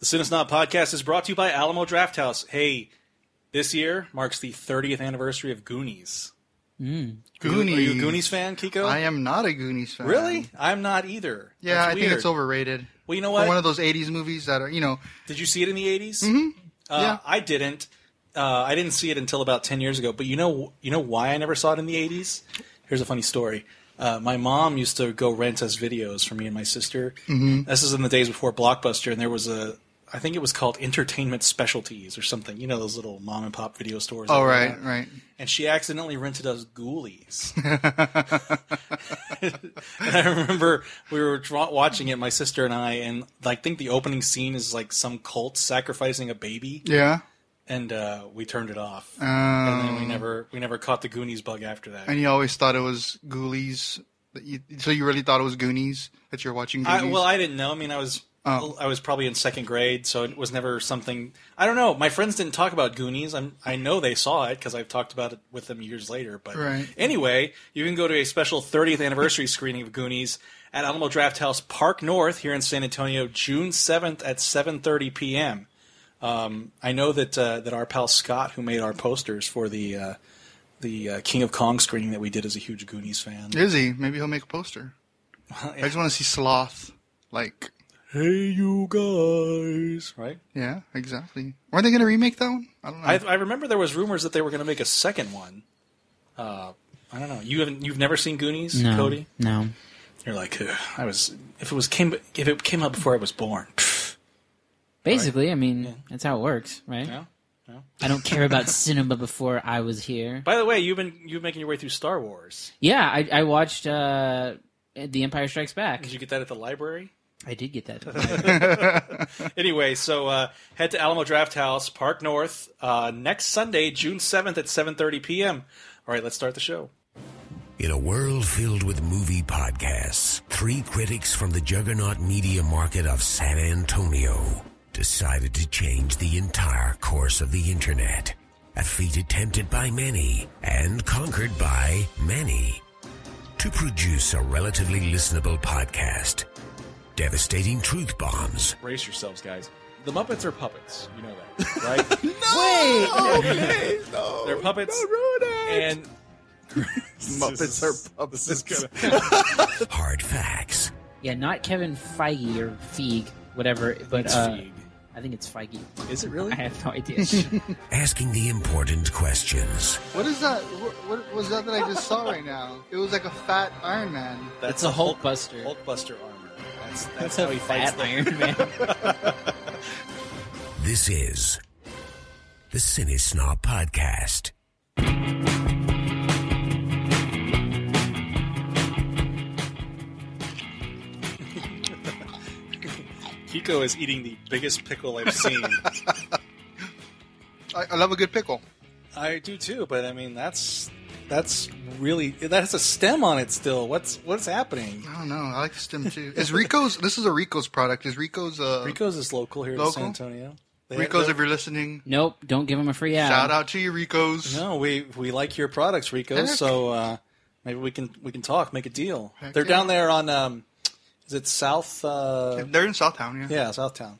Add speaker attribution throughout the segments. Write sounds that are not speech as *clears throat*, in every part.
Speaker 1: The Cinesnob podcast is brought to you by Alamo Drafthouse. Hey, this year marks the 30th anniversary of Goonies.
Speaker 2: Goonies.
Speaker 1: Are you a Goonies fan, Kiko?
Speaker 2: I am not a Goonies fan.
Speaker 1: Really? I'm not either.
Speaker 2: Yeah,
Speaker 1: That's
Speaker 2: I think
Speaker 1: weird.
Speaker 2: it's overrated.
Speaker 1: Well, you know
Speaker 2: For
Speaker 1: what?
Speaker 2: one of those '80s movies that are, you know,
Speaker 1: Did you see it in the 80s? Mm-hmm. Uh,
Speaker 2: Yeah.
Speaker 1: I didn't. Uh, I didn't see it until about 10 years ago. But you know, you know why I never saw it in the 80s? Here's a funny story. Uh, my mom used to go rent us videos for me and my sister. Mm-hmm. This is in the days before Blockbuster, and there was a, I think it was called Entertainment Specialties or something. You know those little mom and pop video stores.
Speaker 2: oh
Speaker 1: that were
Speaker 2: right,
Speaker 1: around.
Speaker 2: right.
Speaker 1: and she accidentally rented us Ghoulies. *laughs* and I remember we were dra- watching it, my sister and I, and I think the opening scene is like some cult sacrificing a baby,
Speaker 2: Yeah, Uh,
Speaker 1: and uh, we turned it off. and then we never we never caught the Goonies bug after that.
Speaker 2: and you always thought it was Ghoulies. that you- So you really thought it was Goonies that you're watching Goonies?
Speaker 1: I, well, I didn't know. I mean, I was I was probably in second grade, so it was never something. I don't know. My friends didn't talk about Goonies. I'm, I know they saw it because I've talked about it with them years later. But
Speaker 2: Right.
Speaker 1: anyway, you can go to a special 30th *laughs* anniversary screening of Goonies at Alamo Draft House Park North here in San Antonio, June 7th at 7:30 p.m. Um, I know that uh, that our pal Scott, who made our posters for the uh, the uh, King of Kong screening that we did, is a huge Goonies fan.
Speaker 2: is he? Maybe he'll make a poster. I just want to see Sloth. Like,
Speaker 1: Hey, you guys, right?
Speaker 2: yeah, exactly. Weren't they going to remake that one? I don't know.
Speaker 1: I, I remember there was rumors that they were going to make a second one. Uh, I don't know. You haven't. You've never seen Goonies,
Speaker 3: No,
Speaker 1: Cody?
Speaker 3: No.
Speaker 1: You're like, "Ugh, I was. If it was came, if it came out before I was born. pff,
Speaker 3: Basically, I mean, that's how it works, right?
Speaker 1: you know?
Speaker 3: I don't care
Speaker 1: *laughs*
Speaker 3: about cinema before I was here.
Speaker 1: By the way, you've been you've been making your way through Star Wars.
Speaker 3: yeah, I, I watched uh, The Empire Strikes Back.
Speaker 1: Did you get that at the library?
Speaker 3: I did get that.
Speaker 1: *laughs* Anyway, so uh, head to Alamo Draft House, Park North, uh, next Sunday, June seventh at seven thirty p.m. All right, let's start the show.
Speaker 4: In a world filled with movie podcasts, three critics from the juggernaut media market of San Antonio decided to change the entire course of the internet. A feat attempted by many and conquered by many. To produce a relatively listenable podcast, devastating truth bombs,
Speaker 1: Brace yourselves, guys. The Muppets are puppets. You know
Speaker 2: *laughs*
Speaker 1: that, right? They're puppets. And
Speaker 2: *laughs* Muppets are puppets. *laughs*
Speaker 4: hard facts,
Speaker 3: yeah, not Kevin Feige or Feig, whatever. But
Speaker 1: it's
Speaker 3: uh,
Speaker 1: Feig.
Speaker 3: I think it's
Speaker 1: *laughs*
Speaker 3: Feige.
Speaker 2: uh,
Speaker 1: Is it really?
Speaker 3: I have no idea.
Speaker 4: asking the important questions.
Speaker 2: What is that? What, what was that that I just saw right now? It was like a fat Iron Man.
Speaker 3: It's a Hulkbuster.
Speaker 1: Hulkbuster armor. That's, that's
Speaker 3: that's
Speaker 1: how
Speaker 3: a
Speaker 1: he fights
Speaker 3: fat
Speaker 1: them.
Speaker 3: Iron Man.
Speaker 1: *laughs*
Speaker 4: This is the Cine Snob Podcast.
Speaker 1: Kiko is eating the biggest pickle I've
Speaker 2: *laughs*
Speaker 1: seen.
Speaker 2: I, I love a good pickle.
Speaker 1: I do too, but I mean that's that's really that has a stem on it still. What's what's happening?
Speaker 2: I don't know. I like the stem too. Is Rico's? this is a Rico's product. Is Rico's? Uh,
Speaker 1: Rico's is local here in
Speaker 2: Local?
Speaker 1: San Antonio. They-
Speaker 2: Rico's,
Speaker 1: they're-
Speaker 2: if you're listening,
Speaker 3: nope, don't give him a free ad.
Speaker 2: shout out to you, Rico's.
Speaker 1: No, we we like your products, Rico.
Speaker 2: Heck.
Speaker 1: So uh, maybe we can we can talk, make a deal.
Speaker 2: Heck
Speaker 1: They're
Speaker 2: yeah.
Speaker 1: down there on um, is it South? Uh,
Speaker 2: They're in Southtown, yeah.
Speaker 1: yeah, Southtown.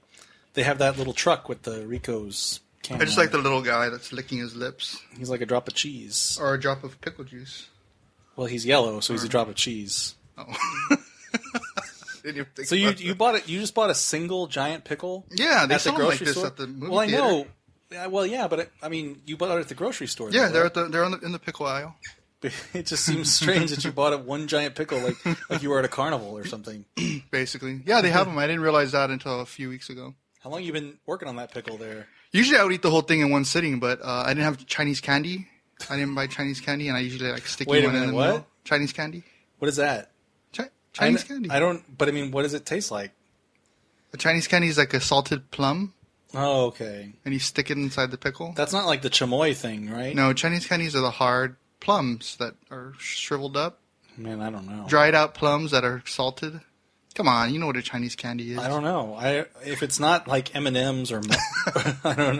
Speaker 1: They have that little truck with the Rico's. Can
Speaker 2: I just like the little guy that's licking his lips
Speaker 1: He's like a drop of cheese.
Speaker 2: or a drop of pickle juice. Oh.
Speaker 1: Well, he's yellow, so he's a drop of cheese.
Speaker 2: *laughs* Didn't even think
Speaker 1: So you
Speaker 2: about
Speaker 1: you
Speaker 2: that.
Speaker 1: bought it? You just bought a single giant pickle?
Speaker 2: Yeah, they sell 'em like this at the movie
Speaker 1: Well, I
Speaker 2: theater.
Speaker 1: know. Yeah, Well, yeah, but it, I mean, you bought it at the grocery store.
Speaker 2: Yeah,
Speaker 1: though,
Speaker 2: they're
Speaker 1: right? *laughs*
Speaker 2: at the, they're on the, in the pickle aisle.
Speaker 1: It just seems strange that you bought it one giant pickle, like like you were at a carnival or something.
Speaker 2: Basically, yeah, they have them. I didn't realize that until a few weeks ago.
Speaker 1: How long you been working on that pickle there?
Speaker 2: Usually, I would eat the whole thing in one sitting, but uh, I didn't have Chinese candy. I didn't buy Chinese candy, and I usually like sticky
Speaker 1: Wait a
Speaker 2: one in
Speaker 1: minute,
Speaker 2: the
Speaker 1: what?
Speaker 2: middle. Chinese candy,
Speaker 1: What is that?
Speaker 2: Chi- Chinese
Speaker 1: I, kn-
Speaker 2: candy.
Speaker 1: I don't. But I mean, what does it taste like?
Speaker 2: The Chinese candy is like a salted plum,
Speaker 1: Oh, okay.
Speaker 2: and you stick it inside the pickle.
Speaker 1: That's not like the chamoy thing, right?
Speaker 2: no, Chinese candies are the hard plums that are shriveled up,
Speaker 1: man, I don't know.
Speaker 2: dried out plums that are salted. Come on, you know what a Chinese candy is.
Speaker 1: I don't know. I if it's not like M and M's or mo- *laughs* I don't.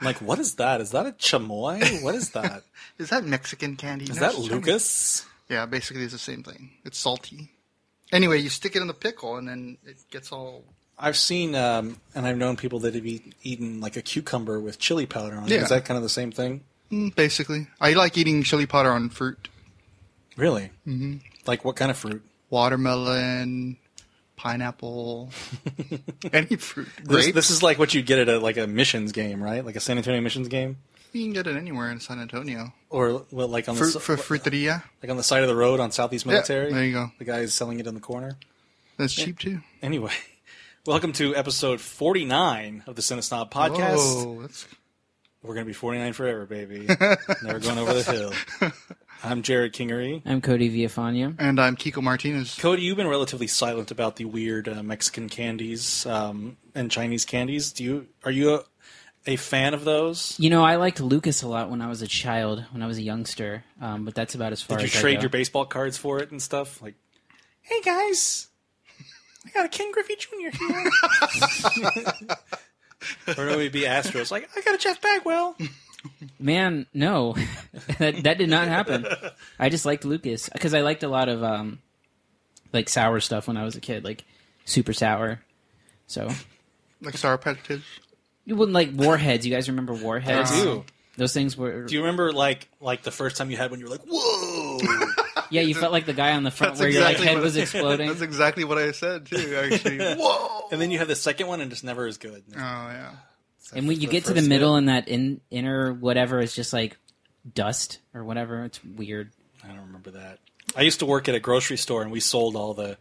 Speaker 1: I'm like, what is that? Is that a chamoy? What is
Speaker 2: *laughs*
Speaker 1: that?
Speaker 2: Is that Mexican candy?
Speaker 1: Is
Speaker 2: No,
Speaker 1: that
Speaker 2: it's Chinese.
Speaker 1: Lucas?
Speaker 2: Yeah, basically it's the same thing. It's salty. Anyway, you stick it in the pickle, and then it gets all
Speaker 1: I've seen um, and I've known people that have eat, eaten like a cucumber with chili powder on it.
Speaker 2: Yeah.
Speaker 1: Is that kind of the same thing?
Speaker 2: mm, Basically, I like eating chili powder on fruit,
Speaker 1: Really? Mm-hmm. Like what kind of fruit?
Speaker 2: watermelon,
Speaker 1: *laughs*
Speaker 2: pineapple, any fruit.
Speaker 1: This,
Speaker 2: Grape.
Speaker 1: this is like what you get at a, like a missions game, right? Like a San Antonio missions game,
Speaker 2: you can get it anywhere in San Antonio.
Speaker 1: or well, like on the,
Speaker 2: Fruit
Speaker 1: s-
Speaker 2: for fruteria.
Speaker 1: like on the side of the road on Southeast Military.
Speaker 2: there you go.
Speaker 1: The guy is selling it in the corner. *laughs*
Speaker 2: That's cheap too.
Speaker 1: Anyway, welcome to episode 49 of the Cinesnob podcast.
Speaker 2: Whoa, Oh, that's
Speaker 1: We're going to be 49 forever,
Speaker 2: *laughs*
Speaker 1: baby. Never going over the hill. I'm Jared Kingery.
Speaker 3: I'm Cody Viafania.
Speaker 2: and I'm Kiko Martinez.
Speaker 1: Cody, you've been relatively silent about the weird uh, Mexican candies um, and Chinese candies. Do you are you a, a fan of those?
Speaker 3: You know, I liked Lucas a lot when I was a child, when I was a youngster. Um, but that's about as far
Speaker 1: Did you
Speaker 3: as I
Speaker 1: trade
Speaker 3: go.
Speaker 1: your baseball cards for it and stuff? Like, hey guys, I got a Ken Griffey Jr. here. *laughs* or it would be Astros. Like, I got a Jeff Bagwell.
Speaker 3: Man, no, *laughs* that that did not happen. I just liked Lucas because I liked a lot of um, like sour stuff when I was a kid, like super sour. So
Speaker 2: Like Sour Patch Kids.
Speaker 3: you wouldn't like warheads. You guys remember warheads?
Speaker 1: I do.
Speaker 3: Those things were.
Speaker 1: Do you remember like like the first time you had when you were like, whoa?
Speaker 3: yeah, you felt like the guy on the front
Speaker 2: That's
Speaker 3: where
Speaker 2: exactly
Speaker 3: your like, head
Speaker 2: what-
Speaker 3: was exploding.
Speaker 2: That's exactly what I said too.
Speaker 1: *laughs*
Speaker 2: Actually, whoa.
Speaker 1: and then you had the second one and it's never as good.
Speaker 2: Oh yeah.
Speaker 3: and when you
Speaker 1: the
Speaker 3: get to the
Speaker 1: first
Speaker 3: middle and that in, inner whatever is just like dust or whatever it's weird
Speaker 1: I don't remember that. I used to work at a grocery store, and we sold all the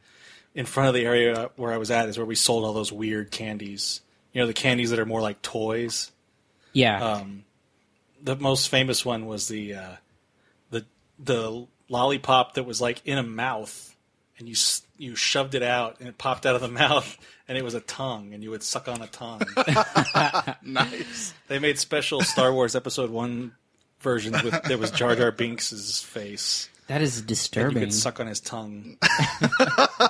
Speaker 1: in front of the area where I was at is where we sold all those weird candies. You know, the candies that are more like toys.
Speaker 3: yeah
Speaker 1: Uh, The most famous one was the uh, the the lollipop that was like in a mouth, and you s- you shoved it out, and it popped out of the *laughs* mouth, and it was a tongue, and you would suck on a tongue.
Speaker 2: *laughs* Nice.
Speaker 1: they made special Star Wars Episode One versions with there was Jar Jar Binks' face.
Speaker 3: that is
Speaker 1: You
Speaker 3: disturbing
Speaker 1: could suck on his tongue.
Speaker 2: I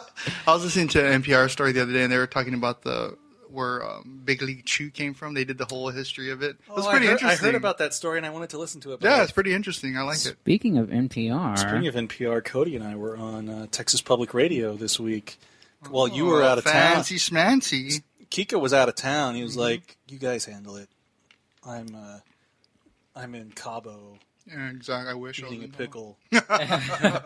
Speaker 2: was listening to an NPR story the other day, and they were talking about the where um, Big League Chew came from. They did the whole history of it. It was
Speaker 1: Oh,
Speaker 2: pretty
Speaker 1: I heard,
Speaker 2: interesting.
Speaker 1: I heard about that story and I wanted to listen to it. but
Speaker 2: Yeah, it's pretty interesting. I liked it.
Speaker 3: speaking of npr
Speaker 1: Speaking of NPR, Cody and I were on uh, Texas Public Radio this week. While you were
Speaker 2: Oh,
Speaker 1: out of
Speaker 2: fancy
Speaker 1: town,
Speaker 2: smancy.
Speaker 1: Kika was out of town. He was like, "You guys handle it. I'm, uh, I'm in Cabo
Speaker 2: Yeah, exactly. I wish. I was
Speaker 1: eating a
Speaker 2: in-
Speaker 1: *laughs* pickle." no,
Speaker 3: Yeah.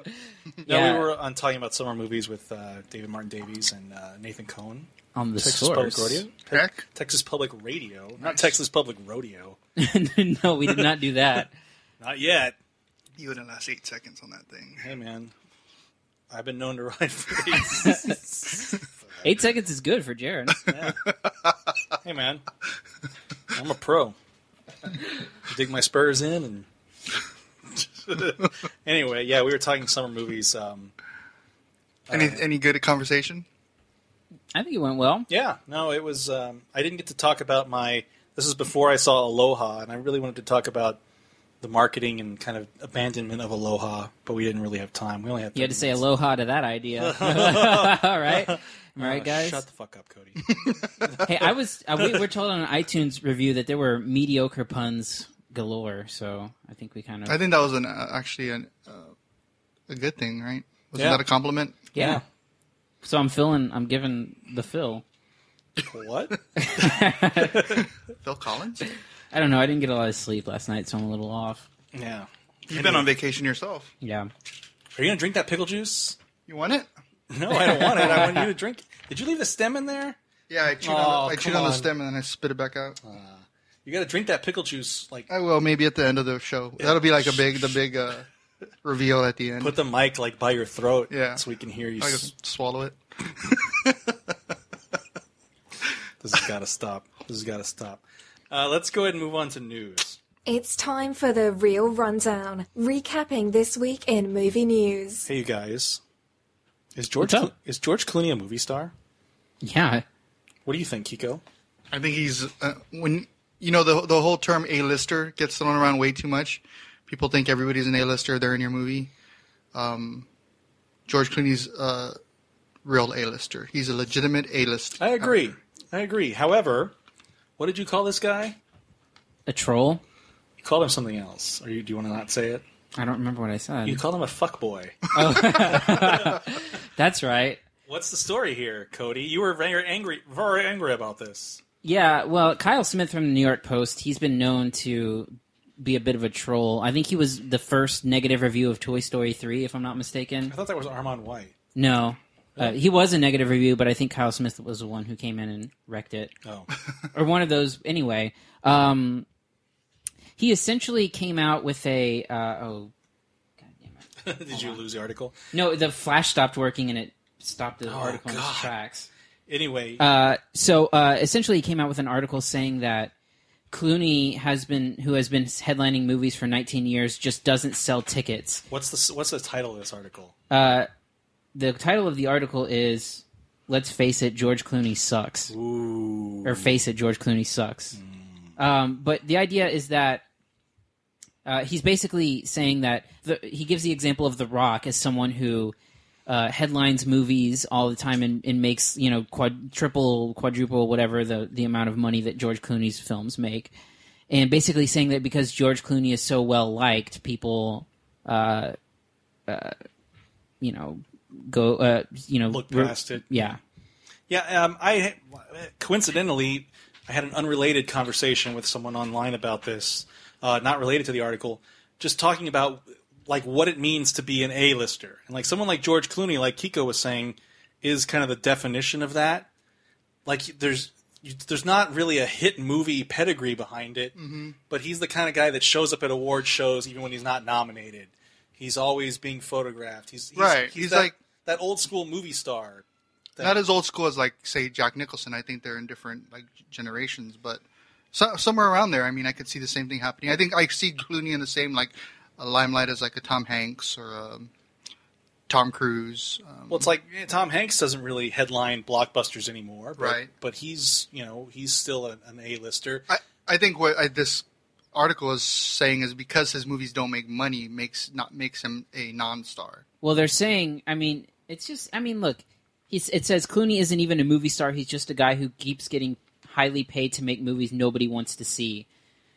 Speaker 1: Oh, we were on talking about summer movies with uh, David Martin Davies and uh, Nathan Cohen.
Speaker 3: on the
Speaker 1: Texas
Speaker 3: source
Speaker 1: Public Radio.
Speaker 2: Heck.
Speaker 1: Texas Public Radio, not Texas Public Rodeo.
Speaker 3: *laughs* no we did not do that
Speaker 1: Not yet.
Speaker 2: You wouldn't last eight seconds on that thing.
Speaker 1: Hey, man. I've been known to *laughs* ride for *laughs* these.
Speaker 3: eight seconds is good for jared
Speaker 1: *laughs* Yeah. hey, man. I'm a pro. Dig my spurs in *laughs* and. anyway, yeah, we were talking summer movies. Um,
Speaker 2: Any any good conversation?
Speaker 3: i think it went well
Speaker 1: yeah, no, it was. Um, I didn't get to talk about my. This is before I saw Aloha, and I really wanted to talk about the marketing and kind of abandonment of Aloha, but we didn't really have time. We only had.
Speaker 3: you had to
Speaker 1: 30
Speaker 3: say
Speaker 1: minutes.
Speaker 3: aloha to that idea *laughs* all right all right
Speaker 1: Oh,
Speaker 3: guys
Speaker 1: Shut the fuck up, Cody. *laughs*
Speaker 3: hey i was uh, we were told on an itunes review that there were mediocre puns galore so i think we kind of
Speaker 2: I think that was an uh, actually an uh, a good thing, right? Wasn't
Speaker 1: Yeah.
Speaker 2: that a compliment?
Speaker 3: yeah.
Speaker 1: Yeah.
Speaker 3: so i'm filling i'm giving the fill
Speaker 1: what?
Speaker 2: Phil Collins.
Speaker 3: i don't know i didn't get a lot of sleep last night so i'm a little off
Speaker 1: Yeah.
Speaker 2: You've been on vacation yourself.
Speaker 3: yeah
Speaker 1: Are you gonna drink that pickle juice?
Speaker 2: You want it?
Speaker 1: No, I don't want it. I want you to drink. it. Did you leave the stem in there?
Speaker 2: Yeah, I chewed,
Speaker 1: Oh,
Speaker 2: on, the, I chewed
Speaker 1: come
Speaker 2: on the
Speaker 1: on.
Speaker 2: stem and then I spit it back out.
Speaker 1: You got to drink that pickle juice. Like,
Speaker 2: I will maybe at the end of the show. That'll be like a big the big uh, reveal at the end.
Speaker 1: put the mic like by your throat,
Speaker 2: Yeah.
Speaker 1: so we can hear you.
Speaker 2: I just swallow it.
Speaker 1: This has got to stop. This has got to stop. Uh, let's go ahead and move on to news.
Speaker 5: It's time for the real rundown, recapping this week in movie news.
Speaker 1: Hey, you guys, is George
Speaker 3: What's
Speaker 1: Clo-
Speaker 3: up?
Speaker 1: is George Clooney a movie star?
Speaker 3: yeah
Speaker 1: What do you think, Kiko?
Speaker 2: I think he's uh, when you know the the whole term a lister gets thrown around way too much. People think everybody's an a lister. They're in your movie. Um, George Clooney's uh, real a lister. He's a legitimate a list.
Speaker 1: I agree. I agree. However, what did you call this guy?
Speaker 3: a troll
Speaker 1: You called him something else. Or you, do you want to not say it?
Speaker 3: I don't remember what I said.
Speaker 1: You called him a fuck boy.
Speaker 3: That's right.
Speaker 1: What's the story here, Cody? You were very angry, very angry about this.
Speaker 3: Yeah, well, Kyle Smith from the New York Post, he's been known to be a bit of a troll. I think he was the first negative review of Toy Story 3, if I'm not mistaken.
Speaker 1: I thought that was Armand White.
Speaker 3: No. Uh, he was a negative review, but I think Kyle Smith was the one who came in and wrecked it.
Speaker 1: Oh, *laughs*
Speaker 3: or one of those anyway. Um, he essentially came out with a uh, oh
Speaker 1: did you lose the article?
Speaker 3: no, the flash stopped working and it stopped the article in
Speaker 1: God.
Speaker 3: its tracks.
Speaker 1: Anyway,
Speaker 3: Uh, so uh, essentially, he came out with an article saying that Clooney has been who has been headlining movies for 19 years just doesn't sell tickets.
Speaker 1: what's the what's the title of this article?
Speaker 3: The title of the article is "Let's Face It, George Clooney Sucks."
Speaker 1: Ooh,
Speaker 3: or face it, George Clooney sucks. Um, but the idea is that uh, he's basically saying that the, he gives the example of The Rock as someone who uh, headlines movies all the time and, and makes you know quad, triple, quadruple, whatever the the amount of money that George Clooney's films make, and basically saying that because George Clooney is so well liked, people, uh, uh, you know, go, uh, you know,
Speaker 1: look
Speaker 3: re-
Speaker 1: past it.
Speaker 3: yeah.
Speaker 1: Yeah, um, I coincidentally I had an unrelated conversation with someone online about this, uh, not related to the article, just talking about like what it means to be an A-lister, and like someone like George Clooney, like Kiko was saying, is kind of the definition of that. Like there's you, there's not really a hit movie pedigree behind it,
Speaker 2: Mm-hmm.
Speaker 1: but he's the kind of guy that shows up at award shows even when he's not nominated. He's always being photographed. He's, he's
Speaker 2: Right.
Speaker 1: He's,
Speaker 2: He's
Speaker 1: that-
Speaker 2: like-
Speaker 1: that old school movie star.
Speaker 2: Not as old school as like say Jack Nicholson. I think they're in different like generations, but so, somewhere around there. I mean, I could see the same thing happening. I think I see Clooney in the same like a limelight as like a Tom Hanks or a Tom Cruise. Um,
Speaker 1: Well, it's like eh, Tom Hanks doesn't really headline blockbusters anymore, but,
Speaker 2: Right.
Speaker 1: But he's you know he's still an, an A-lister.
Speaker 2: I I think what I, this article is saying is because his movies don't make money makes not makes him a non-star.
Speaker 3: Well, they're saying. I mean, it's just. I mean, look. He's, it says Clooney isn't even a movie star. He's just a guy who keeps getting highly paid to make movies nobody wants to see.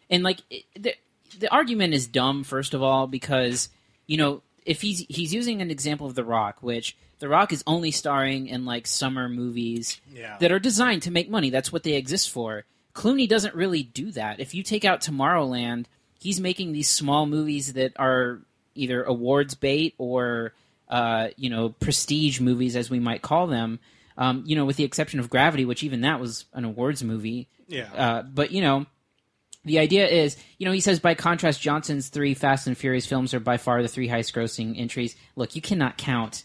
Speaker 3: And like it, the the argument is dumb. First of all, because you know if he's he's using an example of The Rock, which The Rock is only starring in like summer movies
Speaker 1: Yeah.
Speaker 3: that are designed to make money. That's what they exist for. Clooney doesn't really do that. If you take out Tomorrowland, he's making these small movies that are either awards bait or uh, you know prestige movies, as we might call them. Um, you know, with the exception of Gravity, which even that was an awards movie.
Speaker 1: Yeah.
Speaker 3: Uh, but you know, the idea is, you know, he says by contrast, Johnson's three Fast and Furious films are by far the three highest-grossing entries. Look, you cannot count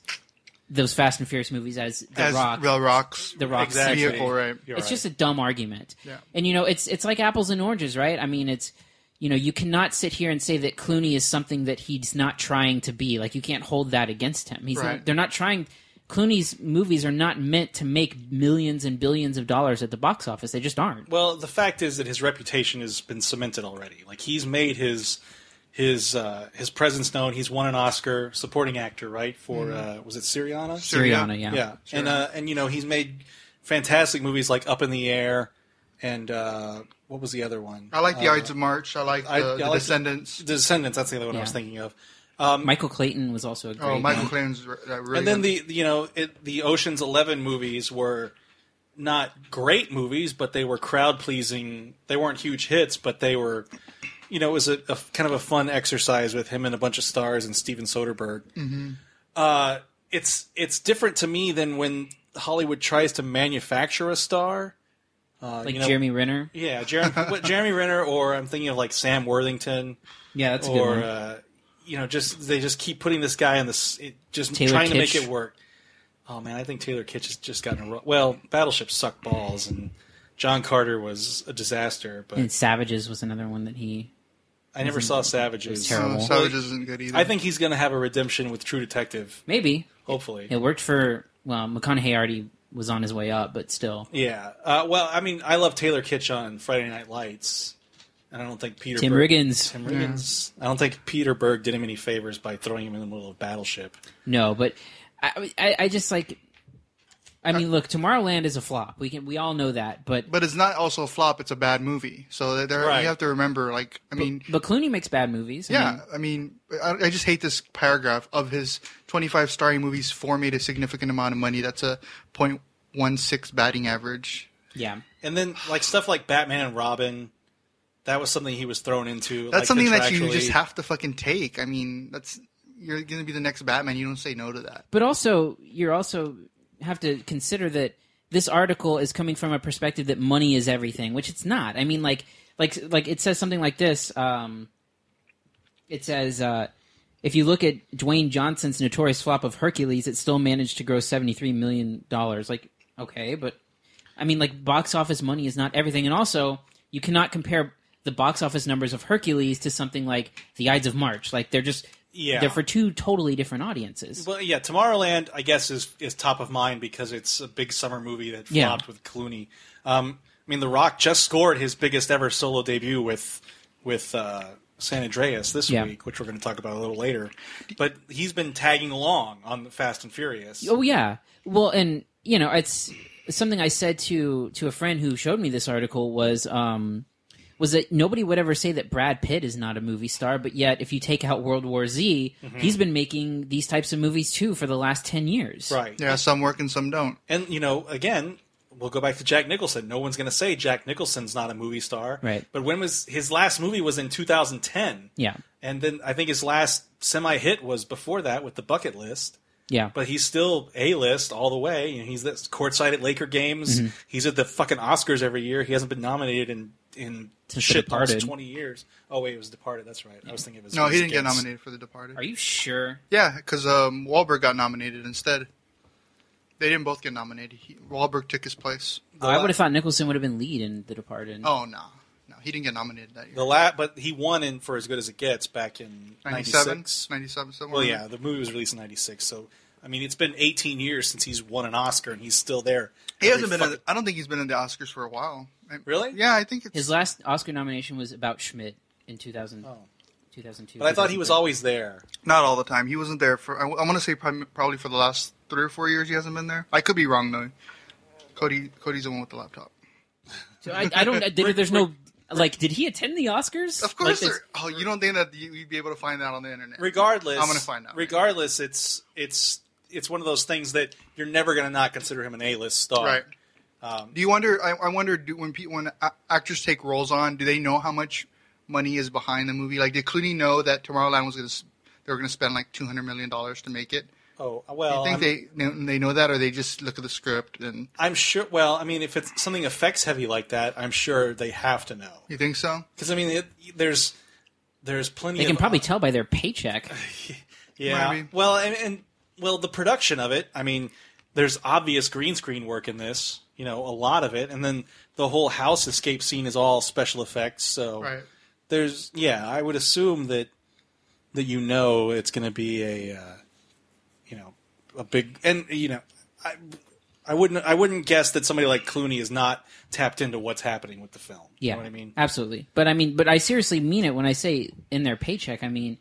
Speaker 3: those Fast and Furious movies as The
Speaker 2: as
Speaker 3: Rock.
Speaker 2: The Rock's
Speaker 3: The Rock's
Speaker 1: Exactly.
Speaker 2: vehicle, right?
Speaker 1: You're
Speaker 3: it's
Speaker 1: right.
Speaker 3: just a dumb argument.
Speaker 2: Yeah.
Speaker 3: And you know, it's it's like apples and oranges, right? I mean, it's you know, you cannot sit here and say that Clooney is something that he's not trying to be. Like you can't hold that against him. He's
Speaker 2: Right.
Speaker 3: not, they're not trying Clooney's movies are not meant to make millions and billions of dollars at the box office. They just aren't.
Speaker 1: well, the fact is that his reputation has been cemented already. Like he's made his his uh, his presence known. He's won an Oscar supporting actor, right? For uh, was it Syriana?
Speaker 3: Siriana, yeah.
Speaker 1: yeah, and uh, and you know he's made fantastic movies like Up in the Air, and uh, what was the other one?
Speaker 2: I like the Ides of March. I like the,
Speaker 1: Uh, I- yeah, I
Speaker 2: the
Speaker 1: like the-
Speaker 2: Descendants.
Speaker 1: The Descendants. That's the other one I was
Speaker 3: Yeah.
Speaker 1: thinking of.
Speaker 3: Michael Clayton was also a great
Speaker 2: oh, Michael
Speaker 3: one.
Speaker 2: Clayton's re- uh, really.
Speaker 1: and then
Speaker 2: good.
Speaker 1: the you know it, the Ocean's Eleven movies were not great movies, but they were crowd pleasing. They weren't huge hits, but they were you know it was a, a kind of a fun exercise with him and a bunch of stars and Steven Soderbergh. Uh, it's it's different to me than when Hollywood tries to manufacture a star. Uh,
Speaker 3: like
Speaker 1: you know,
Speaker 3: Jeremy Renner.
Speaker 1: yeah, Jeremy, what, Jeremy Renner, or I'm thinking of like Sam Worthington
Speaker 3: Yeah, that's a good
Speaker 1: or
Speaker 3: one.
Speaker 1: uh, you know, just they just keep putting this guy in this, it, just
Speaker 3: Taylor
Speaker 1: trying to
Speaker 3: Kitsch.
Speaker 1: make it work. Oh man, I think Taylor Kitsch has just gotten a ru- well. Battleship sucked balls, and John Carter was a disaster. But
Speaker 3: and Savages was another one that he
Speaker 1: I never saw Savages.
Speaker 3: terrible.
Speaker 2: Uh, Savage isn't good either.
Speaker 1: I think he's going to have a redemption with True Detective,
Speaker 3: maybe
Speaker 1: hopefully.
Speaker 3: it worked for. Well, McConaughey already was on his way up, but still,
Speaker 1: Yeah. Uh, well, I mean, I love Taylor Kitsch on Friday Night Lights, and I don't think Peter
Speaker 3: Tim
Speaker 1: Berg-
Speaker 3: Riggins.
Speaker 1: Tim Riggins. I don't think Peter Berg did him any favors by throwing him in the middle of Battleship.
Speaker 3: No, but I, I, I just like. I- I mean, look, Tomorrowland is a flop. We can we all know that, but but,
Speaker 2: But it's not also a flop. It's a bad movie. So there,
Speaker 1: Right.
Speaker 2: you have to remember. Like, I mean,
Speaker 3: Clooney makes bad movies. I
Speaker 2: yeah,
Speaker 3: mean,
Speaker 2: I mean, I, I just hate this paragraph of his 25 starring movies. Four made a significant amount of money. That's a 0.16 batting average.
Speaker 3: yeah.
Speaker 1: And then like stuff like Batman and Robin, that was something he was thrown into.
Speaker 2: That's
Speaker 1: like,
Speaker 2: something that you
Speaker 1: contractually.
Speaker 2: just have to fucking take. I mean, that's you're going to be the next Batman. You don't say no to that.
Speaker 3: But also, you're also have to consider that this article is coming from a perspective that money is everything, which it's not. I mean, like, like, like it says something like this. Um, it says uh, if you look at Dwayne Johnson's notorious flop of Hercules, it still managed to grow seventy three million dollars. Like, okay, but I mean, like, box office money is not everything, and also you cannot compare the box office numbers of Hercules to something like The Ides of March. Like, they're just
Speaker 1: Yeah.
Speaker 3: they're for two totally different audiences.
Speaker 1: Well, yeah, Tomorrowland, I guess, is is top of mind because it's a big summer movie that
Speaker 3: Yeah.
Speaker 1: flopped with Clooney. Um, I mean, The Rock just scored his biggest ever solo debut with with uh, San Andreas this
Speaker 3: Yeah.
Speaker 1: week, which we're going to talk about a little later. But he's been tagging along on the Fast and Furious.
Speaker 3: Oh yeah. Well, and you know, it's something I said to to a friend who showed me this article was um was that nobody would ever say that Brad Pitt is not a movie star, but yet if you take out World War Z,
Speaker 1: Mm-hmm.
Speaker 3: he's been making these types of movies too for the last 10 years.
Speaker 1: Right.
Speaker 2: Yeah, some work and some don't.
Speaker 1: And you know, again, we'll go back to Jack Nicholson. No one's going to say Jack Nicholson's not a movie star.
Speaker 3: Right.
Speaker 1: But when was his last movie was in 2010.
Speaker 3: Yeah.
Speaker 1: And then I think his last semi hit was before that with The Bucket List.
Speaker 3: Yeah.
Speaker 1: But he's still A list all the way. You know, he's this courtside at Laker games.
Speaker 3: Mm-hmm.
Speaker 1: He's at the fucking Oscars every year. He hasn't been nominated in in
Speaker 3: Since The
Speaker 1: shit almost
Speaker 3: Departed.
Speaker 1: twenty years. Oh wait, it was Departed. That's right. I was thinking of his.
Speaker 2: No, he didn't get
Speaker 1: Games.
Speaker 2: nominated for The Departed.
Speaker 3: Are you sure?
Speaker 2: Yeah, because um, Wahlberg got nominated instead. They didn't both get nominated. He, Wahlberg took his place.
Speaker 3: Oh, I would have thought Nicholson would have been lead in The Departed.
Speaker 2: Oh no, no, he didn't get nominated that year.
Speaker 1: The la- but he won in for as good as it gets back in
Speaker 2: 97?
Speaker 1: 96.
Speaker 2: 97, somewhere.
Speaker 1: Well,
Speaker 2: around
Speaker 1: yeah, the movie was released in '96, so I mean, it's been 18 years since he's won an Oscar, and he's still there.
Speaker 2: He hasn't
Speaker 1: Every
Speaker 2: been. in
Speaker 1: fucking-
Speaker 2: the- I don't think he's been in the Oscars for a while. I-
Speaker 1: Really?
Speaker 2: Yeah, I think it's.
Speaker 3: His last Oscar nomination was about Schmidt in 2000
Speaker 1: Oh.
Speaker 3: 2002.
Speaker 1: But I thought he was
Speaker 3: 2003.
Speaker 1: always there.
Speaker 2: Not all the time. He wasn't there for. I, want to say prob- probably for the last three or four years. He hasn't been there. I could be wrong though. Cody, Cody's the one with the laptop.
Speaker 3: So I,
Speaker 1: *laughs*
Speaker 3: I don't. There, there's no. Like, did he attend the Oscars?
Speaker 2: Of course.
Speaker 3: Like,
Speaker 2: there- oh, you don't think that you, you'd be able to find that on the internet?
Speaker 1: Regardless,
Speaker 2: I'm gonna find out.
Speaker 1: Regardless, it's it's it's one of those things that you're never going to not consider him an A-list star.
Speaker 2: Right. do you wonder? I, I wonder do, when people, when a- actors take roles on, do they know how much money is behind the movie? Like, did Clooney know that Tomorrowland was going to they were going to spend like two hundred million dollars to make it?
Speaker 1: Oh well,
Speaker 2: I think
Speaker 1: I'm,
Speaker 2: they kn- they know that, or they just look at the script and
Speaker 1: I'm sure. Well, I mean, if it's something effects heavy like that, I'm sure they have to know
Speaker 2: you think so?
Speaker 1: because I mean, it, there's there's plenty.
Speaker 3: They
Speaker 1: of
Speaker 3: can probably tell by their paycheck.
Speaker 1: Yeah.
Speaker 2: Maybe.
Speaker 1: Well, and, and well, the production of it. I mean, there's obvious green screen work in this. You know, a lot of it, and then the whole house escape scene is all special effects. So
Speaker 2: Right.
Speaker 1: there's, yeah, I would assume that that you know it's going to be a, uh, you know, a big, and you know, I, I wouldn't, I wouldn't guess that somebody like Clooney is not tapped into what's happening with the film. *sighs*
Speaker 3: Yeah,
Speaker 1: You know what I mean,
Speaker 3: absolutely. But I mean, but I seriously mean it when I say in their paycheck. I mean,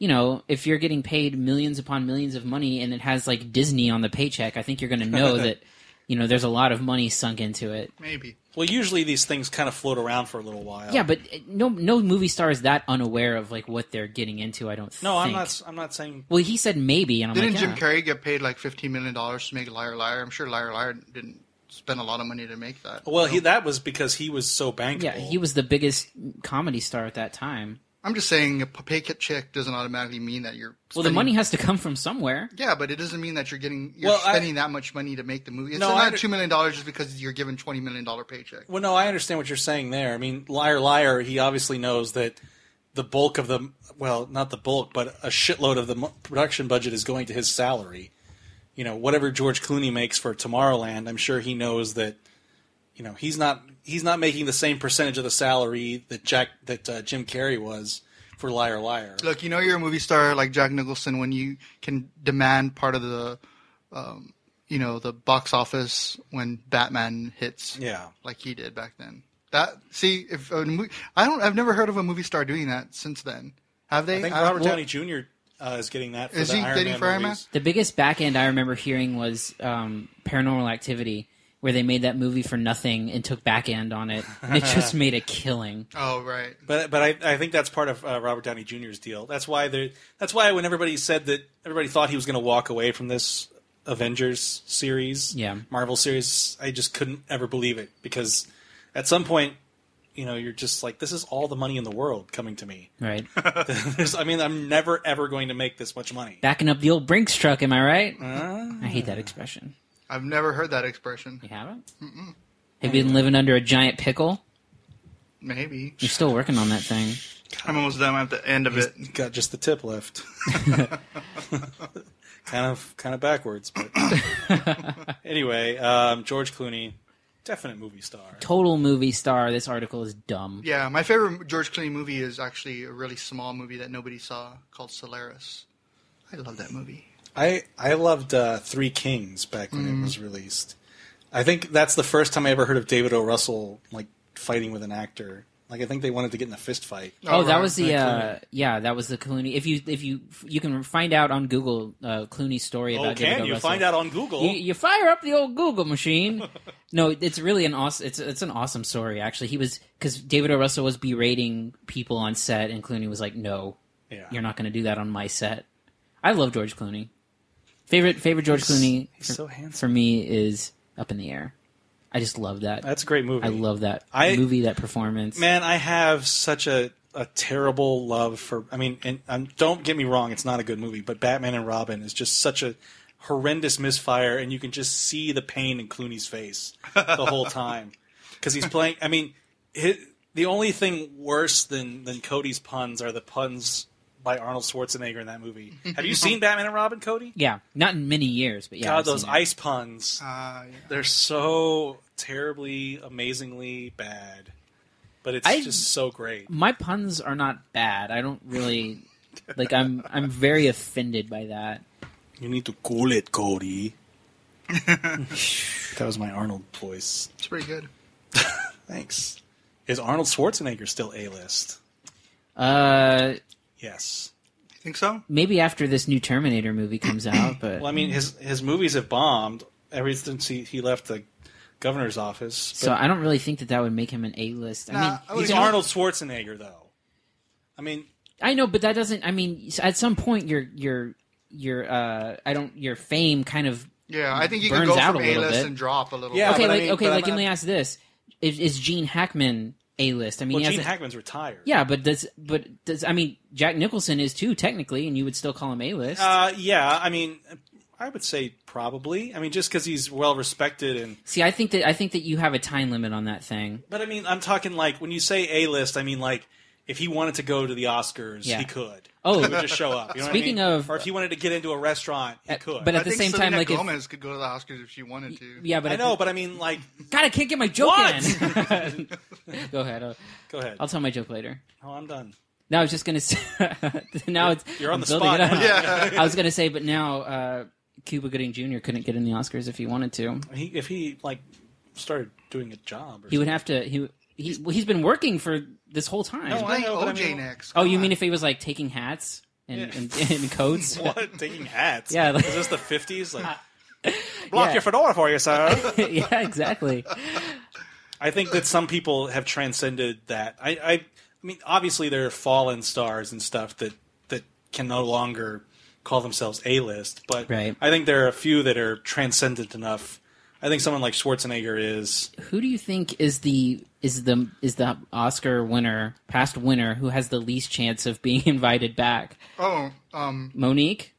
Speaker 3: you know, if you're getting paid millions upon millions of money and it has like Disney on the paycheck, I think you're going to know
Speaker 1: *laughs*
Speaker 3: that you know there's a lot of money sunk into it.
Speaker 2: Maybe.
Speaker 1: well, usually these things kind of float around for a little while.
Speaker 3: Yeah, but uh, no, no movie star is that unaware of like what they're getting into. I don't.
Speaker 1: no,
Speaker 3: think.
Speaker 1: I'm not, I'm not saying
Speaker 3: Well, he said maybe, and I'm
Speaker 2: Didn't
Speaker 3: like,
Speaker 2: Jim
Speaker 3: yeah.
Speaker 2: Carrey get paid like fifteen million dollars to make Liar Liar? I'm sure Liar Liar didn't spend a lot of money to make that.
Speaker 1: Well, he that was because he was so bankable.
Speaker 3: Oh. Yeah, he was the biggest comedy star at that time.
Speaker 2: I'm just saying a pay check doesn't automatically mean that you're.
Speaker 3: Well, the
Speaker 2: spending-
Speaker 3: money has to come from somewhere.
Speaker 2: Yeah, but it doesn't mean that you're getting you're
Speaker 1: Well, I-
Speaker 2: spending that much money to make the movie. It's
Speaker 1: No, I
Speaker 2: not
Speaker 1: under-
Speaker 2: two million dollars just because you're given twenty million dollar paycheck.
Speaker 1: Well, no, I understand what you're saying there. I mean, liar, liar. He obviously knows that the bulk of the well, not the bulk, but a shitload of the mo- production budget is going to his salary. You know, whatever George Clooney makes for Tomorrowland, I'm sure he knows that. You know, he's not he's not making the same percentage of the salary that Jack that uh, Jim Carrey was for Liar, Liar.
Speaker 2: Look, you know you're a movie star like Jack Nicholson when you can demand part of the, um, you know, the box office when Batman hits.
Speaker 1: Yeah.
Speaker 2: like he did back then. That see if a mo- I don't I've never heard of a movie star doing that since then. Have they?
Speaker 1: I think
Speaker 2: I-
Speaker 1: Robert
Speaker 2: well,
Speaker 1: Downey Jr. uh, is getting that. For
Speaker 2: Is
Speaker 1: the
Speaker 2: he
Speaker 1: Iron
Speaker 2: getting
Speaker 1: Man
Speaker 2: for Iron Man?
Speaker 1: movies.
Speaker 3: The biggest back end I remember hearing was um, Paranormal Activity, where they made that movie for nothing and took back end on it. And it just made a killing.
Speaker 2: Oh right.
Speaker 1: But but I, I think that's part of uh, Robert Downey Jr.'s deal. That's why they that's why when everybody said that everybody thought he was going to walk away from this Avengers series,
Speaker 3: Yeah.
Speaker 1: Marvel series, I just couldn't ever believe it because at some point, you know, you're just like this is all the money in the world coming to me. *laughs*
Speaker 3: Right.
Speaker 1: There's, I mean, I'm never ever going to make this much money.
Speaker 3: Backing up the old Brinks truck, am I right? I hate that expression.
Speaker 2: I've never heard that expression.
Speaker 3: You haven't? Have you been living under a giant pickle?
Speaker 2: Maybe.
Speaker 3: You're still working on that thing.
Speaker 6: I'm almost done. I'm at the end of it.
Speaker 1: He's got just the tip left. *laughs* kind of kind of backwards, but *laughs* anyway, um, George Clooney, definite movie star.
Speaker 3: Total movie star. This article is dumb.
Speaker 2: Yeah, my favorite George Clooney movie is actually a really small movie that nobody saw called Solaris. I love that movie.
Speaker 1: I I loved uh, Three Kings back when it was released. I think that's the first time I ever heard of David O. Russell like fighting with an actor. Like I think they wanted to get in a fist fight.
Speaker 3: Oh, that
Speaker 2: right.
Speaker 3: was the uh, yeah, that was the Clooney. If you if you you can find out on Google uh, Clooney's story
Speaker 1: Oh,
Speaker 3: about David O. Russell.
Speaker 1: on Google?
Speaker 3: You, you fire up the old
Speaker 1: *laughs*
Speaker 3: Google machine. no, it's really an awesome. It's it's an awesome story actually. He was because David O. Russell was berating people on set, and Clooney was like, "No,
Speaker 1: yeah.
Speaker 3: you're not going to do that on my set." I love George Clooney. Favorite favorite George Clooney
Speaker 1: he's
Speaker 3: for,
Speaker 1: so handsome.
Speaker 3: for me is Up in the Air. I just love that.
Speaker 1: That's a great movie.
Speaker 3: I love that
Speaker 1: I-
Speaker 3: movie, that performance.
Speaker 1: Man, I have such a, a terrible love for. I mean, and, and don't get me wrong, it's not a good movie, but Batman and Robin is just such a horrendous misfire, and you can just see the pain in Clooney's face the
Speaker 3: *laughs*
Speaker 1: whole time because he's playing. I mean, hi the only thing worse than than Cody's puns are the puns by Arnold Schwarzenegger in that movie. Have
Speaker 3: *laughs*
Speaker 1: you seen Batman and Robin, Cody?
Speaker 3: yeah, not in many years, but yeah,
Speaker 1: God,
Speaker 3: I've
Speaker 1: those
Speaker 3: seen it.
Speaker 1: ice puns.
Speaker 2: Uh, yeah.
Speaker 1: They're so terribly, amazingly bad. But it's
Speaker 3: I-
Speaker 1: just so great.
Speaker 3: my puns are not bad. I don't really like. I'm I'm very offended by that.
Speaker 1: You need to cool it,
Speaker 3: *laughs*
Speaker 1: Cody. that was my Arnold voice.
Speaker 2: It's pretty good.
Speaker 1: Thanks. Is Arnold Schwarzenegger still A list?
Speaker 3: Uh,
Speaker 1: Yes.
Speaker 2: You think so?
Speaker 3: maybe after this new Terminator movie
Speaker 1: *clears throat*
Speaker 3: comes out, but
Speaker 1: Well, I mean, his his movies have bombed ever since he, he left the governor's office.
Speaker 3: so I don't really think that that would make him an A list. I
Speaker 2: Nah,
Speaker 3: mean,
Speaker 2: I
Speaker 1: But
Speaker 2: would
Speaker 1: he's
Speaker 2: agree.
Speaker 1: Arnold Schwarzenegger, though. I mean,
Speaker 3: I know, but that doesn't. I mean, s- at some point, your your your uh, I don't your fame kind of
Speaker 2: Yeah, I think you
Speaker 3: Burns
Speaker 2: can go
Speaker 3: out
Speaker 2: from
Speaker 3: a little
Speaker 2: A-list
Speaker 3: bit.
Speaker 2: and drop a little.
Speaker 1: Yeah,
Speaker 2: bit.
Speaker 3: okay.
Speaker 1: but I
Speaker 3: Like,
Speaker 1: mean-
Speaker 3: okay,
Speaker 1: but
Speaker 3: like
Speaker 1: I'm
Speaker 3: let me
Speaker 1: not-
Speaker 3: ask this: Is, is Gene Hackman A list? I mean,
Speaker 1: well,
Speaker 3: he
Speaker 1: Gene
Speaker 3: has a-
Speaker 1: Hackman's retired.
Speaker 3: yeah, but does but does I mean Jack Nicholson is too technically, and you would still call him A list.
Speaker 1: Uh, yeah, I mean, I would say probably. I mean, just because he's well respected and
Speaker 3: See, I think that I think that you have a time limit on that thing.
Speaker 1: But I mean, I'm talking like when you say A list, I mean like if he wanted to go to the Oscars,
Speaker 3: Yeah.
Speaker 1: he could.
Speaker 3: Oh.
Speaker 1: he would just show up. You know what *laughs* I
Speaker 3: Speaking
Speaker 1: mean?
Speaker 3: of-
Speaker 1: or if he wanted to get into a restaurant, he
Speaker 3: At-
Speaker 1: could.
Speaker 3: but
Speaker 2: I
Speaker 3: at the
Speaker 2: think
Speaker 3: same time,
Speaker 2: Selena
Speaker 3: like, if-
Speaker 2: Gomez could go to the Oscars if she wanted to. *laughs*
Speaker 3: Yeah, but
Speaker 1: I
Speaker 3: if-
Speaker 1: know, but I mean, like,
Speaker 3: God, I can't get my joke
Speaker 1: What?
Speaker 3: in. *laughs* Go ahead. I'll,
Speaker 1: go ahead.
Speaker 3: I'll tell my joke later.
Speaker 1: oh, I'm done.
Speaker 3: No, I was just gonna *laughs* say. now it's
Speaker 1: You're on
Speaker 3: I'm
Speaker 1: the
Speaker 3: building
Speaker 1: spot.
Speaker 3: it up.
Speaker 2: Yeah.
Speaker 3: I was gonna say, but now uh, Cuba Gooding Jr. couldn't get in the Oscars if he wanted to.
Speaker 1: He, if he like started doing a job, or
Speaker 3: He would have to. He he's well, he's been working for this whole time.
Speaker 1: No, I
Speaker 2: Playing
Speaker 1: know, but I
Speaker 2: OJ
Speaker 1: mean-
Speaker 2: next.
Speaker 3: oh,
Speaker 2: come
Speaker 3: you
Speaker 2: on.
Speaker 3: mean if he was like taking hats and and, *laughs* and coats?
Speaker 1: something. *laughs* what taking hats?
Speaker 3: Yeah, like-
Speaker 1: is this the '50s?
Speaker 3: *laughs*
Speaker 1: Like, block
Speaker 3: Yeah.
Speaker 1: your fedora for you, sir.
Speaker 3: *laughs* yeah, exactly.
Speaker 1: I think that some people have transcended that. I, I, I mean, obviously there are fallen stars and stuff that that can no longer call themselves A list, but
Speaker 3: Right.
Speaker 1: I think there are a few that are transcendent enough. I think someone like Schwarzenegger is.
Speaker 3: Who do you think is the is the is the Oscar winner, past winner, who has the least chance of being *laughs* invited back?
Speaker 2: Oh, um,
Speaker 3: Monique.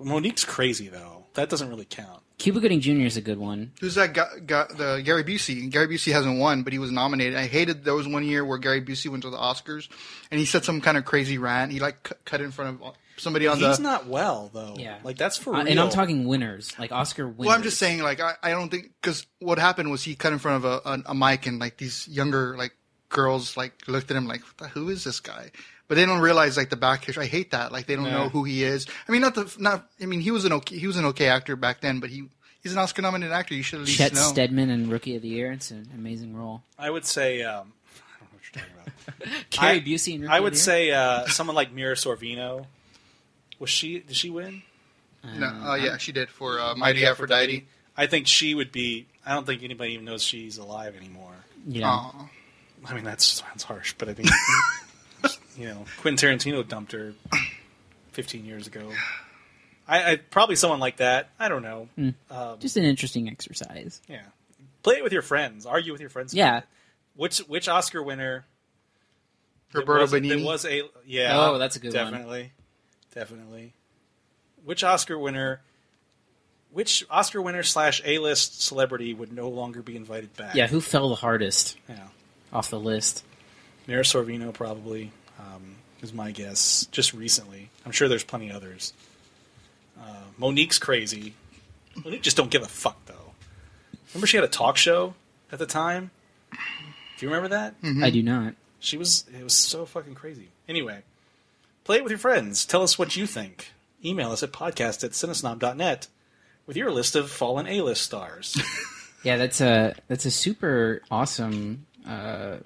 Speaker 1: Monique's crazy though. That doesn't really count.
Speaker 3: Cuba Gooding Jr. is a good one.
Speaker 2: who's that guy? guy the Gary Busey. Gary Busey hasn't won, but he was nominated. I hated there was one year where Gary Busey went to the Oscars and he said some kind of crazy rant. He like cu- cut in front of somebody on
Speaker 1: He's
Speaker 2: the.
Speaker 1: not well though.
Speaker 3: Yeah.
Speaker 1: like that's for
Speaker 3: Uh,
Speaker 1: real.
Speaker 3: and I'm talking winners, like Oscar winners.
Speaker 2: well, I'm just saying, like I, I don't think because what happened was he cut in front of a, a, a mic and like these younger like girls like looked at him like what the, who is this guy. But they don't realize like the back history. I hate that. Like they don't know who he is. I mean, not the not. I mean, he was an okay he was an okay actor back then, but he he's an Oscar nominated actor. You should at least
Speaker 3: Chet
Speaker 2: know.
Speaker 3: Stedman and Rookie of the Year. It's an amazing role.
Speaker 1: I would say. Um, I don't know what you're talking about.
Speaker 3: Carrie Busey and Rookie
Speaker 1: I
Speaker 3: of
Speaker 1: would
Speaker 3: the Year?
Speaker 1: say uh, someone like Mira Sorvino. Was she? Did she win?
Speaker 2: No, uh, yeah, she did for uh, Mighty Aphrodite.
Speaker 1: I think she would be. I don't think anybody even knows she's alive anymore. uh,
Speaker 3: Yeah.
Speaker 2: Aw.
Speaker 1: I mean, that sounds harsh, but I think you know Quentin Tarantino dumped her 15 years ago. I, I probably someone like that. I don't know.
Speaker 3: Hmm.
Speaker 1: Um,
Speaker 3: Just an interesting exercise.
Speaker 1: Yeah, play it with your friends. Argue with your friends.
Speaker 3: Yeah.
Speaker 1: Which which Oscar winner? that
Speaker 2: Roberto
Speaker 1: was, that
Speaker 2: Benigni.
Speaker 1: was a yeah.
Speaker 3: Oh, that's a good one.
Speaker 1: definitely, Definitely, Which Oscar winner? Which Oscar winner slash A list celebrity would no longer be invited back?
Speaker 3: Yeah, who fell the hardest
Speaker 1: yeah.
Speaker 3: off the list?
Speaker 1: Mira Sorvino probably um, is my guess. Just recently, I'm sure there's plenty others. Uh, Monique's crazy. Monique just don't give a fuck though. Remember she had a talk show at the time. Do you remember that?
Speaker 3: I do not.
Speaker 1: She was it was so fucking crazy. Anyway, play it with your friends. Tell us what you think. Email us at podcast at cinesnob.net with your list of fallen A list
Speaker 3: *laughs*
Speaker 1: stars.
Speaker 3: Yeah, that's a that's a super awesome, uh,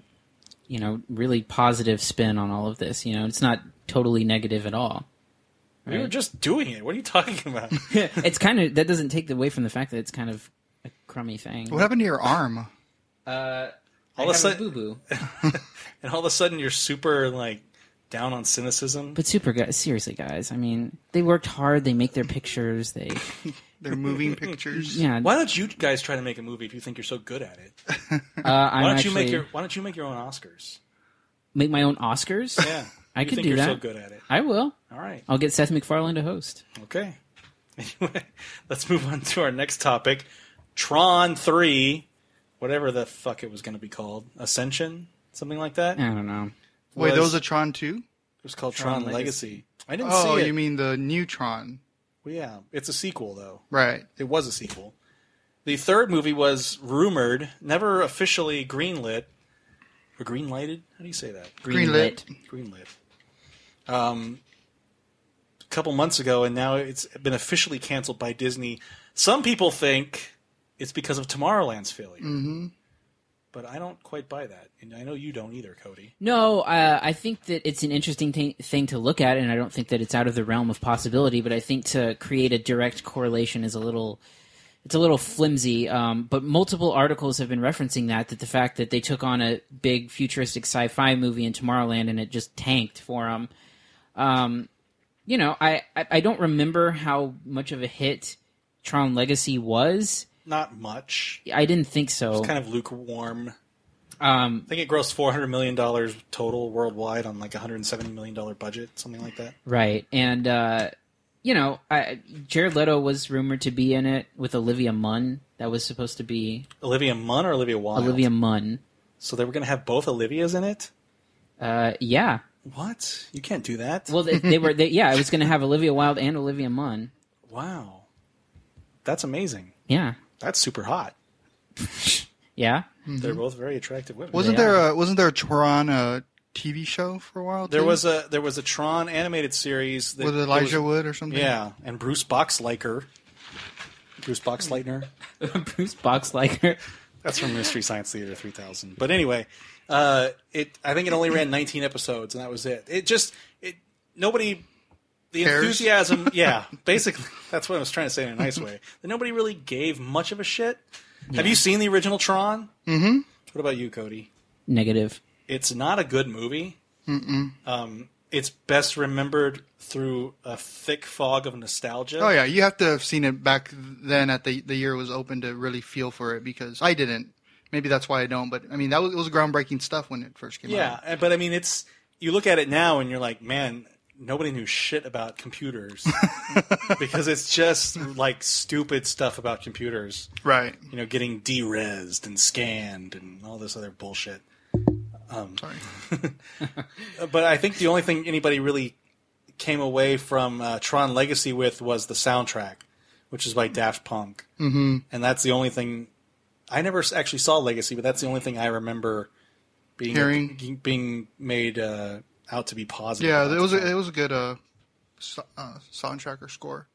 Speaker 3: you know, really positive spin on all of this. You know, it's not totally negative
Speaker 1: *laughs*
Speaker 3: at all.
Speaker 1: We were just doing it. What are you talking
Speaker 3: *laughs*
Speaker 1: about?
Speaker 3: It's kind of that doesn't take away from the fact that it's kind of a crummy thing.
Speaker 2: What happened to your arm?
Speaker 3: I
Speaker 1: All of a
Speaker 3: have a
Speaker 1: sudden,
Speaker 3: boo boo,
Speaker 1: and all of a sudden, you're super like down on cynicism.
Speaker 3: but super guys. Seriously, guys. I mean, they worked hard. They make their pictures. They
Speaker 1: *laughs*
Speaker 2: They're moving pictures.
Speaker 3: yeah.
Speaker 1: Why don't you guys try to make a movie if you think you're so good at it?
Speaker 3: Uh, I'm
Speaker 1: Why don't
Speaker 3: actually
Speaker 1: you make your Why don't you make your own Oscars?
Speaker 3: make my own Oscars?
Speaker 1: *laughs* Yeah,
Speaker 3: *laughs* I
Speaker 1: you
Speaker 3: could
Speaker 1: think
Speaker 3: do
Speaker 1: you're
Speaker 3: that.
Speaker 1: So good at it.
Speaker 3: I will.
Speaker 1: All right.
Speaker 3: I'll get Seth MacFarlane to host.
Speaker 1: Okay. *laughs* Anyway, let's move on to our next topic Tron 3, whatever the fuck it was going to be called. Ascension? Something like that?
Speaker 3: I don't know.
Speaker 2: Wait,
Speaker 1: Was-
Speaker 2: there was a Tron 2?
Speaker 1: It was called Tron,
Speaker 3: Tron
Speaker 1: Legacy. I didn't
Speaker 2: Oh,
Speaker 1: see it.
Speaker 2: you mean the new Tron.
Speaker 1: Well, yeah, it's a sequel, though.
Speaker 2: Right.
Speaker 1: It was a sequel. The third movie was rumored, never officially greenlit. Or greenlighted? How do you say that?
Speaker 2: Greenlit.
Speaker 1: Greenlit. Um, a couple months ago, and now it's been officially canceled by Disney. Some people think it's because of Tomorrowland's failure, mm-hmm. but I don't quite buy that, and I know you don't either, Cody.
Speaker 3: No, uh, I think that it's an interesting thing, thing to look at, and I don't think that it's out of the realm of possibility. But I think to create a direct correlation is a little, it's a little flimsy. Um, but multiple articles have been referencing that that the fact that they took on a big futuristic sci-fi movie in Tomorrowland and it just tanked for them. Um, you know, I, I I don't remember how much of a hit Tron Legacy was.
Speaker 1: Not much.
Speaker 3: I didn't think so.
Speaker 1: Kind of lukewarm.
Speaker 3: Um,
Speaker 1: I think it grossed four hundred million dollars total worldwide on like a hundred and seventy million dollar budget, something like that.
Speaker 3: Right. And, uh, you know, I, Jared Leto was rumored to be in it with Olivia Munn. That was supposed to be
Speaker 1: Olivia Munn or Olivia Wilde?
Speaker 3: Olivia Munn.
Speaker 1: So they were going to have both Olivias in it.
Speaker 3: Uh, yeah.
Speaker 1: What? You can't do that.
Speaker 3: Well, they, they were, they, yeah, I was going to have Olivia Wilde and Olivia Munn.
Speaker 1: wow, that's amazing.
Speaker 3: Yeah.
Speaker 1: That's super hot.
Speaker 3: Yeah. *laughs*
Speaker 1: They're both very attractive women.
Speaker 2: Mm-hmm. Wasn't
Speaker 3: They
Speaker 2: there a, wasn't there a Tron uh, TV show for a while?
Speaker 1: there
Speaker 2: too?
Speaker 1: was a there was a Tron animated series that,
Speaker 2: with
Speaker 1: that
Speaker 2: Elijah
Speaker 1: was-
Speaker 2: Wood or something.
Speaker 1: yeah, and Bruce Boxleicher. Bruce Boxleitner.
Speaker 3: Bruce Boxleicher.
Speaker 1: That's from Mystery Science Theater 3000. But anyway, uh, it I think it only ran 19 episodes, and that was it. It just it nobody the
Speaker 2: Cares? *laughs*
Speaker 1: enthusiasm. Yeah, basically that's what I was trying to say in a nice way. That nobody really gave much of a shit. Have you seen the original Tron? Mm-hmm. What about you, Cody?
Speaker 3: Negative.
Speaker 1: It's not a good movie. Um, it's best remembered through a thick fog of nostalgia.
Speaker 2: Oh yeah, you have to have seen it back then at the the year it was open to really feel for it because I didn't. Maybe that's why I don't. But I mean, that was, it was groundbreaking stuff when it first came out.
Speaker 1: Yeah, uh, but I mean, it's you look at it now and you're like, man, nobody knew shit about computers
Speaker 2: *laughs*
Speaker 1: because it's just like stupid stuff about computers.
Speaker 2: Right.
Speaker 1: You know, getting derezed and scanned and all this other bullshit.
Speaker 2: Sorry.
Speaker 1: Uh, *laughs* But I think the only thing anybody really came away from uh, Tron Legacy with was the soundtrack, which is by Daft Punk, mm-hmm. and that's the only thing. I never s- actually saw Legacy, but that's the only thing I remember being
Speaker 2: Hearing.
Speaker 1: being made uh, out to be positive.
Speaker 2: Yeah,
Speaker 1: about
Speaker 2: it
Speaker 1: the
Speaker 2: was
Speaker 1: film.
Speaker 2: a, it was a good uh, so, uh, soundtrack or score.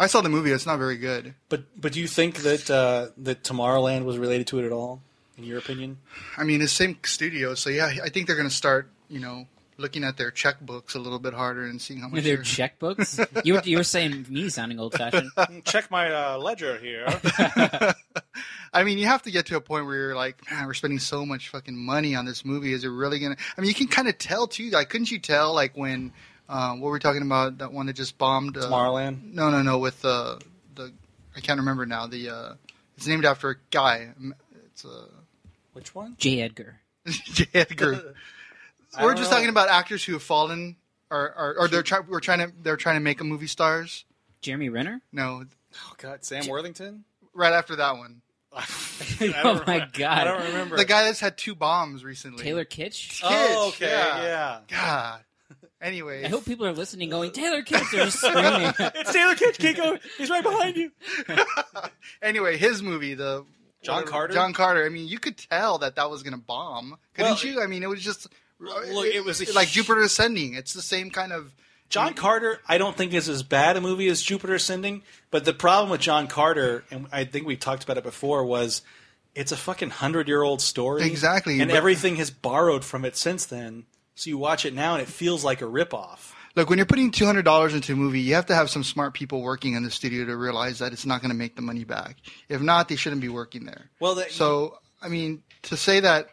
Speaker 2: I saw the movie. It's not very good.
Speaker 1: But but do you think that uh, that Tomorrowland was related to it at all? In your opinion,
Speaker 2: I mean, it's same studio, so yeah, I think they're gonna start. You know, looking at their checkbooks a little bit harder and seeing how much
Speaker 3: Their
Speaker 2: they're-
Speaker 3: checkbooks. you were you were saying me sounding old fashioned.
Speaker 1: Check my uh, ledger here.
Speaker 2: I mean, you have to get to a point where you're like, man, we're spending so much fucking money on this movie. Is it really gonna? I mean, you can kind of tell too. Like, couldn't you tell like when uh, what we're talking about that one that just bombed uh,
Speaker 1: Tomorrowland.
Speaker 2: No, no, no. With the the I can't remember now. The uh, it's named after a guy. It's uh, *laughs*
Speaker 1: Which one?
Speaker 3: J. Edgar.
Speaker 2: J. Edgar.
Speaker 1: *laughs* I
Speaker 2: we're
Speaker 1: don't
Speaker 2: just
Speaker 1: know.
Speaker 2: talking about actors who have fallen, or or, or they're try- we're trying to they're trying to make them movie stars.
Speaker 3: Jeremy Renner.
Speaker 2: No,
Speaker 1: Oh God, Sam Worthington. *laughs*
Speaker 2: right after that one,
Speaker 1: I
Speaker 3: Oh
Speaker 1: don't
Speaker 3: my
Speaker 1: remember.
Speaker 3: God.
Speaker 1: I don't remember.
Speaker 2: the guy that's had two bombs recently.
Speaker 3: Taylor Kitsch.
Speaker 1: Oh,
Speaker 2: Kitsch,
Speaker 1: okay,
Speaker 2: yeah.
Speaker 1: yeah.
Speaker 2: God. Anyway,
Speaker 3: I hope people are listening, going Taylor Kitsch.
Speaker 1: *laughs*
Speaker 3: They're just screaming.
Speaker 1: It's Taylor Kitsch, Kiko. He's right behind you.
Speaker 2: anyway, his movie, the
Speaker 1: John
Speaker 2: whatever-
Speaker 1: Carter?
Speaker 2: John Carter. I mean, you could tell that that was going to bomb, couldn't
Speaker 1: Well,
Speaker 2: you? I mean, it was just
Speaker 1: Look, it was a
Speaker 2: like
Speaker 1: hu-
Speaker 2: Jupiter Ascending. It's the same kind of.
Speaker 1: John Carter, I don't think is as bad a movie as Jupiter Ascending, but the problem with John Carter, and I think we talked about it before, was it's a fucking hundred year old story.
Speaker 2: Exactly,
Speaker 1: And
Speaker 2: but-
Speaker 1: everything has borrowed from it since then. So you watch it now and it feels like a ripoff.
Speaker 2: Look, when you're putting two hundred dollars into a movie, you have to have some smart people working in the studio to realize that it's not going to make the money back. If not, they shouldn't be working there.
Speaker 1: Well, that-
Speaker 2: so I mean, to say that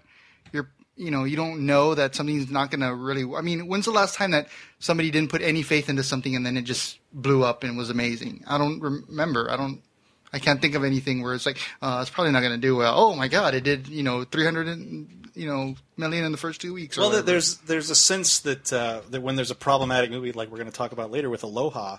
Speaker 2: you're, you know, you don't know that something's not going to really. I mean, when's the last time that somebody didn't put any faith into something and then it just blew up and was amazing? I don't remember. I don't. I can't think of anything where it's like uh, it's probably not going to do well. Oh my God, it did, you know, three hundred and you know million in the first two weeks. or
Speaker 1: Well, there-
Speaker 2: whatever.
Speaker 1: there's there's a sense that uh, that when there's a problematic movie like we're going to talk about later with Aloha,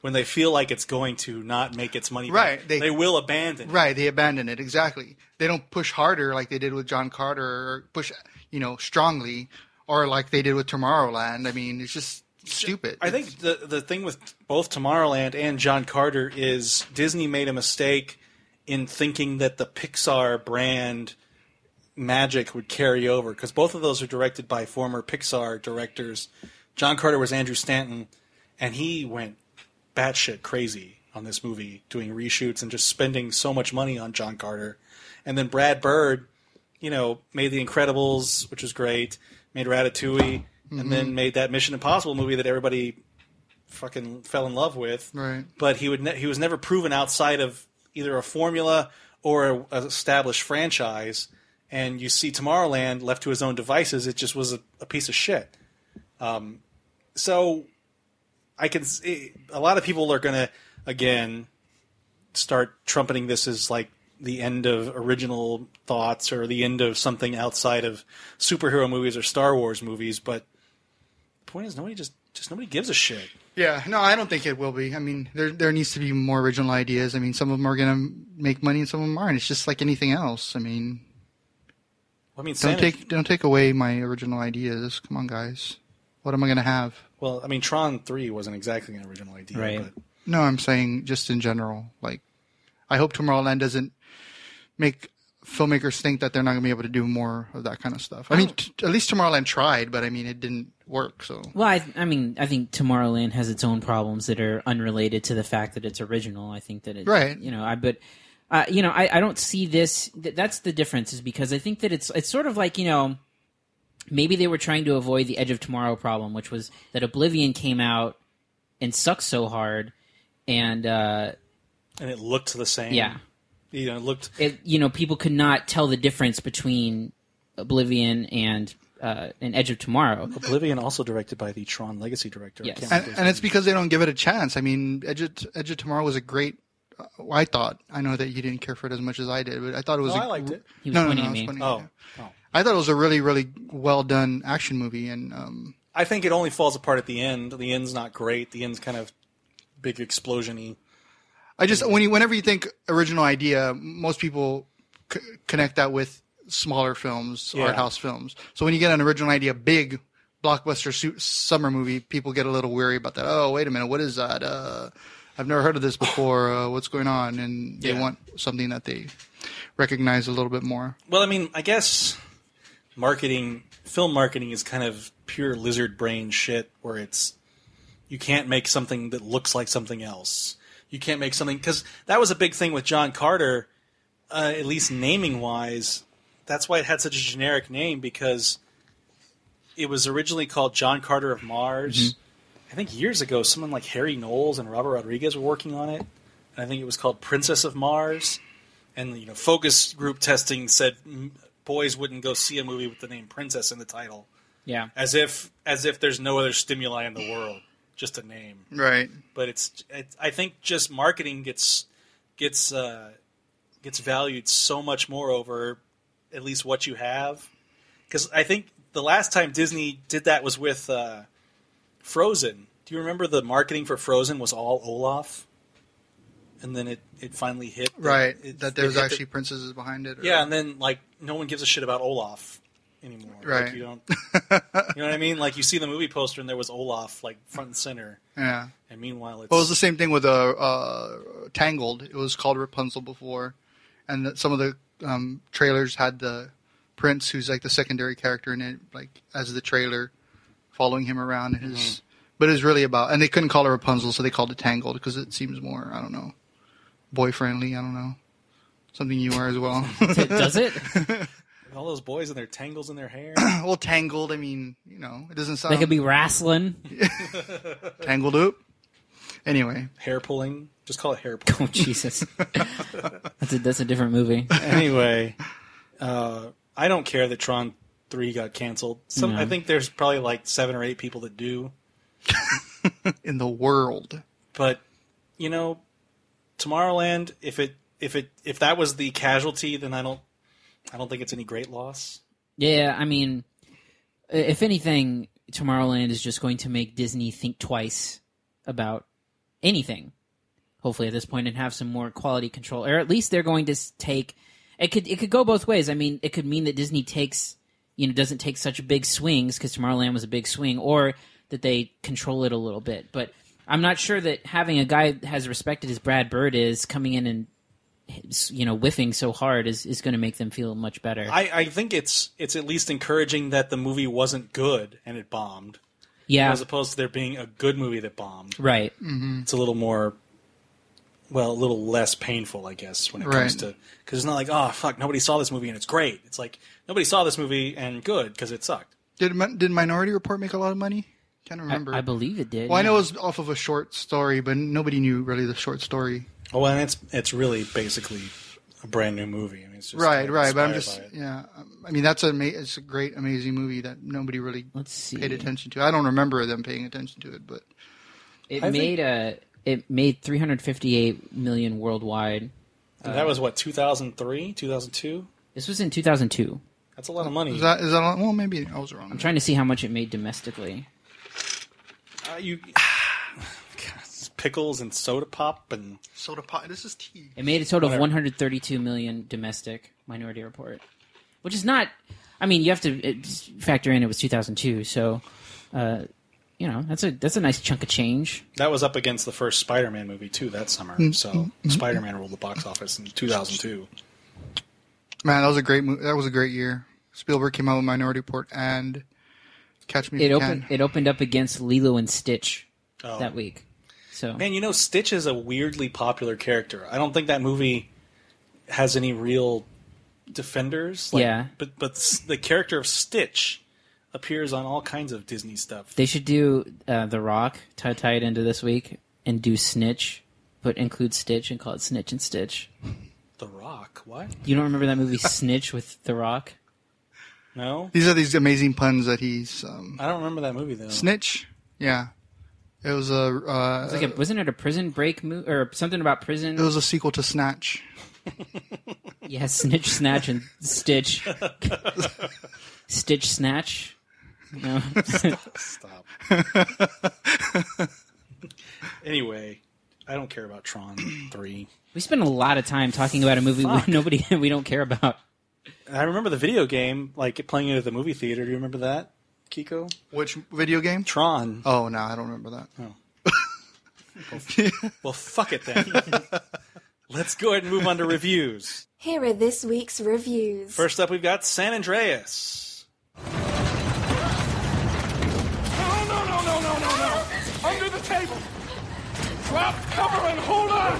Speaker 1: when they feel like it's going to not make its money, back,
Speaker 2: Right,
Speaker 1: They,
Speaker 2: they-
Speaker 1: will abandon. it.
Speaker 2: Right, they abandon it exactly. They don't push harder like they did with John Carter, or push you know strongly, or like they did with Tomorrowland. I mean, it's just stupid.
Speaker 1: I think the the thing with both Tomorrowland and John Carter is Disney made a mistake in thinking that the Pixar brand magic would carry over because both of those are directed by former Pixar directors. John Carter was Andrew Stanton, and he went batshit crazy on this movie, doing reshoots and just spending so much money on John Carter. And then Brad Bird, you know, made The Incredibles, which was great, made Ratatouille, and then made that Mission Impossible movie that everybody fucking fell in love with.
Speaker 2: Right.
Speaker 1: But he would ne- he was never proven outside of either a formula or a, an established franchise. And you see Tomorrowland left to his own devices, it just was a, a piece of shit. Um, so I can see a lot of people are going to again start trumpeting this as like the end of original thoughts or the end of something outside of superhero movies or Star Wars movies. But the point is, nobody just just nobody gives a shit.
Speaker 2: Yeah, no, I don't think it will be. I mean, there there needs to be more original ideas. I mean, some of them are gonna make money and some of them aren't. It's just like anything else. I mean,
Speaker 1: I mean,
Speaker 2: don't
Speaker 1: Santa,
Speaker 2: take don't take away my original ideas. Come on, guys, what am I gonna have?
Speaker 1: well, I mean, Tron Three wasn't exactly an original idea,
Speaker 3: Right.
Speaker 1: but
Speaker 2: No, I'm saying just in general. Like, I hope Tomorrowland doesn't make filmmakers think that they're not going to be able to do more of that kind of stuff.
Speaker 1: Oh.
Speaker 2: I mean, t- at least Tomorrowland tried, but I mean, it didn't work. So
Speaker 3: Well, I, I mean, I think Tomorrowland has its own problems that are unrelated to the fact that it's original. I think that it,
Speaker 2: Right.
Speaker 3: You know, I but, uh, you know, I, I don't see this. Th- that's the difference, is because I think that it's it's sort of like you know, maybe they were trying to avoid the Edge of Tomorrow problem, which was that Oblivion came out and sucked so hard, and uh,
Speaker 1: and it looked the same.
Speaker 3: yeah,
Speaker 1: you know, it looked
Speaker 3: it, you know, people could not tell the difference between Oblivion and uh, an Edge of Tomorrow.
Speaker 1: Oblivion, also directed by the Tron Legacy director. I
Speaker 3: Yes.
Speaker 1: can't
Speaker 2: and, and it's because they don't give it a chance. I mean, Edge of, Edge of Tomorrow was a great. Uh, I thought I know that you didn't care for it as much as I did, but I thought it was.
Speaker 1: Oh,
Speaker 2: I
Speaker 1: I liked it.
Speaker 3: He was
Speaker 2: no, no,
Speaker 3: pointing
Speaker 2: no,
Speaker 3: at
Speaker 2: I was
Speaker 3: me.
Speaker 2: pointing
Speaker 1: Oh.
Speaker 2: you.
Speaker 1: oh.
Speaker 2: I thought it was a really, really well done action movie, and um,
Speaker 1: I think it only falls apart at the end. The end's not great. The end's kind of big explosiony.
Speaker 2: I just when you, whenever you think original idea, most people c- connect that with smaller films,
Speaker 1: Yeah.
Speaker 2: art house films. So when you get an original idea, big blockbuster su- summer movie, people get a little weary about that. Oh, wait a minute, what is that? Uh, I've never heard of this before. Uh, what's going on? And they
Speaker 1: Yeah.
Speaker 2: want something that they recognize a little bit more.
Speaker 1: Well, I mean, I guess marketing, film marketing is kind of pure lizard brain shit where it's you can't make something that looks like something else. You can't make something because that was a big thing with John Carter, uh, at least naming wise. That's why it had such a generic name because it was originally called John Carter of Mars. I think years ago, someone like Harry Knowles and Robert Rodriguez were working on it, and I think it was called Princess of Mars. And you know, focus group testing said mm, boys wouldn't go see a movie with the name Princess in the title,
Speaker 3: Yeah.
Speaker 1: as if as if there's no other stimuli in the world, just a name.
Speaker 2: Right.
Speaker 1: But it's, it's I think just marketing gets gets uh, gets valued so much more over at least what you have because I think the last time Disney did that was with uh, Frozen. Do you remember the marketing for Frozen was all Olaf, and then it, it finally hit the-
Speaker 2: Right.
Speaker 1: it-
Speaker 2: that
Speaker 1: it
Speaker 2: there's
Speaker 1: hit the-
Speaker 2: actually princesses behind it. or-
Speaker 1: yeah, and then like no one gives a shit about Olaf anymore. Like,
Speaker 2: Right.
Speaker 1: you
Speaker 2: *laughs*
Speaker 1: don't. you know what I mean? Like you see the movie poster and there was Olaf like front and center,
Speaker 2: yeah.
Speaker 1: and meanwhile it's
Speaker 2: Well, it was the same thing with uh, uh, Tangled. It was called Rapunzel before, and that some of the um, trailers had the prince, who's like the secondary character in it, like as the trailer, following him around. And his,
Speaker 3: Mm-hmm.
Speaker 2: but it was really about, and they couldn't call it Rapunzel, so they called it Tangled because it seems more, I don't know, boy friendly. I don't know, something you are as
Speaker 3: *laughs*
Speaker 2: well. *laughs*
Speaker 3: Does it?
Speaker 1: all those boys and their tangles in their hair. *coughs*
Speaker 2: well, Tangled. I mean, you know, it doesn't sound
Speaker 3: They could be wrestling.
Speaker 2: Tangled up. Anyway,
Speaker 1: hair pulling. Just call it hair
Speaker 3: *laughs*
Speaker 1: pulling.
Speaker 3: Oh Jesus! that's a that's a different movie.
Speaker 1: anyway, uh, I don't care that Tron Three got canceled. Some, I think there's probably like seven or eight people that do,
Speaker 2: in the world.
Speaker 1: but you know, Tomorrowland. If it if it if that was the casualty, then I don't I don't think it's any great loss.
Speaker 3: Yeah, I mean, i- if anything, Tomorrowland is just going to make Disney think twice about anything. Hopefully, at this point, and have some more quality control, or at least they're going to s- take. It could it could go both ways. I mean, it could mean that Disney takes you know doesn't take such big swings because Tomorrowland was a big swing, or that they control it a little bit. But I'm not sure that having a guy as respected as Brad Bird is coming in and you know whiffing so hard is is going to make them feel much better.
Speaker 1: I, I think it's it's at least encouraging that the movie wasn't good and it bombed,
Speaker 3: yeah,
Speaker 1: as opposed to there being a good movie that bombed.
Speaker 3: Right.
Speaker 2: Hmm.
Speaker 1: It's a little more. Well, a little less painful, I guess, when it
Speaker 2: Right.
Speaker 1: comes to because it's not like oh fuck, nobody saw this movie and it's great. It's like nobody saw this movie and good because it sucked.
Speaker 2: Did Min- did Minority Report make a lot of money? Can't remember.
Speaker 3: I believe it did.
Speaker 2: well, I
Speaker 3: yeah.
Speaker 2: know it was off of a short story, but nobody knew really the short story.
Speaker 1: Oh, and it's it's really basically a brand new movie. I mean, it's just
Speaker 2: right,
Speaker 1: kind of
Speaker 2: right. But I'm
Speaker 1: inspired
Speaker 2: just
Speaker 1: by it.
Speaker 2: yeah. um, I mean, that's a ma- it's a great, amazing movie that nobody really
Speaker 3: Let's see.
Speaker 2: paid attention to. I don't remember them paying attention to it, but
Speaker 3: It
Speaker 1: I
Speaker 3: made a. It made 358 million worldwide.
Speaker 1: And that was what 2003, 2002.
Speaker 3: This was in 2002.
Speaker 1: That's a lot of money.
Speaker 2: is
Speaker 1: *sighs*
Speaker 2: that is that all? well? Maybe I was wrong.
Speaker 3: I'm trying to see how much it made domestically.
Speaker 1: Uh, you God, it's pickles and soda pop and
Speaker 2: Soda pop. This is tea.
Speaker 3: It made a total
Speaker 1: Whatever.
Speaker 3: of 132 million domestic. Minority Report, which is not. I mean, you have to uh, factor in it was 2002, so. Uh, you know that's a that's a nice chunk of change.
Speaker 1: that was up against the first Spider-Man movie too that summer. So Spider-Man ruled the box office in 2002.
Speaker 2: Man, that was a great movie. That was a great year. Spielberg came out with Minority Report and Catch Me If
Speaker 3: It
Speaker 2: You
Speaker 3: opened
Speaker 2: Can.
Speaker 3: it opened up against Lilo and Stitch
Speaker 1: Oh.
Speaker 3: that week. So
Speaker 1: Man, you know, Stitch is a weirdly popular character. I don't think that movie has any real defenders.
Speaker 3: Yeah.
Speaker 1: But but s- the character of Stitch appears on all kinds of Disney stuff.
Speaker 3: They should do uh, The Rock, tie, tie it into this week, and do Snitch, but include Stitch and call it Snitch and Stitch.
Speaker 1: the Rock. What?
Speaker 3: You don't remember
Speaker 2: *laughs*
Speaker 3: that movie Snitch with The Rock?
Speaker 1: No,
Speaker 2: These are these amazing puns that he's um,
Speaker 1: I don't remember that movie though.
Speaker 2: snitch. Yeah, it was a uh,
Speaker 3: It's like a, wasn't it a prison break movie or something about prison?
Speaker 2: it was a sequel to Snatch.
Speaker 3: yeah, Snitch,
Speaker 2: *laughs*
Speaker 3: Snatch, and Stitch. Stitch, Snatch. No. *laughs*
Speaker 1: Stop. anyway, I don't care about Tron Three.
Speaker 3: we spend a lot of time talking about a movie
Speaker 1: Fuck.
Speaker 3: we, nobody *laughs* we don't care about.
Speaker 1: And I remember the video game, like playing it at the movie theater. Do you remember that, Kiko?
Speaker 2: Which video game?
Speaker 1: Tron.
Speaker 2: *laughs* Oh no, I don't remember that.
Speaker 1: Well, fuck it then. Let's go ahead and move on to reviews.
Speaker 5: Here are this week's reviews.
Speaker 1: First up, we've got San Andreas.
Speaker 7: No, Oh, no, no, no, no, no, no! Under the table! Drop cover and hold on!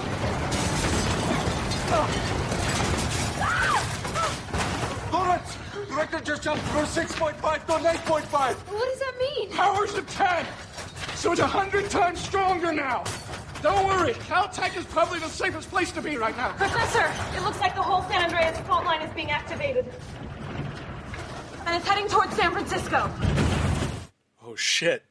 Speaker 7: Lawrence! Director just jumped from 6.5 to an 8.5!
Speaker 8: What does that mean?
Speaker 7: Powers of 10! So it's 100 times stronger now! Don't worry, Caltech is probably the safest place to be right now.
Speaker 8: Professor, it looks like the whole San Andreas fault line is being activated. And it's heading towards San Francisco.
Speaker 1: Oh shit.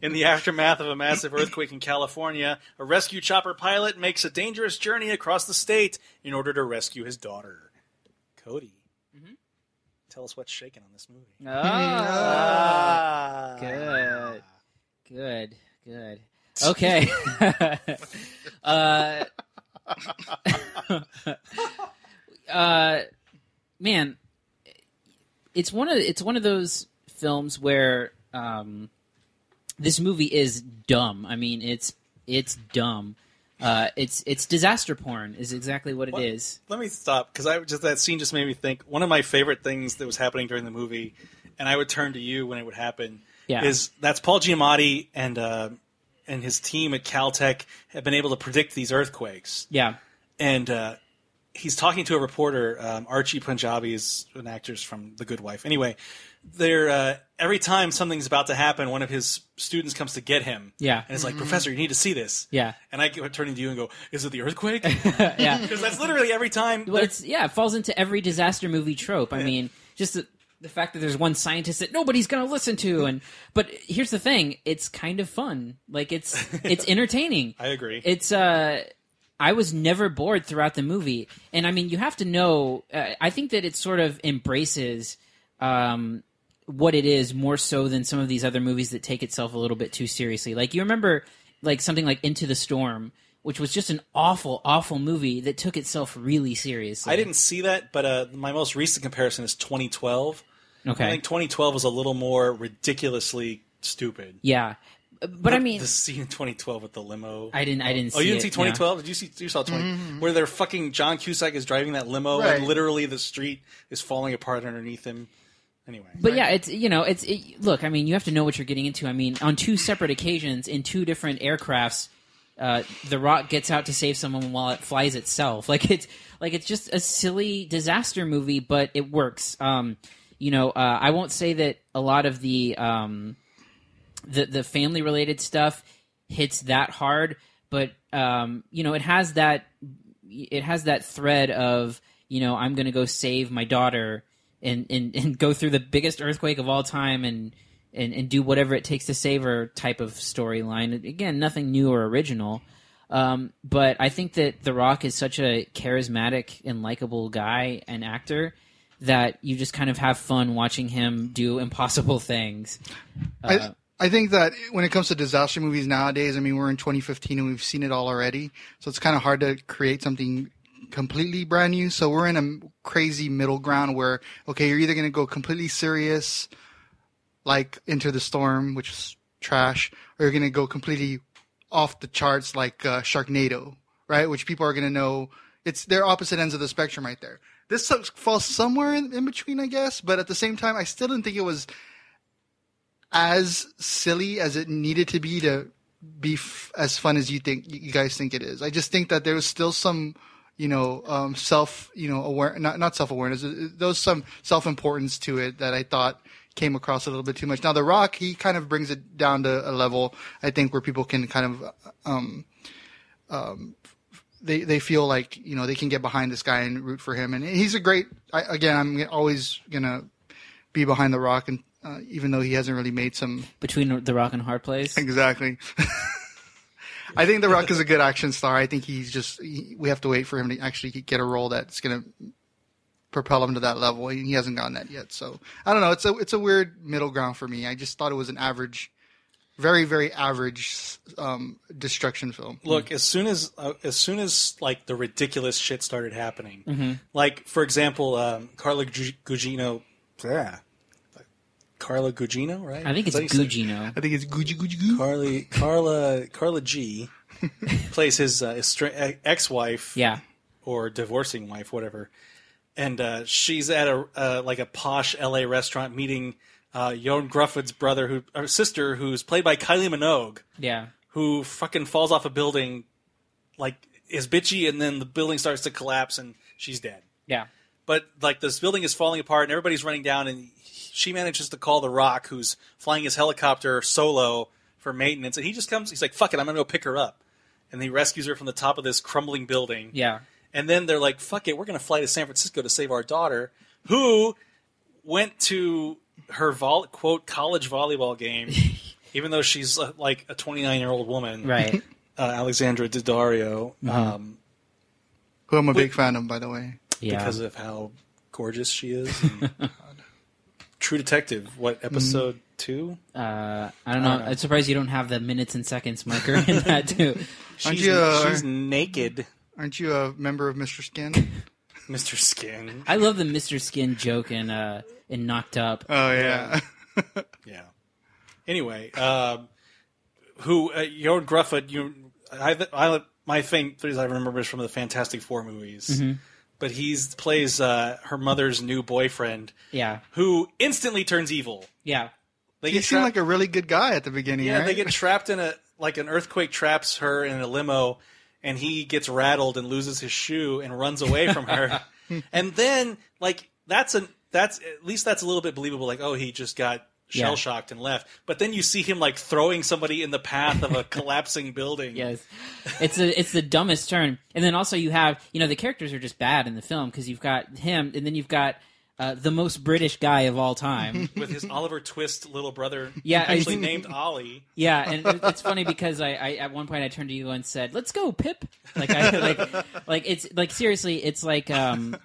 Speaker 1: in the aftermath of a massive earthquake in California, a rescue chopper pilot makes a dangerous journey across the state in order to rescue his daughter. Cody, tell us what's shaking on this movie.
Speaker 3: Oh, good, good, good. Okay. uh, *laughs* uh, man, it's one of it's one of those films where um, this movie is dumb. I mean, it's it's dumb. Uh, it's it's disaster porn is exactly what it is.
Speaker 1: What? Let me stop because I just that scene just made me think. One of my favorite things that was happening during the movie, and I would turn to you when it would happen.
Speaker 3: Yeah.
Speaker 1: is that's Paul Giamatti and uh, and his team at Caltech have been able to predict these earthquakes.
Speaker 3: Yeah.
Speaker 1: and uh, he's talking to a reporter. Um, Archie Punjabi is an actor from The Good Wife. Anyway, they're, uh, every time something's about to happen, one of his students comes to get him.
Speaker 3: Yeah.
Speaker 1: and it's like, Professor, you need to see this.
Speaker 3: Yeah.
Speaker 1: and I keep turning to you and go, Is it the earthquake? *laughs*
Speaker 3: *laughs* Yeah.
Speaker 1: Because that's literally every time.
Speaker 3: Well, it's yeah, it falls into every disaster movie trope. I mean, just the, the fact that there's one scientist that nobody's going to listen to, and but here's the thing: it's kind of fun. Like it's it's entertaining.
Speaker 1: I agree.
Speaker 3: It's uh, I was never bored throughout the movie, and I mean, you have to know. Uh, I think that it sort of embraces. Um, what it is more so than some of these other movies that take itself a little bit too seriously. Like you remember like something like Into the Storm, which was just an awful, awful movie that took itself really seriously.
Speaker 1: I didn't see that, but uh, my most recent comparison is 2012. I
Speaker 3: Okay.
Speaker 1: think 2012 was a little more ridiculously stupid.
Speaker 3: yeah, but I mean,
Speaker 1: the scene in 2012 with the limo.
Speaker 3: I didn't. I didn't.
Speaker 1: Oh,
Speaker 3: see
Speaker 1: you didn't
Speaker 3: it,
Speaker 1: see
Speaker 3: yeah.
Speaker 1: 2012? Did you see? You saw 20 where they're fucking John Cusack is driving that limo,
Speaker 2: Right.
Speaker 1: and literally the street is falling apart underneath him. Anyway,
Speaker 3: But yeah, it's you know, it's it, look. I mean, you have to know what you're getting into. I mean, on two separate occasions, in two different aircrafts, uh, the Rock gets out to save someone while it flies itself. *laughs* Like it's like it's just a silly disaster movie, but it works. Um, you know, uh, I won't say that a lot of the um, the the family related stuff hits that hard, but um, you know, it has that it has that thread of you know I'm going to go save my daughter and, and *laughs* and go through the biggest earthquake of all time and and and do whatever it takes to save her type of storyline. Again, nothing new or original. Um, but I think that The Rock is such a charismatic and likable guy and actor that you just kind of have fun watching him do *laughs* impossible things.
Speaker 2: I, I think that when it comes to disaster movies nowadays, I mean, we're in 2015 and we've seen it all already. So it's kind of hard to create something completely brand new. So we're in a m- crazy middle ground where, okay, you're either going to go completely serious, like Into the Storm, which is trash, or you're going to go completely off the charts, like uh, Sharknado, right? Which people are going to know. It's their opposite ends of the spectrum right there. This so- falls somewhere in, in between, I guess, but at the same time, I still didn't think it was as silly as it needed to be to be f- as fun as you think you guys think it is. I just think that there was still some, you know, um, self, you know, aware not not self awareness. There was some self importance to it that I thought came across a little bit too much. Now The Rock, he kind of brings it down to a level I think where people can kind of uh, um, they they feel like you know they can get behind this guy and root for him. And he's a great. I, again, I'm always gonna be behind The Rock, and uh, even though he hasn't really made some
Speaker 3: Between The Rock and Hard Place,
Speaker 2: exactly. *laughs* I think The Rock is a good action star. I think he's just he, we have to wait for him to actually get a role that's gonna propel him to that level, and he hasn't gotten that yet. So I don't know. It's a it's a weird middle ground for me. I just thought it was an average. Very, very average um, destruction film.
Speaker 1: look as soon as uh, as soon as like the ridiculous shit started happening,
Speaker 3: Mm-hmm.
Speaker 1: like for example, um, Carla Gu- Gugino, yeah, Carla Gugino, right?
Speaker 3: I think
Speaker 1: Is
Speaker 3: it's
Speaker 1: that how you say-
Speaker 3: Gugino.
Speaker 2: I think it's Gucci, Gucci, Gucci.
Speaker 1: Carly, Carla, Carla G plays his, uh, his stra- ex-wife,
Speaker 3: Yeah,
Speaker 1: or divorcing wife, whatever. And uh, she's at a uh, like a posh LA restaurant meeting uh, Joan Grufford's brother, who or sister, who's played by Kylie Minogue,
Speaker 3: yeah.
Speaker 1: who fucking falls off a building, like is bitchy, and then the building starts to collapse and she's dead.
Speaker 3: Yeah.
Speaker 1: But like this building is falling apart and everybody's running down, and she manages to call the Rock, who's flying his helicopter solo for maintenance, and he just comes. He's like, "Fuck it, I'm gonna go pick her up," and he rescues her from the top of this crumbling building.
Speaker 3: Yeah.
Speaker 1: And then they're like, fuck it, we're going to fly to San Francisco to save our daughter, who went to her, vol- quote, college volleyball
Speaker 3: *laughs*
Speaker 1: game, even though she's uh, like a 29 year old woman. *laughs*
Speaker 3: Right. Mm-hmm.
Speaker 1: Uh, Alexandra Daddario, um,
Speaker 2: Who I'm a big fan of, by the way.
Speaker 3: Yeah.
Speaker 1: because of how gorgeous she is.
Speaker 3: *laughs*
Speaker 1: and- True Detective, what, episode
Speaker 3: Mm.
Speaker 1: two?
Speaker 3: uh, I don't know. I'm surprised you don't have the minutes and seconds marker in that too.
Speaker 1: She's,
Speaker 2: you, uh,
Speaker 1: she's naked,
Speaker 2: Aren't you a member of Mr. Skin?
Speaker 1: Mr. Skin.
Speaker 3: I love the Mister Skin joke in uh, in Knocked Up.
Speaker 2: Oh *laughs* yeah.
Speaker 1: Yeah. Anyway, um, who uh, Jorn Gruffud? You, I, I, my thing things I remember is from the Fantastic Four movies,
Speaker 3: Mm-hmm.
Speaker 1: but he's plays uh, her mother's new boyfriend,
Speaker 3: Yeah.
Speaker 1: who instantly turns evil.
Speaker 3: Yeah.
Speaker 1: They
Speaker 2: he
Speaker 1: get
Speaker 2: seemed
Speaker 1: trapped.
Speaker 2: like a really good guy at the beginning.
Speaker 1: yeah,
Speaker 2: right?
Speaker 1: they get trapped in a like an earthquake traps her in a limo, and he gets rattled and loses his shoe and runs away from
Speaker 3: *laughs*
Speaker 1: her, and then like that's an that's at least that's a little bit believable. Like oh, he just got
Speaker 3: Yeah.
Speaker 1: shell shocked and left, but then you see him like throwing somebody in the path
Speaker 3: *laughs*
Speaker 1: of a collapsing building.
Speaker 3: Yes. It's a, it's the dumbest turn. And then also you have, you know, the characters are just bad in the film because you've got him and then you've got uh, the most British guy of all time.
Speaker 1: With his Oliver Twist little brother,
Speaker 3: Yeah, I-
Speaker 1: actually
Speaker 3: *laughs*
Speaker 1: named Ollie.
Speaker 3: yeah, and it- it's funny because I, I at one point I turned to you and said, "Let's go, Pip." Like I like like it's like seriously, it's like um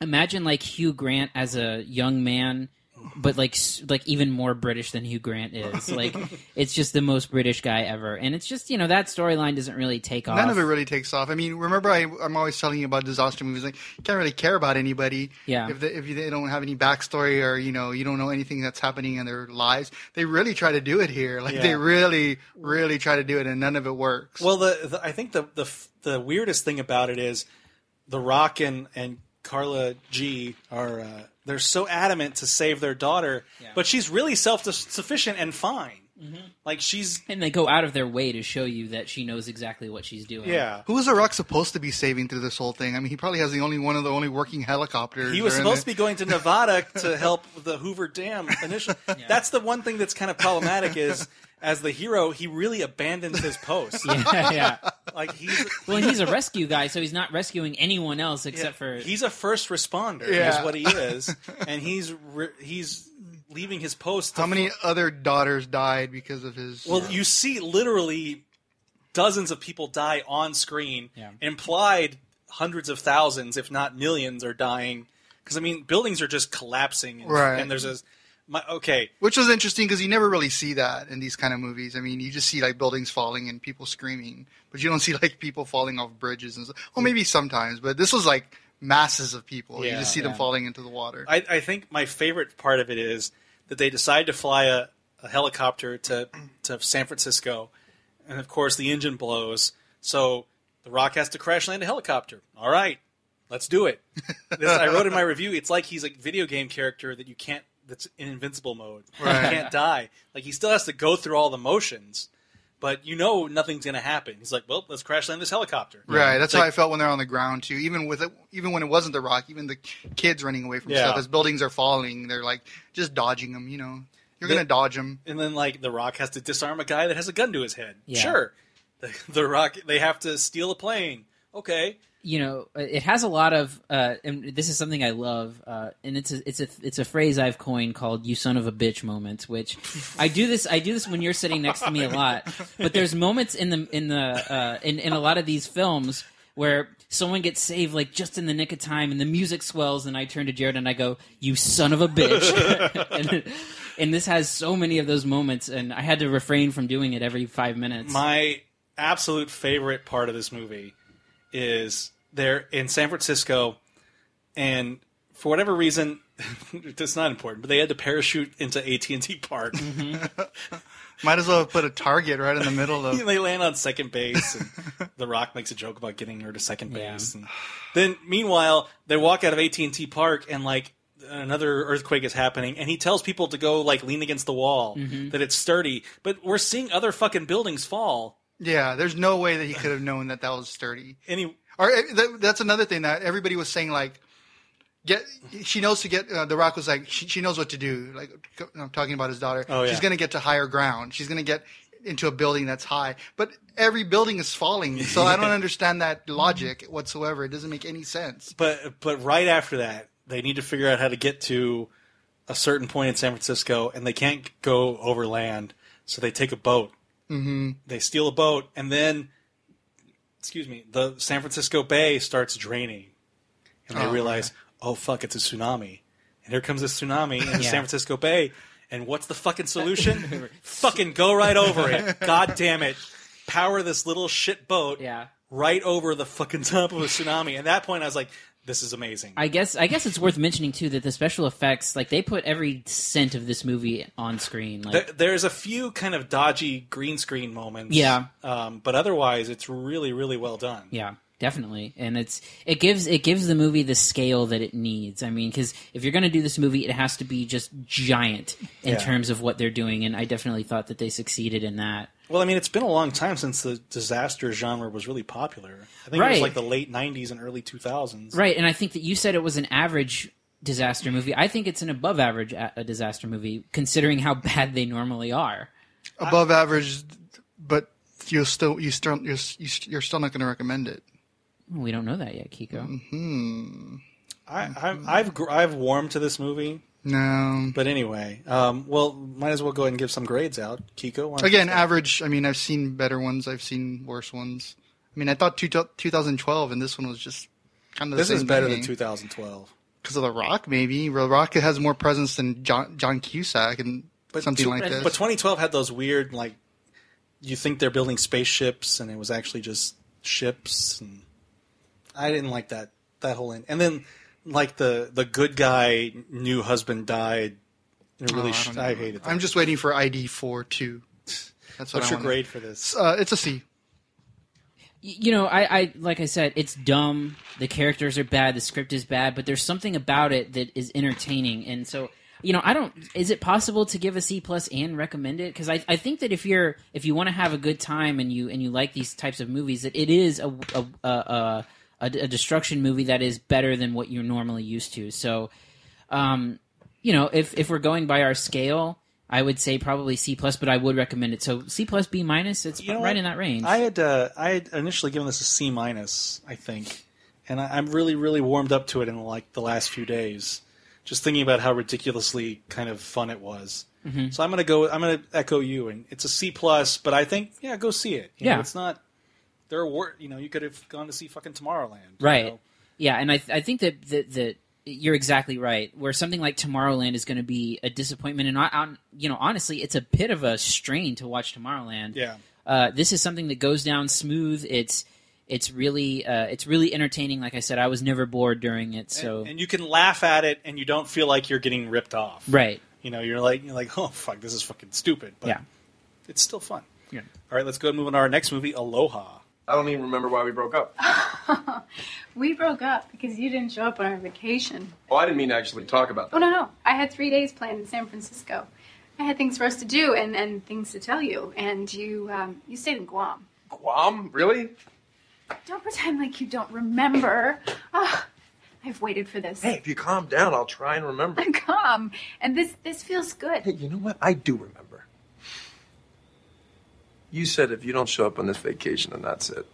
Speaker 3: imagine like Hugh Grant as a young man but like s- like even more British than Hugh Grant is. Like it's just the most British guy ever. And it's just, you know, that storyline doesn't really take off.
Speaker 2: None of it really takes off. I mean, remember I, I'm always telling you about disaster movies. Like, you can't really care about anybody
Speaker 3: Yeah.
Speaker 2: if they, if you- they don't have any backstory or you know you don't know anything that's happening in their lives. They really try to do it here. Like
Speaker 1: Yeah.
Speaker 2: they really, really try to do it, and none of it works.
Speaker 1: Well, the, the I think the the f- the weirdest thing about it is the Rock and and Carla G are uh, they're so adamant to save their daughter, but she's really self sufficient and fine. Like she's
Speaker 3: and they go out of their way to show you that she knows exactly what she's doing.
Speaker 1: yeah.
Speaker 2: Who was The Rock supposed to be saving through this whole thing? I mean, he probably has the only one of the only working helicopters.
Speaker 1: He was
Speaker 2: or in
Speaker 1: supposed to
Speaker 2: the-
Speaker 1: be going to Nevada to help the Hoover Dam initially. That's the one thing that's kind of problematic is as the hero, he really abandons his post.
Speaker 3: *laughs* yeah.
Speaker 1: Like he's
Speaker 3: Well, he's a rescue guy, so he's not rescuing anyone else except for
Speaker 1: he's a first responder
Speaker 2: Yeah.
Speaker 1: is what he is, *laughs* and he's re- he's leaving his post. to
Speaker 2: How many other daughters died because of his?
Speaker 1: Well, you see literally dozens of people die on screen.
Speaker 3: Yeah.
Speaker 1: Implied hundreds of thousands, if not millions, are dying. Because I mean, buildings are just collapsing, and,
Speaker 2: Right.
Speaker 1: and there's a my, okay.
Speaker 2: which was interesting because you never really see that in these kind of movies. I mean, you just see like buildings falling and people screaming, but you don't see like people falling off bridges and stuff. Well, maybe sometimes, but this was like masses of people. you
Speaker 1: Yeah,
Speaker 2: just see them
Speaker 3: yeah.
Speaker 2: falling into the water.
Speaker 1: I, I think my favorite part of it is that they decide to fly a, a helicopter to to San Francisco, and of course the engine blows, so the Rock has to crash land a helicopter. All right, let's do
Speaker 2: *laughs*
Speaker 1: it. This, I wrote in my review. It's like he's a video game character that you can't. That's in invincible mode. Where
Speaker 2: Right.
Speaker 1: He can't die. Like he still has to go through all the motions, but you know nothing's going to happen. He's like, well, let's crash land this helicopter.
Speaker 2: Right, that's how
Speaker 1: Like-
Speaker 2: I felt when they're on the ground too. Even with it, even when it wasn't the rock, even the kids running away from
Speaker 1: Yeah.
Speaker 2: stuff as buildings are falling, they're like just dodging them. You know, you're
Speaker 1: They-
Speaker 2: gonna dodge them.
Speaker 1: and then like the rock has to disarm a guy that has a gun to his head
Speaker 3: Yeah.
Speaker 1: sure the, the rock they have to steal a plane okay
Speaker 3: you know. It has a lot of, uh, and this is something I love, uh, and it's a, it's a it's a phrase I've coined called "you son of a bitch" moments. Which I do this I do this when you're sitting next to me a lot. But there's moments in the in the uh, in in a lot of these films where someone gets saved like just in the nick of time and the music swells and i turn to jared and i go you son of a bitch *laughs* and, and this has so many of those moments and i had to refrain from doing it every five minutes
Speaker 1: my absolute favorite part of this movie is they're in san francisco and for whatever reason *laughs* it's not important but they had to parachute into at&t park
Speaker 2: Might as well have put a target right in the middle of.
Speaker 1: And *laughs* they land on second base, and The Rock makes a joke about getting her to second base. And then, meanwhile, they walk out of AT and T Park, and like another earthquake is happening, and he tells people to go like lean against the wall that it's sturdy. But we're seeing other fucking buildings fall.
Speaker 2: Yeah, there's no way that he could have known that that was sturdy.
Speaker 1: Any
Speaker 2: Or eh, that, that's another thing that everybody was saying like get she knows to get uh, the rock was like she, she knows what to do like i'm talking about his daughter
Speaker 1: Oh, yeah.
Speaker 2: she's going to get to higher ground she's going to get into a building that's high but every building is falling so
Speaker 1: *laughs*
Speaker 2: i don't understand that logic whatsoever it doesn't make any sense
Speaker 1: But but right after that, they need to figure out how to get to a certain point in San Francisco, and they can't go overland, so they take a boat. Mm-hmm. They steal a boat, and then, excuse me, the San Francisco Bay starts draining, and they realize, oh fuck, it's a tsunami, and here comes this tsunami in the
Speaker 3: Yeah.
Speaker 1: San Francisco Bay. And what's the fucking solution? fucking go right over it. God damn it. Power this little shit boat
Speaker 3: Yeah.
Speaker 1: right over the fucking *laughs* top of a tsunami. At that point, I was like, "This is amazing."
Speaker 3: I guess I guess it's worth mentioning too that the special effects, like they put every cent of this movie on screen. Like
Speaker 1: There- There's a few kind of dodgy green screen moments,
Speaker 3: Yeah.
Speaker 1: um, but otherwise, it's really, really well done.
Speaker 3: Yeah, definitely. And it's it gives it gives the movie the scale that it needs. I mean, because if you're going to do this movie, it has to be just giant in
Speaker 1: Yeah.
Speaker 3: terms of what they're doing. And I definitely thought that they succeeded in that.
Speaker 1: Well, I mean, it's been a long time since the disaster genre was really popular. I think it was
Speaker 3: Right.
Speaker 1: like the late '90s and early 2000s.
Speaker 3: Right. And I think that you said it was an average disaster movie. I think it's an above average a- a disaster movie, considering how *laughs* bad they normally are.
Speaker 2: *laughs* above average but you're still you still you're, you're still not going to recommend it
Speaker 3: We don't know that yet, Kiko.
Speaker 1: I, I, I've gr- I've warmed to this movie,
Speaker 2: no
Speaker 1: but anyway, um, well, might as well go ahead and give some grades out. Kiko, why don't you
Speaker 2: again
Speaker 1: start?
Speaker 2: average i mean i've seen better ones i've seen worse ones i mean i thought two, 2012 and this one was just kind of the
Speaker 1: this is
Speaker 2: same
Speaker 1: better
Speaker 2: to
Speaker 1: than
Speaker 2: me.
Speaker 1: 2012.
Speaker 2: because of The Rock, maybe. The Rock has more presence than John, John Cusack and something
Speaker 1: tw-
Speaker 2: like this.
Speaker 1: But 2012 had those weird like you think they're building spaceships and it was actually just ships and I didn't like that that whole end. And then like the the good guy new husband died. It really
Speaker 2: Oh, I
Speaker 1: sh-
Speaker 2: don't know.
Speaker 1: I, hated that.
Speaker 2: I'm just waiting for ID four two. That's what
Speaker 1: What's
Speaker 2: I
Speaker 1: your
Speaker 2: wanna-
Speaker 1: grade for this?
Speaker 2: Uh, it's a C.
Speaker 3: Y- you know, I, I like I said, it's dumb. The characters are bad. The script is bad, but there's something about it that is entertaining. And so, you know, I don't. Is it possible to give a C plus and recommend it? Because I, I think that if you're if you want to have a good time and you and you like these types of movies, that it is a a a, a, a, a destruction movie that is better than what you're normally used to. So, um, you know, if if we're going by our scale. I would say probably C plus, but I would recommend it. So C plus, B minus, it's
Speaker 1: You know
Speaker 3: right
Speaker 1: what?
Speaker 3: in that range.
Speaker 1: I had uh, I had initially given this a C minus, I think, and I, I'm really really warmed up to it in like the last few days, just thinking about how ridiculously kind of fun it was.
Speaker 3: Mm-hmm.
Speaker 1: So I'm gonna go. I'm gonna echo you, and it's a C plus. But I think yeah, go see it. You know,
Speaker 3: Yeah.
Speaker 1: it's not. There are wor- you know you could have gone to see fucking Tomorrowland, you
Speaker 3: Right.
Speaker 1: know?
Speaker 3: Yeah, and I th- I think that that, that you're exactly right. Where something like Tomorrowland is going to be a disappointment, and on you know honestly, it's a bit of a strain to watch Tomorrowland.
Speaker 1: Yeah.
Speaker 3: Uh, this is something that goes down smooth. It's it's really uh, it's really entertaining. Like I said, I was never bored during it. So
Speaker 1: and you can laugh at it, and you don't feel like you're getting ripped off.
Speaker 3: right.
Speaker 1: You know, you're like you're like oh fuck, this is fucking stupid, but
Speaker 3: Yeah.
Speaker 1: it's still fun.
Speaker 3: Yeah.
Speaker 1: All right, let's go and move on to our next movie, Aloha.
Speaker 9: I don't even remember why we broke up.
Speaker 10: We broke up because you didn't show up on our vacation.
Speaker 9: Oh, I didn't mean to actually talk about that.
Speaker 10: Oh, no, no. I had three days planned in San Francisco. I had things for us to do and, and things to tell you, and you um, you stayed in Guam.
Speaker 9: Guam? Really?
Speaker 10: Don't pretend like you don't remember. Ah, I've waited for this.
Speaker 9: Hey, if you calm down, I'll try and remember.
Speaker 10: *laughs* Come. And this this feels
Speaker 9: Hey,
Speaker 10: good.
Speaker 9: you know what? I do remember. You said if you don't show up on this vacation, then that's it.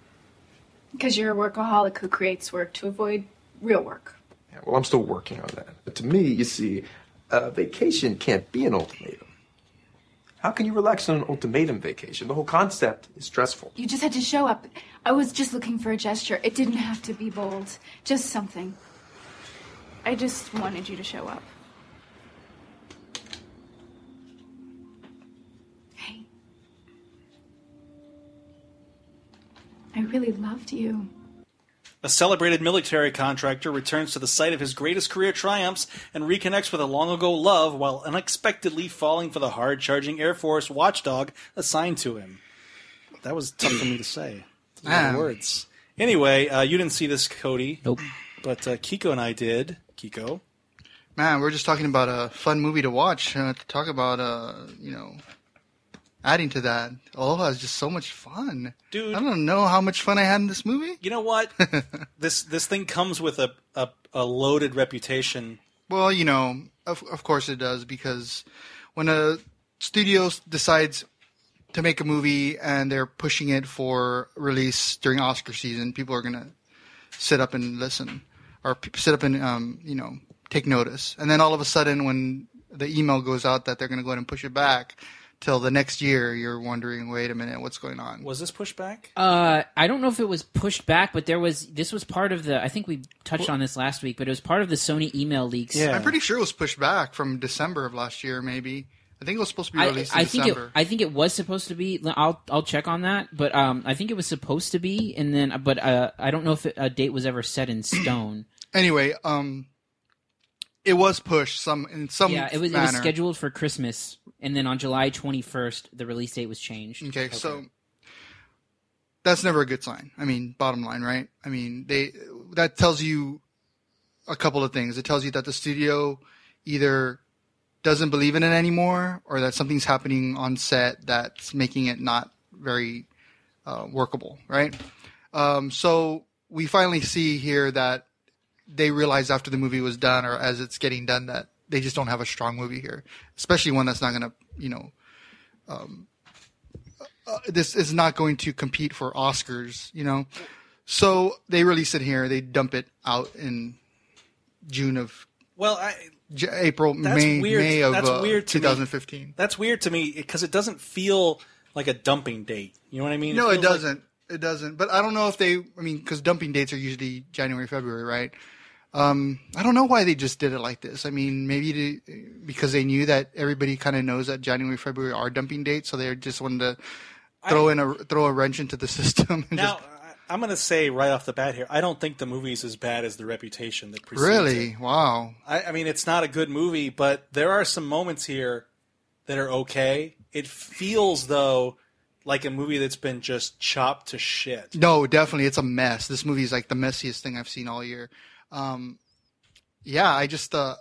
Speaker 10: Because you're a workaholic who creates work to avoid real work.
Speaker 9: Yeah, well, I'm still working on that. But to me, you see, a vacation can't be an ultimatum. How can you relax on an ultimatum vacation? The whole concept is stressful.
Speaker 10: You just had to show up. I was just looking for a gesture. It didn't have to be bold, just something. I just wanted you to show up. Hey. I really loved you.
Speaker 1: A celebrated military contractor returns to the site of his greatest career triumphs and reconnects with a long ago love while unexpectedly falling for the hard charging Air Force watchdog assigned to him. That was tough for me to say. Those are my
Speaker 2: Ah.
Speaker 1: words. Anyway, uh, you didn't see this, Cody.
Speaker 3: Nope.
Speaker 1: But uh, Kiko and I did. Kiko.
Speaker 2: Man, we're just talking about a fun movie to watch. Uh, to talk about, uh, you know, adding to that, Aloha is just so much fun. Dude. I don't know how much fun I had in this movie.
Speaker 1: You know
Speaker 2: *laughs*
Speaker 1: what? this this thing comes with a, a, a loaded reputation.
Speaker 2: Well, you know, of, of course it does because when a studio decides to make a movie and they're pushing it for release during Oscar season, people are gonna sit up and listen or p- sit up and um, you know take notice. And then all of a sudden, when the email goes out that they're gonna go ahead and push it back till the next year, you're wondering, wait a minute, what's going on?
Speaker 1: Was this pushed back?
Speaker 3: Uh, I don't know if it was pushed back, but there was. This was part of the. I think we touched on this last week, but it was part of the Sony email leaks.
Speaker 2: I'm pretty sure it was pushed back from December of last year, maybe. I think it was supposed to be
Speaker 3: I,
Speaker 2: released in
Speaker 3: I think it,
Speaker 2: December.
Speaker 3: I think it was supposed to be. I'll I'll check on that, but um, I think it was supposed to be, and then but uh, I don't know if it, a date was ever set
Speaker 1: *clears throat*
Speaker 3: in stone.
Speaker 2: anyway, um, it was pushed some in some
Speaker 3: yeah, it was, it
Speaker 2: manner.
Speaker 3: was scheduled for Christmas, and then on July twenty first, the release date was changed.
Speaker 2: Okay, so that's never a good sign. I mean, bottom line, right? I mean, they that tells you a couple of things. It tells you that the studio either doesn't believe in it anymore, or that something's happening on set that's making it not very uh, workable, right? Um, so we finally see here that they realize after the movie was done, or as it's getting done, that they just don't have a strong movie here, especially one that's not going to, you know, um, uh, this is not going to compete for Oscars, you know. So they release it here. They dump it out in June of
Speaker 1: well, I,
Speaker 2: J- April,
Speaker 1: That's
Speaker 2: May,
Speaker 1: weird.
Speaker 2: May of
Speaker 1: That's
Speaker 2: uh,
Speaker 1: weird to me.
Speaker 2: 2015.
Speaker 1: That's weird to me because it doesn't feel like a dumping date. You know what I mean?
Speaker 2: No, it
Speaker 1: feels like-
Speaker 2: doesn't. it doesn't. But I don't know if they. I mean, because dumping dates are usually January, February, right? Um, I don't know why they just did it like this. I mean, maybe to, because they knew that everybody kind of knows that January, February are dumping dates, so they just wanted to throw in a throw a wrench into the *laughs* system. And
Speaker 1: now,
Speaker 2: just,
Speaker 1: I, I'm going to say right off the bat here, I don't think the movie's as bad as the reputation that precedes
Speaker 2: really,
Speaker 1: it.
Speaker 2: wow.
Speaker 1: I, I mean, it's not a good movie, but there are some moments here that are okay. It feels though like a movie that's been just chopped to shit.
Speaker 2: No, definitely, it's a mess. This movie is like the messiest thing I've seen all year. Um, yeah, I just uh,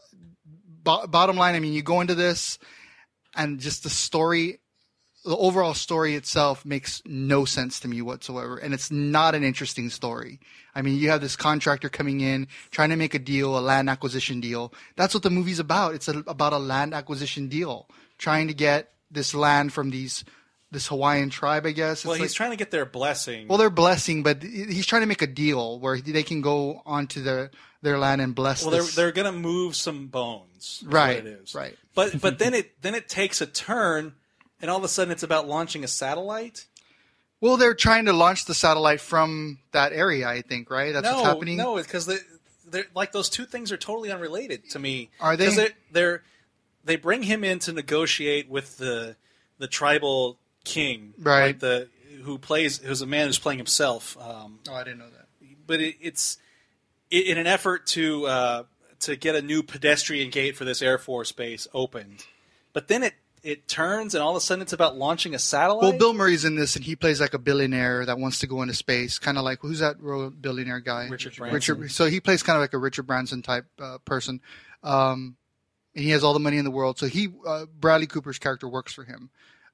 Speaker 2: bo- bottom line. I mean, you go into this, and just the story, the overall story itself makes no sense to me whatsoever, and it's not an interesting story. I mean, you have this contractor coming in trying to make a deal, a land acquisition deal. That's what the movie's about. It's a, about a land acquisition deal, trying to get this land from these this Hawaiian tribe, I guess. It's
Speaker 1: Well,
Speaker 2: like-
Speaker 1: he's trying to get their blessing.
Speaker 2: well, they're blessing, but he's trying to make a deal where they can go onto their their land and bless.
Speaker 1: well, they're
Speaker 2: this-
Speaker 1: they're going to move some bones. is what
Speaker 2: right,
Speaker 1: it is.
Speaker 2: right.
Speaker 1: But but then it then it takes a turn, and all of a sudden it's about launching a satellite.
Speaker 2: Well, they're trying to launch the satellite from that area. I think, right? That's
Speaker 1: no,
Speaker 2: what's happening.
Speaker 1: No, because they, they're like those two things are totally unrelated to me.
Speaker 2: Are they?
Speaker 1: 'Cause They're, they're they bring him in to negotiate with the the tribal king,
Speaker 2: Right.
Speaker 1: like the who plays who's a man who's playing himself. Um,
Speaker 2: oh, I didn't know that.
Speaker 1: but it, it's i in an effort to uh, to get a new pedestrian gate for this air force base opened. But then it it turns and all of a sudden it's about launching a satellite.
Speaker 2: Well, Bill Murray's in this, and he plays like a billionaire that wants to go into space, kind of like who's that real billionaire guy?
Speaker 1: Richard Branson.
Speaker 2: Richard- so he plays kind of like a Richard Branson type uh, person, um, and he has all the money in the world. So he, uh, Bradley Cooper's character, works for him.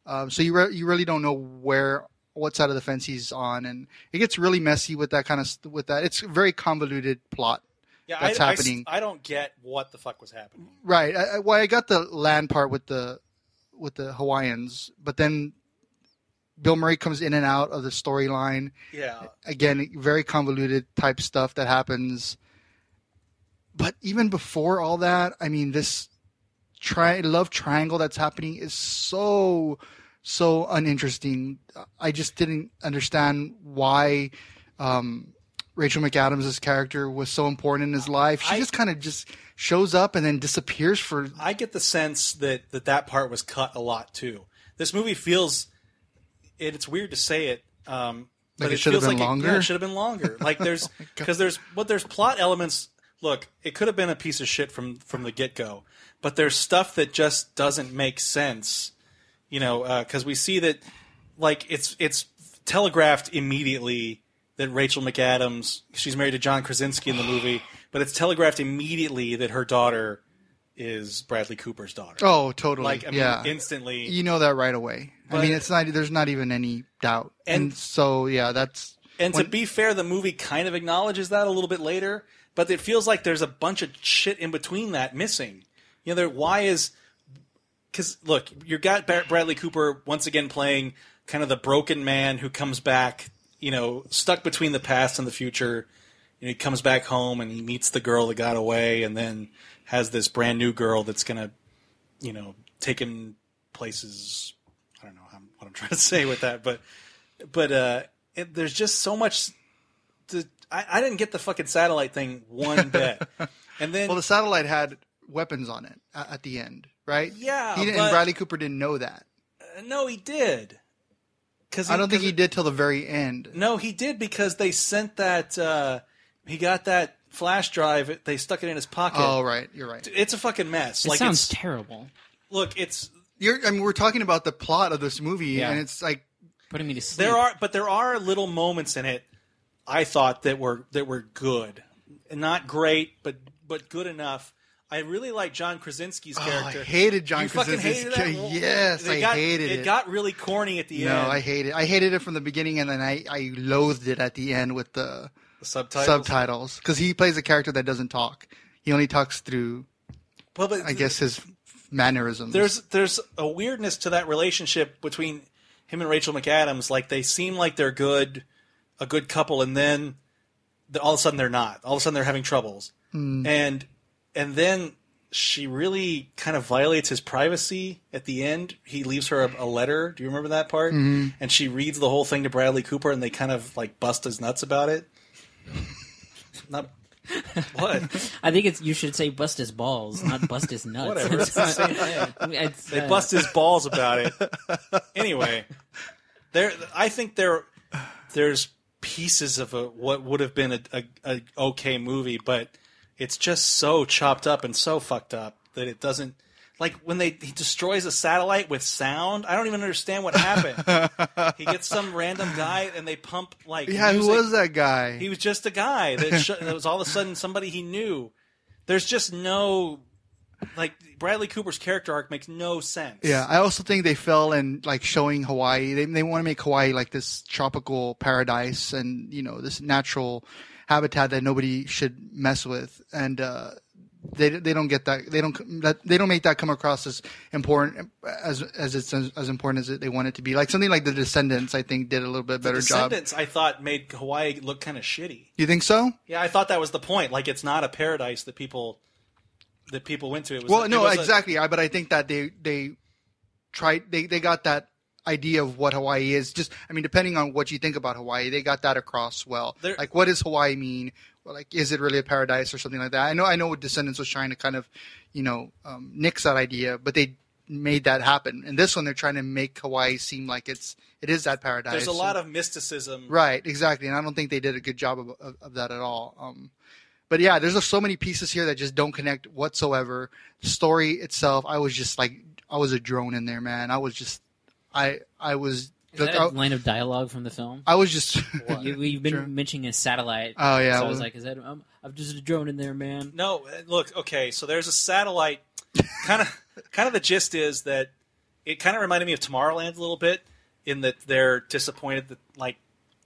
Speaker 2: Um, so you re- you really don't know where what side of the fence he's on, and it gets really messy with that kind of st- with that. It's a very convoluted plot.
Speaker 1: yeah,
Speaker 2: that's
Speaker 1: I, I s-
Speaker 2: happening.
Speaker 1: I don't get what the fuck was happening.
Speaker 2: Right. I, I- well, I got the land part with the with the Hawaiians, but then Bill Murray comes in and out of the storyline.
Speaker 1: Yeah.
Speaker 2: Again, very convoluted type stuff that happens. But even before all that, I mean, this tri- love triangle that's happening is so so uninteresting. I just didn't understand why um, Rachel McAdams' character was so important in his life. She
Speaker 1: I-
Speaker 2: just kind of just shows up and then disappears for
Speaker 1: I get the sense that, that that part was cut a lot too. This movie feels, and it's weird to say it, um, but
Speaker 2: Like it should have
Speaker 1: feels
Speaker 2: been
Speaker 1: like It, yeah,
Speaker 2: longer? Oh
Speaker 1: it should have been
Speaker 2: *laughs*
Speaker 1: longer. Like there's because there's but there's plot elements. Look, it could have been a piece of shit from from the get go, but there's stuff that just doesn't make sense. You know, because we see that like it's it's telegraphed immediately that Rachel McAdams she's married to John Krasinski in the movie, but it's telegraphed immediately that her daughter is Bradley Cooper's daughter.
Speaker 2: Oh, totally.
Speaker 1: Like I mean,
Speaker 2: yeah.
Speaker 1: instantly.
Speaker 2: You know that right away. I
Speaker 1: But-
Speaker 2: mean, it's not. There's not even any doubt. And,
Speaker 1: And-
Speaker 2: so, yeah, that's.
Speaker 1: And
Speaker 2: when-
Speaker 1: to be fair, the movie kind of acknowledges that a little bit later, but it feels like there's a bunch of shit in between that missing. You know, there, why is because look, you got Bar- Bradley Cooper once again playing kind of the broken man who comes back, you know, stuck between the past and the future. You know, he comes back home and he meets the girl that got away, and then has this brand new girl that's gonna, you know, take him places. I don't know how, what I'm *laughs* trying to say with that, but but uh, it, there's just so much. To, I, I didn't get the fucking satellite thing one bit, and then
Speaker 2: well, the satellite had weapons on it a- at the end, right?
Speaker 1: Yeah,
Speaker 2: He didn't,
Speaker 1: but-
Speaker 2: and Bradley Cooper didn't know that.
Speaker 1: no, he did. Because
Speaker 2: I don't think he did till the very end.
Speaker 1: No, he did because they sent that. Uh, he got that flash drive. They stuck it in his pocket.
Speaker 2: Oh, right. You're right.
Speaker 1: It's a fucking mess.
Speaker 3: It
Speaker 1: like it's,
Speaker 3: sounds terrible.
Speaker 1: look, it's
Speaker 2: You're, I mean, we're talking about the plot of this movie, and it's like,
Speaker 3: Putting me to sleep.
Speaker 1: there are, but there are little moments in it. I thought that were that were good, not great, but but good enough. I really like John Krasinski's
Speaker 2: oh, I
Speaker 1: character.
Speaker 2: hated John
Speaker 1: you fucking hated
Speaker 2: Krasinski's
Speaker 1: that?
Speaker 2: ca-
Speaker 1: Well,
Speaker 2: Yes,
Speaker 1: they
Speaker 2: I
Speaker 1: got-
Speaker 2: hated it.
Speaker 1: It got really corny at the
Speaker 2: no,
Speaker 1: end.
Speaker 2: I hated it. I hated it from the beginning, and then I, I loathed it at the end with the
Speaker 1: the subtitles.
Speaker 2: subtitles because he plays a character that doesn't talk. He only talks through,
Speaker 1: Well, but
Speaker 2: I guess, his mannerisms.
Speaker 1: there's there's a weirdness to that relationship between him and Rachel McAdams. Like they seem like they're good, a good couple, and then the- all of a sudden they're not. All of a sudden they're having troubles, and and then she really kind of violates his privacy at the end. He leaves her a, a letter. Do you remember that part? And she reads the whole thing to Bradley Cooper, and they kind of like bust his nuts about it. Not what
Speaker 3: I think it's you should say bust his balls, not
Speaker 1: *laughs*
Speaker 3: bust his nuts.
Speaker 1: Whatever,
Speaker 3: That's
Speaker 1: it's the
Speaker 3: not-
Speaker 1: same
Speaker 3: *laughs* it's,
Speaker 1: They
Speaker 3: uh,
Speaker 1: bust his balls about
Speaker 2: *laughs*
Speaker 1: it. Anyway, there. I think there. There's pieces of a, what would have been a, a, a okay movie, but it's just so chopped up and so fucked up that it doesn't. Like when they he destroys a satellite with sound, I don't even understand what
Speaker 2: *laughs*
Speaker 1: happened. he gets some random guy and they pump like
Speaker 2: yeah, who
Speaker 1: music.
Speaker 2: was that guy?
Speaker 1: He was just a guy
Speaker 2: *laughs*
Speaker 1: that, sh- that was all of a sudden somebody he knew. There's just no like Bradley Cooper's character arc makes no sense.
Speaker 2: Yeah, I also think they fell in like showing Hawaii. They they want to make Hawaii like this tropical paradise and you know this natural habitat that nobody should mess with, and uh, they they don't get that they don't that they don't make that come across as important as as it's as, as important as it, they want it to be. Like something like The Descendants, I think did a little bit better job.
Speaker 1: Descendants I thought made Hawaii look kind of shitty.
Speaker 2: You think so?
Speaker 1: Yeah, I thought that was the point. Like it's not a paradise that people that people went to. It was
Speaker 2: Well,
Speaker 1: it
Speaker 2: no,
Speaker 1: was a-
Speaker 2: exactly. I but I think that they they tried they they got that idea of what Hawaii is. Just I mean, depending on what you think about Hawaii, they got that across well.
Speaker 1: There-
Speaker 2: like, what does Hawaii mean? Well, like, is it really a paradise or something like that? I know I know what Descendants was trying to kind of you know um, nix that idea, but they made that happen. And this one, they're trying to make Hawaii seem like it's it is that paradise.
Speaker 1: there's a lot of mysticism.
Speaker 2: Right, exactly. And I don't think they did a good job of, of, of that at all. Um, but yeah, there's just so many pieces here that just don't connect whatsoever. Story itself, I was just like, I was a drone in there, man. I was just, I, I was,
Speaker 3: is that a
Speaker 2: I,
Speaker 3: line of dialogue from the film.
Speaker 2: I was
Speaker 3: *laughs*
Speaker 2: just,
Speaker 3: You, you've been
Speaker 2: Drone.
Speaker 3: mentioning a satellite.
Speaker 2: Oh, yeah,
Speaker 3: so I
Speaker 2: well-
Speaker 3: was like, is that? Um, I'm just a drone in there, man.
Speaker 1: No, uh, look, okay, so there's a
Speaker 2: *laughs*
Speaker 1: satellite. Kind of, kind of the gist is that it kind of reminded me of Tomorrowland a little bit in that they're disappointed that like,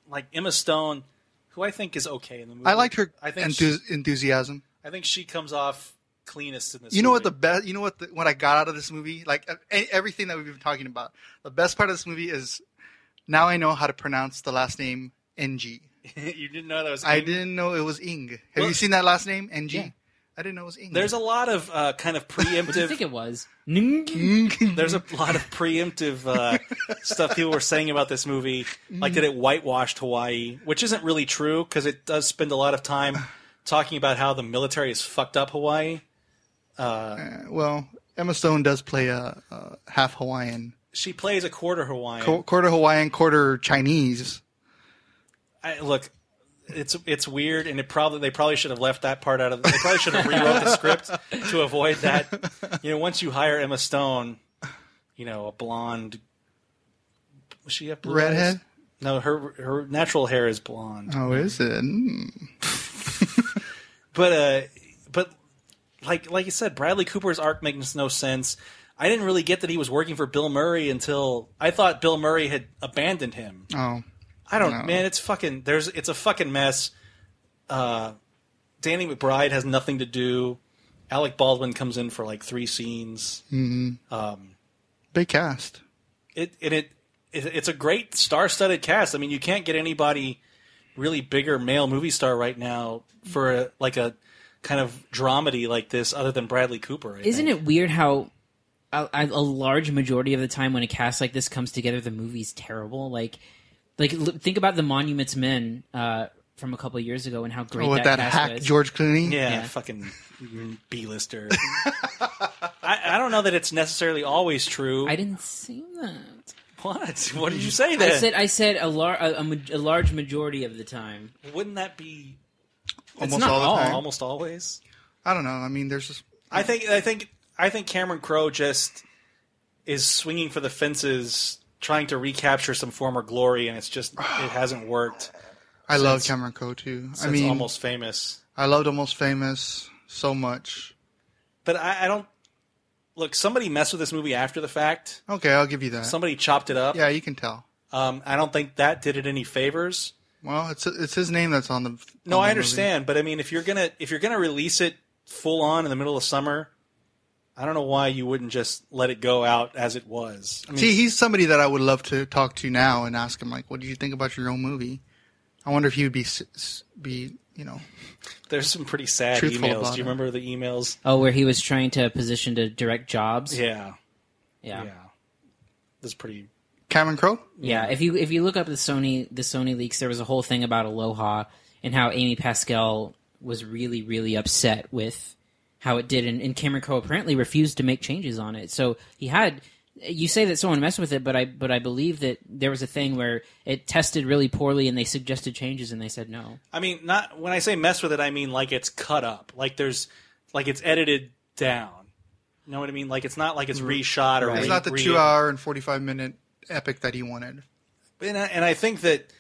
Speaker 1: like Emma Stone, who I think is okay in the movie.
Speaker 2: *laughs* I liked her
Speaker 1: I think she,
Speaker 2: enthu- enthusiasm.
Speaker 1: I think she comes off cleanest in this.
Speaker 2: You know what
Speaker 1: movie.
Speaker 2: the best? You know what? The, what I got out of this movie, like e- everything that we've been talking about, the best part of this movie is now I know how to pronounce the last name Ng.
Speaker 1: *laughs* you didn't know that was.
Speaker 2: I
Speaker 1: in-
Speaker 2: didn't know it was Ing. Have
Speaker 1: Well-
Speaker 2: you seen that last name, Ng?
Speaker 3: Yeah.
Speaker 2: I didn't know it was Ing.
Speaker 1: There's a lot of uh, kind of
Speaker 3: What *laughs* do you think
Speaker 1: preemptive.
Speaker 3: it was? Ning?
Speaker 1: there's a lot of preemptive uh, stuff people were saying about this movie, like that it whitewashed Hawaii, which isn't really true because it does spend a lot of time talking about how the military has fucked up Hawaii.
Speaker 2: well, Emma Stone does play a, a half Hawaiian,
Speaker 1: She plays a quarter Hawaiian.
Speaker 2: Qu- quarter Hawaiian, quarter Chinese.
Speaker 1: I, look, it's it's weird, and it probably they probably should have left that part out of. They probably should have rewrote the script to avoid that. You know, once you hire Emma Stone, you know, a blonde. Was she a blue eyes?
Speaker 2: Redhead?
Speaker 1: No, her her natural hair is blonde.
Speaker 2: Mm, Oh, is it? Mm.
Speaker 1: But uh, but like like you said, Bradley Cooper's arc makes no sense. I didn't really get that he was working for Bill Murray until I thought Bill Murray had abandoned him.
Speaker 2: Oh,
Speaker 1: I don't
Speaker 2: No.
Speaker 1: man, it's fucking there's it's a fucking mess. Uh Danny McBride has nothing to do. Alec Baldwin comes in for like three scenes.
Speaker 2: hmm
Speaker 1: Um
Speaker 2: They cast.
Speaker 1: it and it, it it's a great star-studded cast. I mean, you can't get anybody really bigger male movie star right now for a, like a kind of dramedy like this other than Bradley Cooper. I
Speaker 3: Isn't
Speaker 1: think.
Speaker 3: it weird how a, a a large majority of the time when a cast like this comes together, the movie's terrible? Like, like l- think about the Monuments Men uh, from a couple years ago and how great
Speaker 2: Oh, with that
Speaker 3: cast
Speaker 2: hack
Speaker 3: was.
Speaker 2: George Clooney.
Speaker 1: Yeah, fucking B-lister. *laughs* I, I don't know that it's necessarily always true.
Speaker 3: I didn't see that.
Speaker 1: What? What did you say
Speaker 3: I
Speaker 1: then?
Speaker 3: said I said a, lar- a, a, ma- a large majority of the time.
Speaker 1: Wouldn't that be
Speaker 2: Almost
Speaker 3: not
Speaker 2: all the
Speaker 3: all.
Speaker 2: time.
Speaker 1: almost always?
Speaker 2: I don't know. I mean, there's just
Speaker 1: I think I think I think Cameron Crowe just is swinging for the fences, trying to recapture some former glory, and it's just
Speaker 2: *sighs*
Speaker 1: it hasn't worked
Speaker 2: I love
Speaker 1: Since-
Speaker 2: Cameron Crowe too.
Speaker 1: since
Speaker 2: I mean,
Speaker 1: almost famous.
Speaker 2: I loved Almost Famous so much.
Speaker 1: But I, I don't look. Somebody messed with this movie after the fact.
Speaker 2: Okay, I'll give you that.
Speaker 1: Somebody chopped it up.
Speaker 2: yeah, you can tell.
Speaker 1: Um, I don't think that did it any favors.
Speaker 2: Well, it's it's his name that's on the.
Speaker 1: No,
Speaker 2: on the
Speaker 1: I
Speaker 2: movie.
Speaker 1: understand, but I mean, if you're gonna if you're gonna release it full on in the middle of summer, I don't know why you wouldn't just let it go out as it was. I mean,
Speaker 2: See, he's somebody that I would love to talk to now and ask him like, "What do you think about your own movie?" I wonder if he would be s- s- be you know.
Speaker 1: there's some pretty sad
Speaker 2: Truthful
Speaker 1: emails.
Speaker 2: about
Speaker 1: Do you
Speaker 2: it.
Speaker 1: remember the emails?
Speaker 3: Oh, where he was trying to position to direct jobs.
Speaker 1: Yeah,
Speaker 3: yeah.
Speaker 1: yeah. That's pretty.
Speaker 2: Cameron Crowe.
Speaker 3: Yeah, if you if you look up the Sony the Sony leaks, there was a whole thing about Aloha and how Amy Pascal was really really upset with how it did, and, and Cameron Crowe apparently refused to make changes on it. So he had. You say that someone messed with it, but I but I believe that there was a thing where it tested really poorly, and they suggested changes, and they said no.
Speaker 1: I mean, not when I say mess with it, I mean like it's cut up, like there's like it's edited down. You know what I mean? Like it's not like it's reshot or
Speaker 3: Right.
Speaker 1: re-
Speaker 2: It's not the
Speaker 1: re-
Speaker 2: two hour and forty five minute epic that he wanted.
Speaker 1: and I, and I think that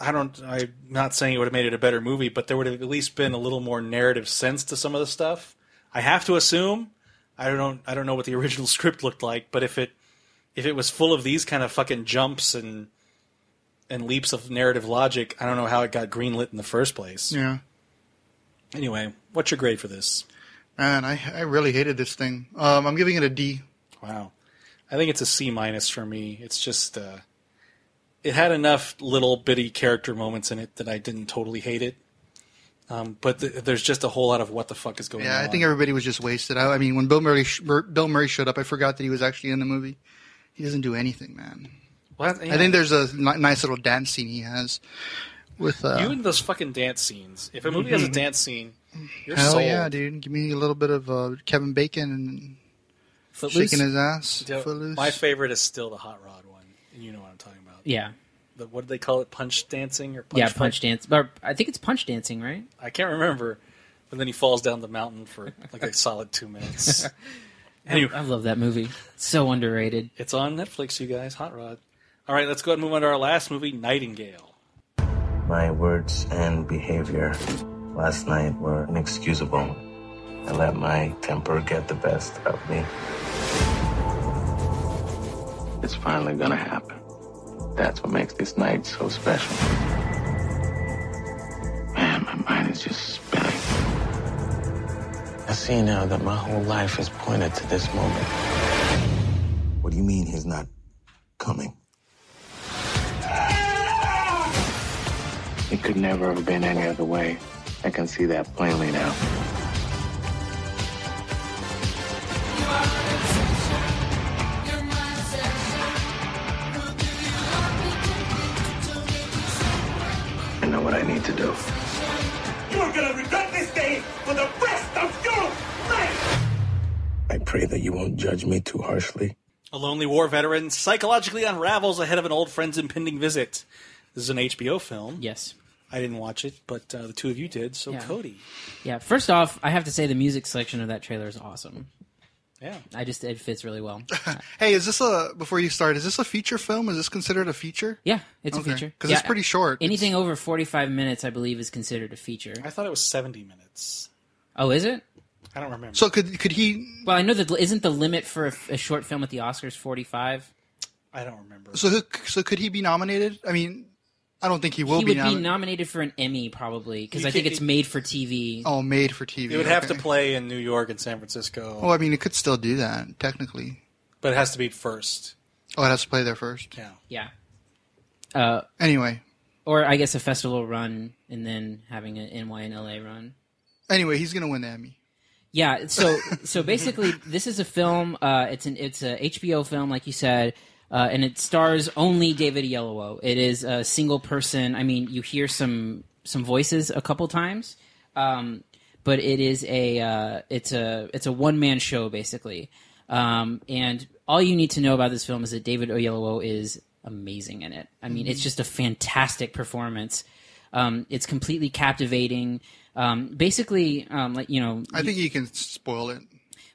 Speaker 1: I don't. I'm not saying it would have made it a better movie, but there would have at least been a little more narrative sense to some of the stuff. I have to assume. I don't. I don't know what the *laughs* original script looked like, but if it if it was full of these kind of fucking jumps and and leaps of narrative logic, I don't know how it got greenlit in the first place.
Speaker 2: Yeah,
Speaker 1: Anyway, what's your grade for this?
Speaker 2: man, I I really hated this thing. Um, I'm giving it a D.
Speaker 1: Wow, I think it's a C minus for me. It's just uh, it had enough little bitty character moments in it that I didn't totally hate it. Um, but th- there's just a whole lot of what the fuck is going
Speaker 2: Yeah,
Speaker 1: on.
Speaker 2: I think everybody was just wasted. I, I mean, when Bill Murray sh- Mur- Bill Murray showed up, I forgot that he was actually in the movie. He doesn't do anything, man.
Speaker 1: What? Yeah.
Speaker 2: I think there's a ni- nice little dance scene he has with. Uh, Mm-hmm.
Speaker 1: you and those fucking dance scenes. If a movie has a dance scene, you're
Speaker 2: hell
Speaker 1: sold.
Speaker 2: yeah, dude! Give me a little bit of uh, Kevin Bacon and
Speaker 3: Footloose?
Speaker 2: shaking his ass.
Speaker 1: Yeah,
Speaker 2: Footloose.
Speaker 1: My favorite is still the hot rod one, and you know what I'm talking about.
Speaker 3: yeah,
Speaker 1: The, what do they call it? Punch dancing or punch
Speaker 3: yeah,
Speaker 1: fight?
Speaker 3: punch dance. Or I think it's punch dancing, right?
Speaker 1: I can't remember. But then he falls down the mountain for like a solid two
Speaker 3: *laughs*
Speaker 1: minutes. anyway,
Speaker 3: I love that movie. It's so underrated.
Speaker 1: It's on Netflix, you guys. Hot Rod. All right, let's go ahead and move on to our last movie, Nightingale.
Speaker 11: My words and behavior last night were inexcusable. I let my temper get the best of me. It's finally gonna happen. That's what makes this night so special. Man, my mind is just spinning. I see now that my whole life is pointed to this moment. What do you mean he's not coming? It could never have been any other way. I can see that plainly now. I know what I need to do.
Speaker 7: You're gonna regret this day for the rest of your life!
Speaker 11: I pray that you won't judge me too harshly.
Speaker 1: A lonely war veteran psychologically unravels ahead of an old friend's impending visit. This is an HBO film.
Speaker 3: Yes.
Speaker 1: I didn't watch it, but uh, the two of you did. So,
Speaker 3: Yeah.
Speaker 1: Cody.
Speaker 3: Yeah. First off, I have to say the music selection of that trailer is awesome.
Speaker 1: Yeah.
Speaker 3: I just it fits really well.
Speaker 2: hey, is this a before you start? Is this a feature film? Is this considered a feature?
Speaker 3: Yeah, it's
Speaker 2: Okay.
Speaker 3: a feature
Speaker 2: 'Cause
Speaker 3: yeah,
Speaker 2: it's pretty short.
Speaker 3: Anything over forty-five minutes, I believe, is considered a feature.
Speaker 1: I thought it was 70 minutes.
Speaker 3: Oh, is it?
Speaker 1: I don't remember.
Speaker 2: So could could he?
Speaker 3: Well, I know that isn't the limit for a, a short film at the Oscars forty five.
Speaker 1: I don't remember.
Speaker 2: So who- so could he be nominated? I mean, I don't think he will
Speaker 3: he
Speaker 2: be.
Speaker 3: would
Speaker 2: nomi-
Speaker 3: be nominated for an Emmy probably because
Speaker 1: You
Speaker 3: I think
Speaker 1: can't-
Speaker 3: it's made for TV.
Speaker 2: oh, made for TV.
Speaker 1: It would have to
Speaker 2: okay.
Speaker 1: play in New York and San Francisco.
Speaker 2: Well, I mean, it could still do that technically.
Speaker 1: but it has to be first.
Speaker 2: Oh, it has to play there first.
Speaker 1: Yeah.
Speaker 3: Yeah. Uh,
Speaker 2: Anyway,
Speaker 3: or I guess a festival run and then having an NY and LA run.
Speaker 2: anyway, he's gonna win the Emmy.
Speaker 3: Yeah. So so basically, this is a film. Uh, it's an it's a HBO film, like you said, uh, and it stars only David Oyelowo. It is a single person. I mean, you hear some some voices a couple times, um, but it is a uh, it's a it's a one man show basically. Um, and all you need to know about this film is that David Oyelowo is amazing in it. I mean, it's just a fantastic performance. Um, it's completely captivating. Um, basically, um, like you know,
Speaker 2: I think he can spoil it.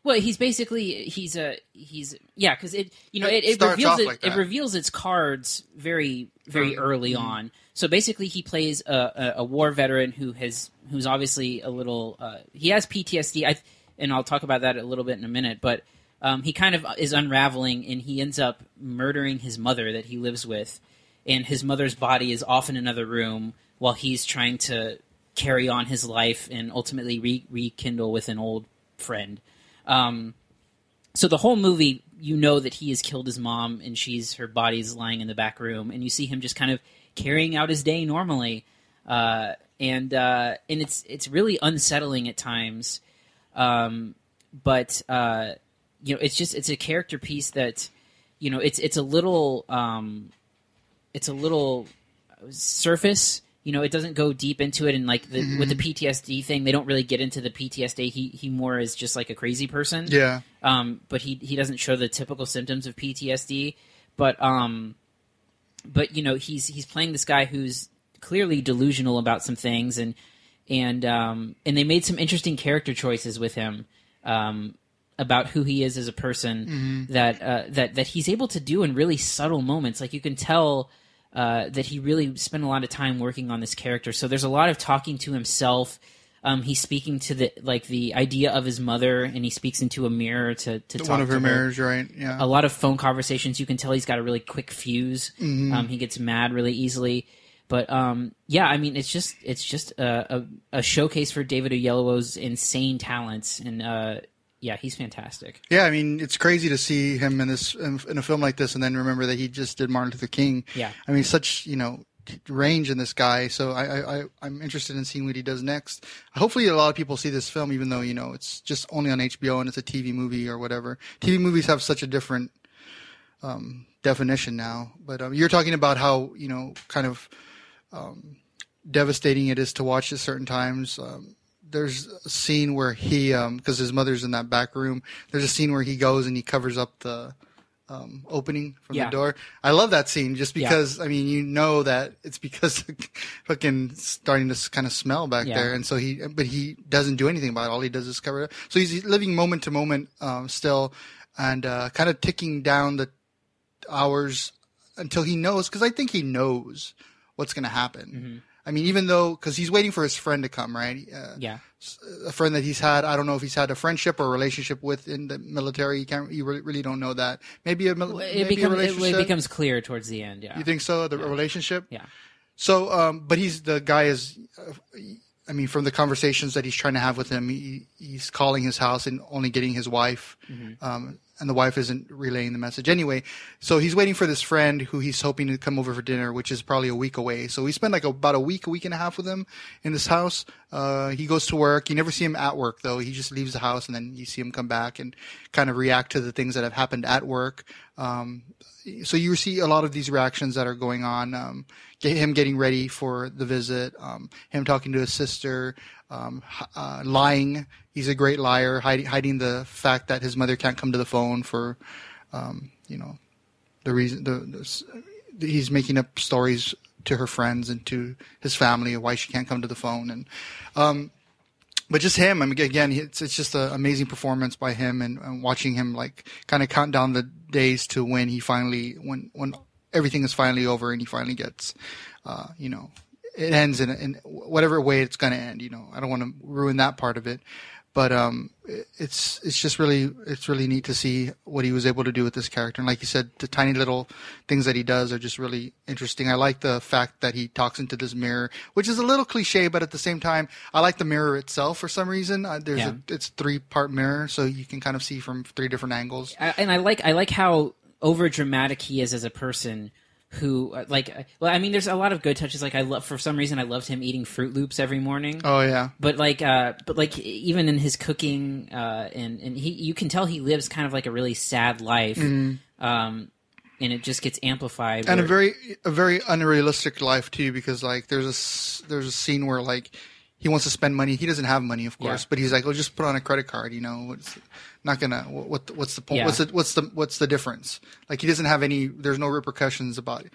Speaker 3: well, he's basically he's a he's yeah because it you know
Speaker 2: It
Speaker 3: it, it
Speaker 2: starts
Speaker 3: reveals
Speaker 2: off
Speaker 3: it,
Speaker 2: like
Speaker 3: it
Speaker 2: that. Mm-hmm.
Speaker 3: reveals its cards very very early on. So basically, he plays a, a, a war veteran who has who's obviously a little uh, he has PTSD. I and I'll talk about that a little bit in a minute, but um, he kind of is unraveling and he ends up murdering his mother that he lives with, and his mother's body is off in another room while he's trying to carry on his life and ultimately re- rekindle with an old friend. Um, so the whole movie, you know that he has killed his mom and she's her body's lying in the back room, and you see him just kind of carrying out his day normally, uh, and uh, and it's it's really unsettling at times, um, but uh, you know it's just it's a character piece that you know it's it's a little um, it's a little surface. You know, it doesn't go deep into it, and like the, with the PTSD thing, they don't really get into the PTSD. He he more is just like a crazy person.
Speaker 2: Yeah.
Speaker 3: Um, but he he doesn't show the typical symptoms of PTSD. But um, but you know he's he's playing this guy who's clearly delusional about some things, and and um and they made some interesting character choices with him. Um. About who he is as a person,
Speaker 2: Mm-hmm.
Speaker 3: that uh, that that he's able to do in really subtle moments. Like you can tell uh, that he really spent a lot of time working on this character. So there's a lot of talking to himself. Um, he's speaking to the like the idea of his mother, and he speaks into a mirror to to talk
Speaker 2: One of
Speaker 3: to
Speaker 2: her mirrors, right? Yeah.
Speaker 3: A lot of phone conversations. You can tell he's got a really quick fuse.
Speaker 2: Mhm.
Speaker 3: Um, he gets mad really easily. But um, yeah, I mean, it's just it's just a, a, a showcase for David Oyelowo's insane talents, and uh, yeah, he's fantastic.
Speaker 2: Yeah, I mean, it's crazy to see him in this in, in a film like this, and then remember that he just did Martin Luther King.
Speaker 3: Yeah.
Speaker 2: I mean, such you know range in this guy. So I, I, I I'm interested in seeing what he does next. Hopefully, a lot of people see this film, even though you know it's just only on HBO and it's a TV movie or whatever. TV movies have such a different um, definition now. But um, you're talking about how you know kind of um, devastating it is to watch at certain times. Um, there's a scene where he, because his mother's in that back room, there's a scene where he goes and he covers up the um, opening from
Speaker 3: Yeah.
Speaker 2: the door. I love that scene just
Speaker 3: Yeah.
Speaker 2: because, I mean, you know that it's because *laughs* fucking starting to s- kind of smell back
Speaker 3: Yeah.
Speaker 2: there. And so he, but he doesn't do anything about it. All he does is cover it up. So he's living moment to moment um, still and uh, kind of ticking down the hours until he knows because i think he knows what's going to happen
Speaker 3: Mm-hmm.
Speaker 2: i mean even though because he's waiting for his friend to come right uh,
Speaker 3: Yeah,
Speaker 2: a friend that he's had i don't know if he's had a friendship or a relationship with in the military you can't you really, really don't know that maybe a, mil-
Speaker 3: it
Speaker 2: maybe a
Speaker 3: becomes it,
Speaker 2: relationship
Speaker 3: it becomes clear towards the end. Yeah,
Speaker 2: you think so the relationship
Speaker 3: yeah.
Speaker 2: so um but he's the guy is uh, i mean from the conversations that he's trying to have with him he, he's calling his house and only getting his wife
Speaker 3: Mm-hmm.
Speaker 2: um, and the wife isn't relaying the message anyway. So he's waiting for this friend who he's hoping to come over for dinner, which is probably a week away. So we spend like about a week, a week and a half with him in this house. Uh, he goes to work. You never see him at work though. He just leaves the house and then you see him come back and kind of react to the things that have happened at work. Um, so you see a lot of these reactions that are going on. Um, get him getting ready for the visit, um, him talking to his sister, um, h- uh, lying. He's a great liar, hiding, hiding the fact that his mother can't come to the phone for, um, you know, the reason. The, the, s- he's making up stories to her friends and to his family of why she can't come to the phone, and um, but just him. I mean, again, it's it's just an amazing performance by him, and, and watching him like kind of count down the days to when he finally when when everything is finally over and he finally gets, uh, you know, it ends in in whatever way it's going to end. You know, I don't want to ruin that part of it, But um, it- it's it's just really it's really neat to see what he was able to do with this character. And like you said, the tiny little things that he does are just really interesting. I like the fact that he talks into this mirror, which is a little cliche, but at the same time, I like the mirror itself for some reason. Uh, there's
Speaker 3: Yeah.
Speaker 2: a, it's three part mirror, so you can kind of see from three different angles.
Speaker 3: I, and I like I like how over dramatic he is as a person who uh, like uh, well I mean there's a lot of good touches like I love for some reason I loved him eating Fruit Loops every morning.
Speaker 2: Oh yeah.
Speaker 3: But like uh but like even in his cooking uh and and he you can tell he lives kind of like a really sad life.
Speaker 2: Mhm.
Speaker 3: Um and it just gets amplified
Speaker 2: and a
Speaker 3: where-
Speaker 2: very a very unrealistic life too because like there's a s- there's a scene where like he wants to spend money he doesn't have money of course
Speaker 3: Yeah.
Speaker 2: but he's like oh just put on a credit card you know it's not gonna what, what what's the point
Speaker 3: Yeah.
Speaker 2: what's the what's the what's the difference like he doesn't have any there's no repercussions about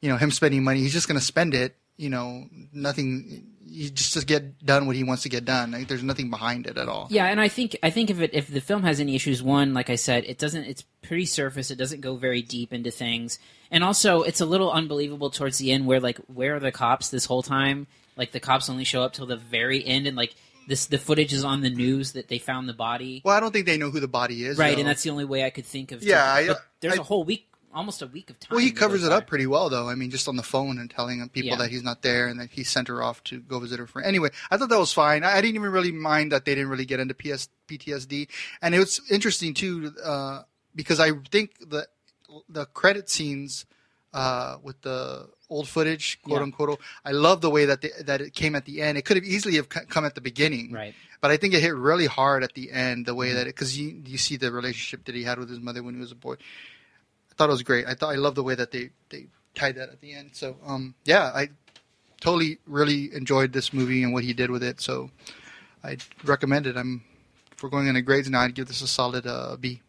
Speaker 2: you know him spending money he's just gonna spend it you know nothing he just to get done what he wants to get done like there's nothing behind it at all
Speaker 3: Yeah, and I think I think if it if the film has any issues, one, like I said, it doesn't. It's pretty surface. It doesn't go very deep into things, and also it's a little unbelievable towards the end, where like where are the cops this whole time? Like the cops only show up till the very end, and like this the footage is on the news that they found the body,
Speaker 2: well i don't think they know who the body is
Speaker 3: right?
Speaker 2: though.
Speaker 3: And that's the only way I could think of.
Speaker 2: Yeah, I-
Speaker 3: but there's
Speaker 2: I-
Speaker 3: a whole week, almost a week of time.
Speaker 2: Well, he
Speaker 3: that
Speaker 2: covers
Speaker 3: goes
Speaker 2: it
Speaker 3: by.
Speaker 2: up pretty well, though. I mean, just on the phone and telling people
Speaker 3: Yeah.
Speaker 2: that he's not there and that he sent her off to go visit her friend. Anyway, I thought that was fine. I, I didn't even really mind that they didn't really get into PS, PTSD. And it was interesting, too, uh, because I think the, the credit scenes uh, with the old footage, quote
Speaker 9: Yeah.
Speaker 2: unquote, I love the way that, the, that it came at the end. It could have easily have c- come at the beginning.
Speaker 3: Right.
Speaker 2: But I think it hit really hard at the end, the way that it, because you, you see the relationship that he had with his mother when he was a boy. I thought it was great. I thought I love the way that they they tied that at the end. So um, yeah, I totally really enjoyed this movie and what he did with it. So I recommend it. I'm if we're going into grades now, I'd give this a solid uh, B.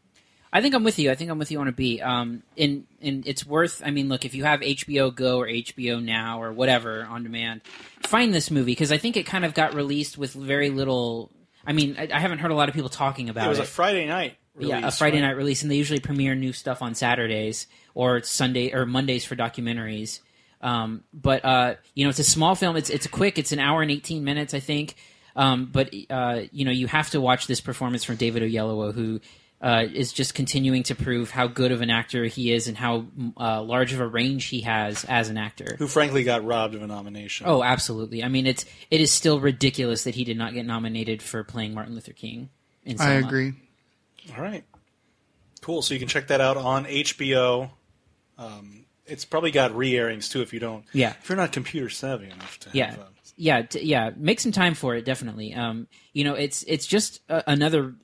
Speaker 3: I think I'm with you. I think I'm with you on a B. Um, and and it's worth. I mean, look, if you have HBO Go or HBO Now or whatever on demand, find this movie because I think it kind of got released with very little. I mean, I, I haven't heard a lot of people talking about it.
Speaker 1: it was a Friday night. Release,
Speaker 3: yeah, a Friday
Speaker 1: right?
Speaker 3: night release, and they usually premiere new stuff on Saturdays or Sunday or Mondays for documentaries. Um, but uh, you know, it's a small film. It's it's quick. It's an hour and eighteen minutes, I think. Um, but uh, you know, you have to watch this performance from David Oyelowo, who uh, is just continuing to prove how good of an actor he is and how mm, uh, large of a range he has as an actor.
Speaker 1: Who frankly got robbed of a nomination?
Speaker 3: Oh, absolutely. I mean, it's it is still ridiculous that he did not get nominated for playing Martin Luther King. In
Speaker 2: I
Speaker 3: Selma.
Speaker 2: agree.
Speaker 1: All right. Cool. So you can check that out on HBO. Um, it's probably got re-airings too. If you don't,
Speaker 3: Yeah.
Speaker 1: if you're not computer savvy enough to, uh,
Speaker 3: yeah yeah t- yeah make some time for it definitely um you know it's it's just a, another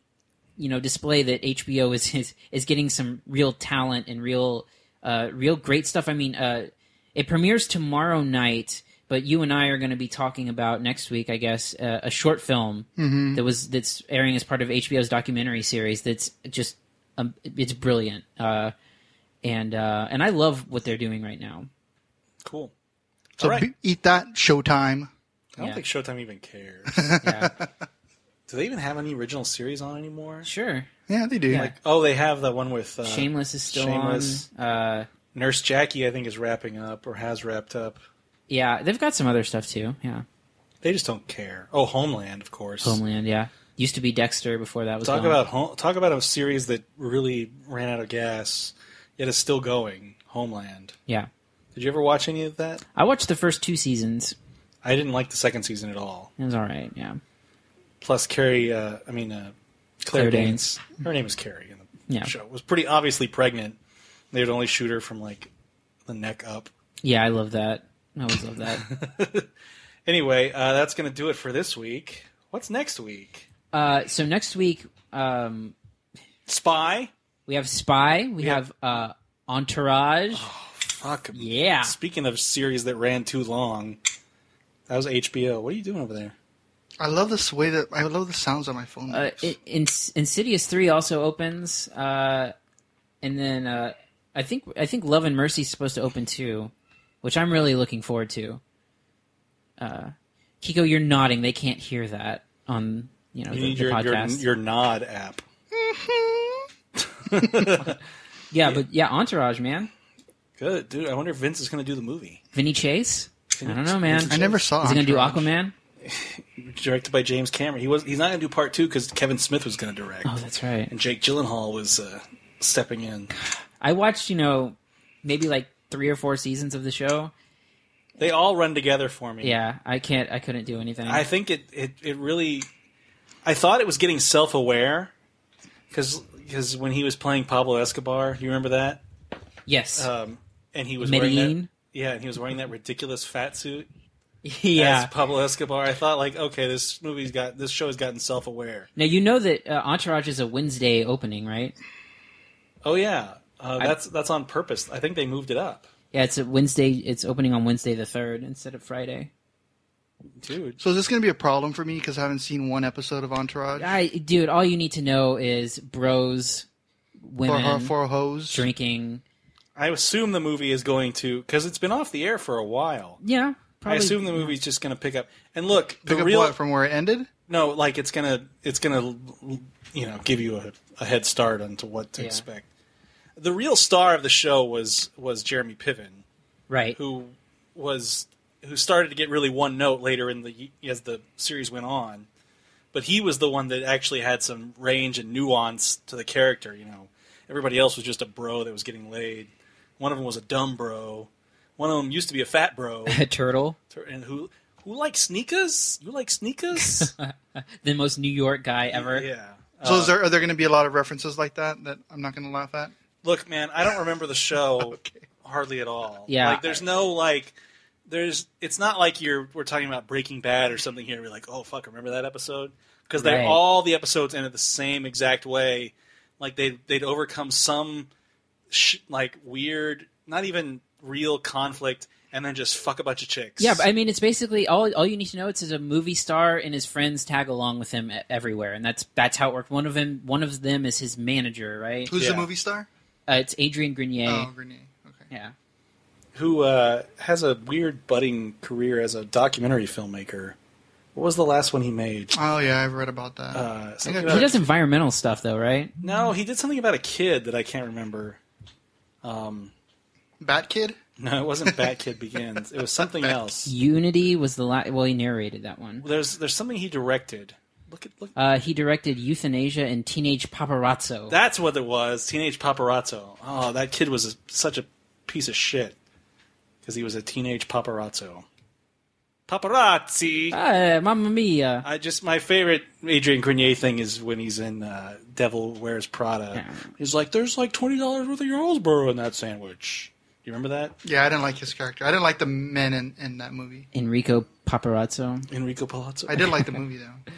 Speaker 3: you know display that hbo is, is is getting some real talent and real uh real great stuff i mean uh it premieres tomorrow night but you and i are going to be talking about next week i guess uh, a short film
Speaker 2: Mhm.
Speaker 3: that was that's airing as part of hbo's documentary series that's just um, it's brilliant uh and uh and i love what they're doing right now
Speaker 1: cool.
Speaker 2: So
Speaker 1: All right.
Speaker 2: be- eat that Showtime.
Speaker 1: I don't
Speaker 3: Yeah.
Speaker 1: think Showtime even cares.
Speaker 3: *laughs*
Speaker 1: Do they even have any original series on anymore?
Speaker 3: Sure.
Speaker 2: Yeah, they do.
Speaker 1: Like, oh, they have that one with uh,
Speaker 3: Shameless is still
Speaker 1: Shameless.
Speaker 3: on. Uh,
Speaker 1: Nurse Jackie, I think, is wrapping up or has wrapped up.
Speaker 3: Yeah, they've got some other stuff too. Yeah,
Speaker 1: They just don't care. Oh, Homeland, of course.
Speaker 3: Homeland. Yeah, used to be Dexter before that was
Speaker 1: Talk
Speaker 3: gone.
Speaker 1: about home, talk about a series that really ran out of gas, yet is still going. Homeland.
Speaker 3: Yeah,
Speaker 1: Did you ever watch any of that?
Speaker 3: I watched the first two seasons.
Speaker 1: I didn't like the second season at all.
Speaker 3: It was all right. Yeah,
Speaker 1: Plus, Carrie, uh, I mean, uh, Claire,
Speaker 3: Claire
Speaker 1: Danes.
Speaker 3: Danes.
Speaker 1: Her name was Carrie in the
Speaker 3: Yeah.
Speaker 1: show. Was pretty obviously pregnant. They would only shoot her from like the neck up.
Speaker 3: yeah, I love that. I always love
Speaker 1: *laughs*
Speaker 3: that.
Speaker 1: Anyway, uh, that's going to do it for this week. What's next week?
Speaker 3: uh, so next week, um,
Speaker 1: Spy.
Speaker 3: We have Spy. We have uh, Entourage.
Speaker 1: Oh, Fuck.
Speaker 3: Yeah.
Speaker 1: Speaking of series that ran too long, that was HBO. What are you doing over there?
Speaker 2: I love this way that I love the sounds on my phone.
Speaker 3: Uh, in, in, Insidious three also opens, uh, and then uh, I think I think Love and Mercy is supposed to open too, which I'm really looking forward to. Uh, Kiko, you're nodding. They can't hear that on you know
Speaker 1: You
Speaker 3: the,
Speaker 1: need
Speaker 3: the
Speaker 1: your, your
Speaker 3: podcast.
Speaker 1: your Nod app.
Speaker 3: yeah, but yeah, Entourage, man.
Speaker 1: Good dude. I wonder if Vince is going to do the movie.
Speaker 3: Vinny Chase. I
Speaker 1: Vinny-
Speaker 3: don't know, man.
Speaker 1: Vinny I never
Speaker 2: saw
Speaker 3: Is he gonna do
Speaker 2: Entourage.
Speaker 3: Aquaman?
Speaker 1: directed by James Cameron. He was he's not going to do part two because Kevin Smith was going to direct.
Speaker 3: Oh, that's right.
Speaker 1: And Jake Gyllenhaal was uh, stepping in.
Speaker 3: I watched, you know, maybe like three or four seasons of the show.
Speaker 1: They all run together for me.
Speaker 3: Yeah, I can't. I couldn't do anything.
Speaker 1: I think it it, it really. I thought it was getting self aware because when he was playing Pablo Escobar, you remember that?
Speaker 3: Yes.
Speaker 1: Um, and he was wearing that,
Speaker 3: *laughs* Medellin.
Speaker 1: yeah, and he was wearing that ridiculous fat suit.
Speaker 3: Yeah.
Speaker 1: as Pablo Escobar. I thought like, okay, this movie's got this show has gotten self aware.
Speaker 3: Now you know that uh, Entourage is a Wednesday opening, right?
Speaker 1: Oh yeah, uh,
Speaker 3: I-
Speaker 1: that's that's on purpose. I think they moved it up,
Speaker 3: Yeah, it's a Wednesday. It's opening on Wednesday the third instead of Friday.
Speaker 1: dude.
Speaker 2: So is this going to be a problem for me because I haven't seen one episode of Entourage?
Speaker 3: I, dude, all you need to know is bros, women,
Speaker 2: ho- for hoes.
Speaker 3: drinking.
Speaker 1: I assume the movie is going to because it's been off the air for a while.
Speaker 3: Yeah, probably.
Speaker 1: I assume the movie's just going to pick up. And look, the
Speaker 2: Pick up
Speaker 1: real
Speaker 2: what from where it ended?
Speaker 1: no, like it's gonna it's gonna you know give you a, a head start onto what to
Speaker 3: Yeah.
Speaker 1: expect. The real star of the show was was Jeremy Piven,
Speaker 3: right.
Speaker 1: who was who started to get really one note later in the as the series went on, but he was the one that actually had some range and nuance to the character. You know, everybody else was just a bro that was getting laid. One of them was a dumb bro. One of them used to be a fat bro,
Speaker 3: *laughs* a turtle,
Speaker 1: and who who likes sneakers? You like sneakers?
Speaker 3: the most New York guy ever.
Speaker 1: yeah.
Speaker 2: So is there are there going to be a lot of references like that that I'm not going to laugh at?
Speaker 1: Look, man, I don't remember the show
Speaker 3: *laughs*
Speaker 1: hardly at all.
Speaker 3: Yeah.
Speaker 1: like there's no like, there's it's not like you're we're talking about Breaking Bad or something here. We're like, oh fuck, remember that episode? Because they
Speaker 3: Right.
Speaker 1: all the episodes ended the same exact way. Like they they'd overcome some sh- like weird, not even real conflict, and then just fuck a bunch of chicks.
Speaker 3: Yeah, but I mean, it's basically all. All you need to know it's is a movie star and his friends tag along with him e- everywhere, and that's that's how it worked. One of them, one of them is his manager, right?
Speaker 2: Who's
Speaker 1: Yeah.
Speaker 2: the movie star?
Speaker 3: Uh, it's Adrian Grenier.
Speaker 2: Oh, Grenier. Okay.
Speaker 3: Yeah,
Speaker 1: who uh, has a weird budding career as a documentary filmmaker. What was the last one he made?
Speaker 2: Oh yeah, I've read about that.
Speaker 1: Uh,
Speaker 2: I think I-
Speaker 1: something
Speaker 3: he
Speaker 1: about-
Speaker 3: does environmental stuff though, right?
Speaker 2: Mm-hmm.
Speaker 1: No, he did something about a kid that I can't remember. Um,
Speaker 2: Bat Kid.
Speaker 1: no, it wasn't Bat Kid Begins. It was something else.
Speaker 3: Unity was the last. Well, he narrated that one.
Speaker 1: There's there's something he directed. Look at look.
Speaker 3: Uh, he directed Euthanasia and Teenage Paparazzo.
Speaker 1: That's what it was. Teenage Paparazzo. Oh, that kid was a, such a piece of shit because he was a teenage paparazzo. Paparazzi.
Speaker 3: Ah, Mamma Mia.
Speaker 1: I just my favorite Adrian Grenier thing is when he's in uh, Devil Wears Prada. He's like, "There's like twenty dollars worth of Yarlsboro in that sandwich." You remember that?
Speaker 2: Yeah, I didn't like his character. I didn't like the men in, in that movie.
Speaker 3: Enrico Paparazzo.
Speaker 1: Enrico Palazzo.
Speaker 2: I did like
Speaker 3: *laughs*
Speaker 2: the movie though.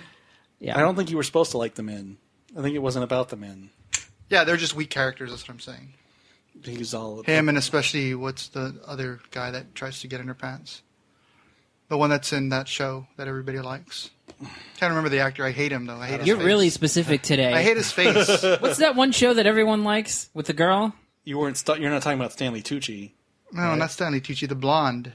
Speaker 3: Yeah.
Speaker 1: I don't think you were supposed to like the men. I think it wasn't about the men.
Speaker 2: Yeah, they're just weak characters. That's what I'm saying.
Speaker 1: He was all
Speaker 2: Him and especially what's the other guy that tries to get in her pants? The one that's in that show that everybody likes. Can't remember the actor. I hate him though. I hate. His
Speaker 3: You're
Speaker 2: face.
Speaker 3: really specific today.
Speaker 2: I hate
Speaker 1: *laughs*
Speaker 2: his face.
Speaker 3: What's that one show that everyone likes with the girl?
Speaker 1: You weren't. St- you're not talking about Stanley Tucci. *laughs*
Speaker 2: No, not Stanley Tucci, the blonde.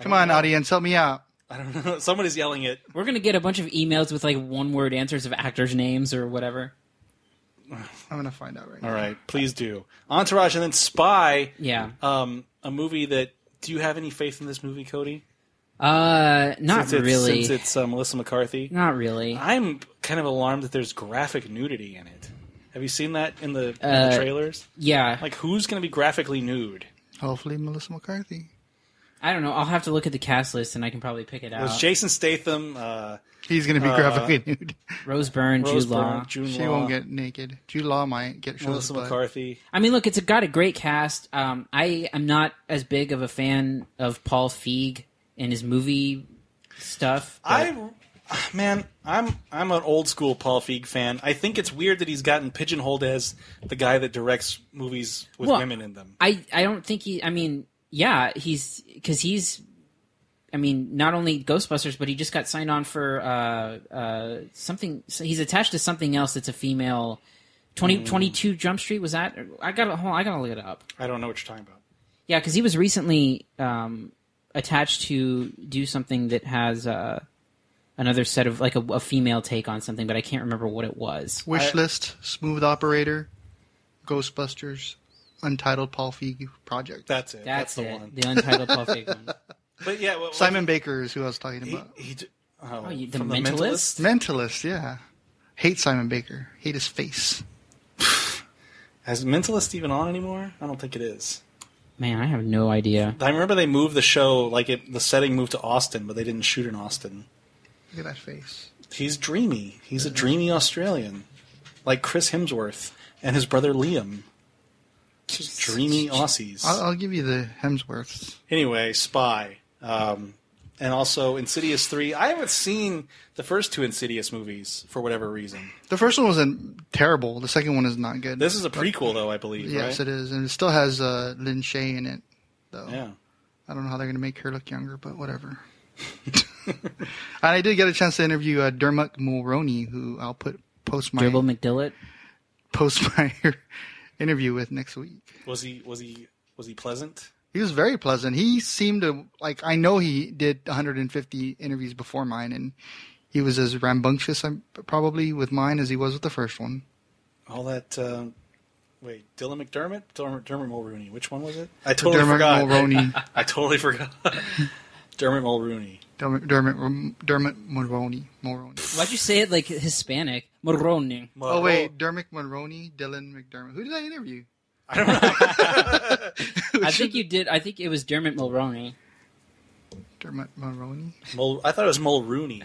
Speaker 2: Come on, audience, help me out.
Speaker 1: I don't know. Somebody's yelling it.
Speaker 3: We're gonna get a bunch of emails with like one word answers of actors' names or whatever.
Speaker 2: I'm gonna find out right now.
Speaker 1: All right, please do. Entourage and then Spy.
Speaker 3: Yeah.
Speaker 1: Um, a movie that. Do you have any faith in this movie, Cody?
Speaker 3: Uh, not
Speaker 1: Since it's,
Speaker 3: really.
Speaker 1: Since it's uh, Melissa McCarthy.
Speaker 3: not really.
Speaker 1: I'm kind of alarmed that there's graphic nudity in it. Have you seen that in the, in
Speaker 3: Uh,
Speaker 1: the trailers?
Speaker 3: Yeah.
Speaker 1: Like, who's going to be graphically nude?
Speaker 2: Hopefully, Melissa McCarthy.
Speaker 3: I don't know. I'll have to look at the cast list and I can probably pick it
Speaker 1: It was
Speaker 3: out.
Speaker 1: Jason Statham, uh,
Speaker 2: He's gonna be
Speaker 1: Uh,
Speaker 2: graphically nude.
Speaker 3: Rose Byrne,
Speaker 1: Rose
Speaker 3: Jude Law.
Speaker 1: Byrne, June
Speaker 2: She
Speaker 1: Law,
Speaker 2: won't get naked. Jude Law might get shown.
Speaker 1: Melissa McCarthy.
Speaker 3: I mean, look, it's got a great cast. Um, I am not as big of a fan of Paul Feig and his movie stuff. but-
Speaker 1: I ah, man, I'm I'm an old school Paul Feig fan. I think it's weird that he's gotten pigeonholed as the guy that directs movies with
Speaker 3: Well,
Speaker 1: women in them.
Speaker 3: I I don't think he. I mean, yeah, he's because he's. I mean, not only Ghostbusters, but he just got signed on for uh, uh, something. So he's attached to something else that's a female. 20,
Speaker 1: Mm.
Speaker 3: 22 Jump Street was that? I got to hold. on, I got to look it up.
Speaker 1: I don't know what you're talking about.
Speaker 3: Yeah, because he was recently um, attached to do something that has uh, another set of like a, a female take on something, but I can't remember what it was.
Speaker 2: Wish list, Smooth Operator, Ghostbusters, Untitled Paul Feig project.
Speaker 1: That's it.
Speaker 3: That's,
Speaker 1: That's, the
Speaker 3: it,
Speaker 1: one. *laughs*
Speaker 3: the untitled Paul Feig one.
Speaker 1: But yeah, well,
Speaker 2: Simon Baker is who I was talking
Speaker 1: he,
Speaker 2: about.
Speaker 1: he d- Oh,
Speaker 3: you- the
Speaker 1: from
Speaker 3: Mentalist?
Speaker 2: Mentalist, yeah. Hate Simon Baker. Hate his face.
Speaker 1: Has Mentalist even on anymore? I don't think it is.
Speaker 3: Man, I have no idea.
Speaker 1: I remember they moved the show like it. The setting moved to Austin, but they didn't shoot in Austin.
Speaker 2: Look at that face.
Speaker 1: He's dreamy. He's a dreamy Australian, like Chris Hemsworth and his brother Liam. Just dreamy Aussies.
Speaker 2: I'll, I'll give you the Hemsworths.
Speaker 1: Anyway, Spy, um, and also Insidious Three. I haven't seen the first two Insidious movies for whatever reason.
Speaker 2: The first one wasn't terrible. The second one is not good.
Speaker 1: This is a
Speaker 2: But-
Speaker 1: prequel, though I believe.
Speaker 2: Yes,
Speaker 1: right?
Speaker 2: it is, and it still has uh, Lin Shay in it. Though
Speaker 1: Yeah.
Speaker 2: I don't know how they're going to make her look younger,
Speaker 1: *laughs*
Speaker 2: but whatever. and I did get a chance to interview uh, Dermot Mulroney, who I'll put post my
Speaker 3: Dribble McDillett.
Speaker 2: post *laughs* my interview with next week.
Speaker 1: Was he? Was he? Was he pleasant?
Speaker 2: He was very pleasant. He seemed to like. I know he did 150 interviews before mine, and he was as rambunctious um, probably with mine as he was with the first one.
Speaker 1: All that. Uh, wait, Dylan McDermott, Dermot, Dermot Mulrooney. Which one was it? I totally
Speaker 2: Dermot
Speaker 1: forgot. *laughs*
Speaker 2: Mulroney.
Speaker 1: I totally forgot. Dermot Mulrooney.
Speaker 2: Dermot Dermot, Dermot Mulroney. Mulroney.
Speaker 3: Why'd you say it like Hispanic? Moroni.
Speaker 2: Oh wait, Dermot Mulroney, Dylan McDermott. Who did I interview?
Speaker 3: I think you did. I think it was Dermot Mulroney.
Speaker 2: Dermot Mulroney.
Speaker 1: Mul- I thought it was Mulrooney.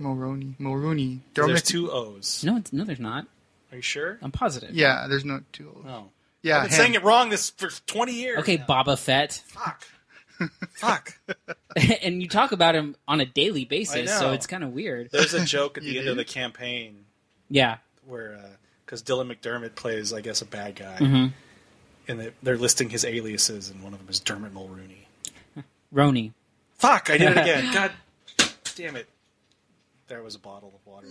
Speaker 2: Mulroney. Mulroney.
Speaker 1: There's
Speaker 2: Dermot.
Speaker 1: two O's.
Speaker 3: No, it's- no, there's not.
Speaker 1: Are you sure?
Speaker 3: I'm positive.
Speaker 2: Yeah, there's no two. O's.
Speaker 1: No. Oh.
Speaker 2: Yeah,
Speaker 1: I've been
Speaker 2: him.
Speaker 1: saying it wrong this for 20 years.
Speaker 3: Okay, Boba Fett. *laughs*
Speaker 1: Fuck. Fuck.
Speaker 3: and you talk about him on a daily
Speaker 1: I
Speaker 3: basis,
Speaker 1: know.
Speaker 3: so it's kind of weird.
Speaker 1: There's a joke at the end of the campaign
Speaker 3: yeah.
Speaker 1: where because Dylan McDermott plays, I guess, a bad guy,
Speaker 2: Mm-hmm.
Speaker 3: Mhm.
Speaker 1: and they, they're listing his aliases, and one of them is Dermot Mulrooney.
Speaker 3: Roni.
Speaker 1: Fuck! I did
Speaker 2: *laughs*
Speaker 1: it again. God damn it! There was a bottle of water.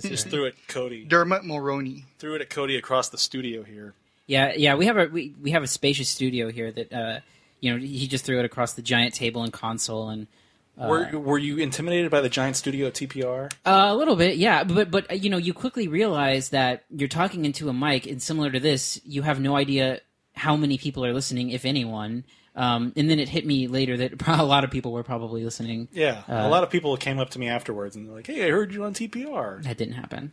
Speaker 1: Just *laughs* threw it, Cody.
Speaker 2: Dermot Mulroney.
Speaker 1: Threw it at Cody across the studio here.
Speaker 3: Yeah, yeah. We have a we, we have a spacious studio here that uh, you know he just threw it across the giant table and console and uh,
Speaker 1: were Were you intimidated by the giant studio at TPR?
Speaker 3: Uh, a little bit, yeah, but but uh, you know, you quickly realize that you're talking into a mic, and similar to this, you have no idea how many people are listening, if anyone. Um, and then it hit me later that *laughs* a lot of people were probably listening.
Speaker 1: Yeah,
Speaker 3: Uh,
Speaker 1: a lot of people came up to me afterwards and they're like, "Hey, I heard you on TPR."
Speaker 3: that didn't happen.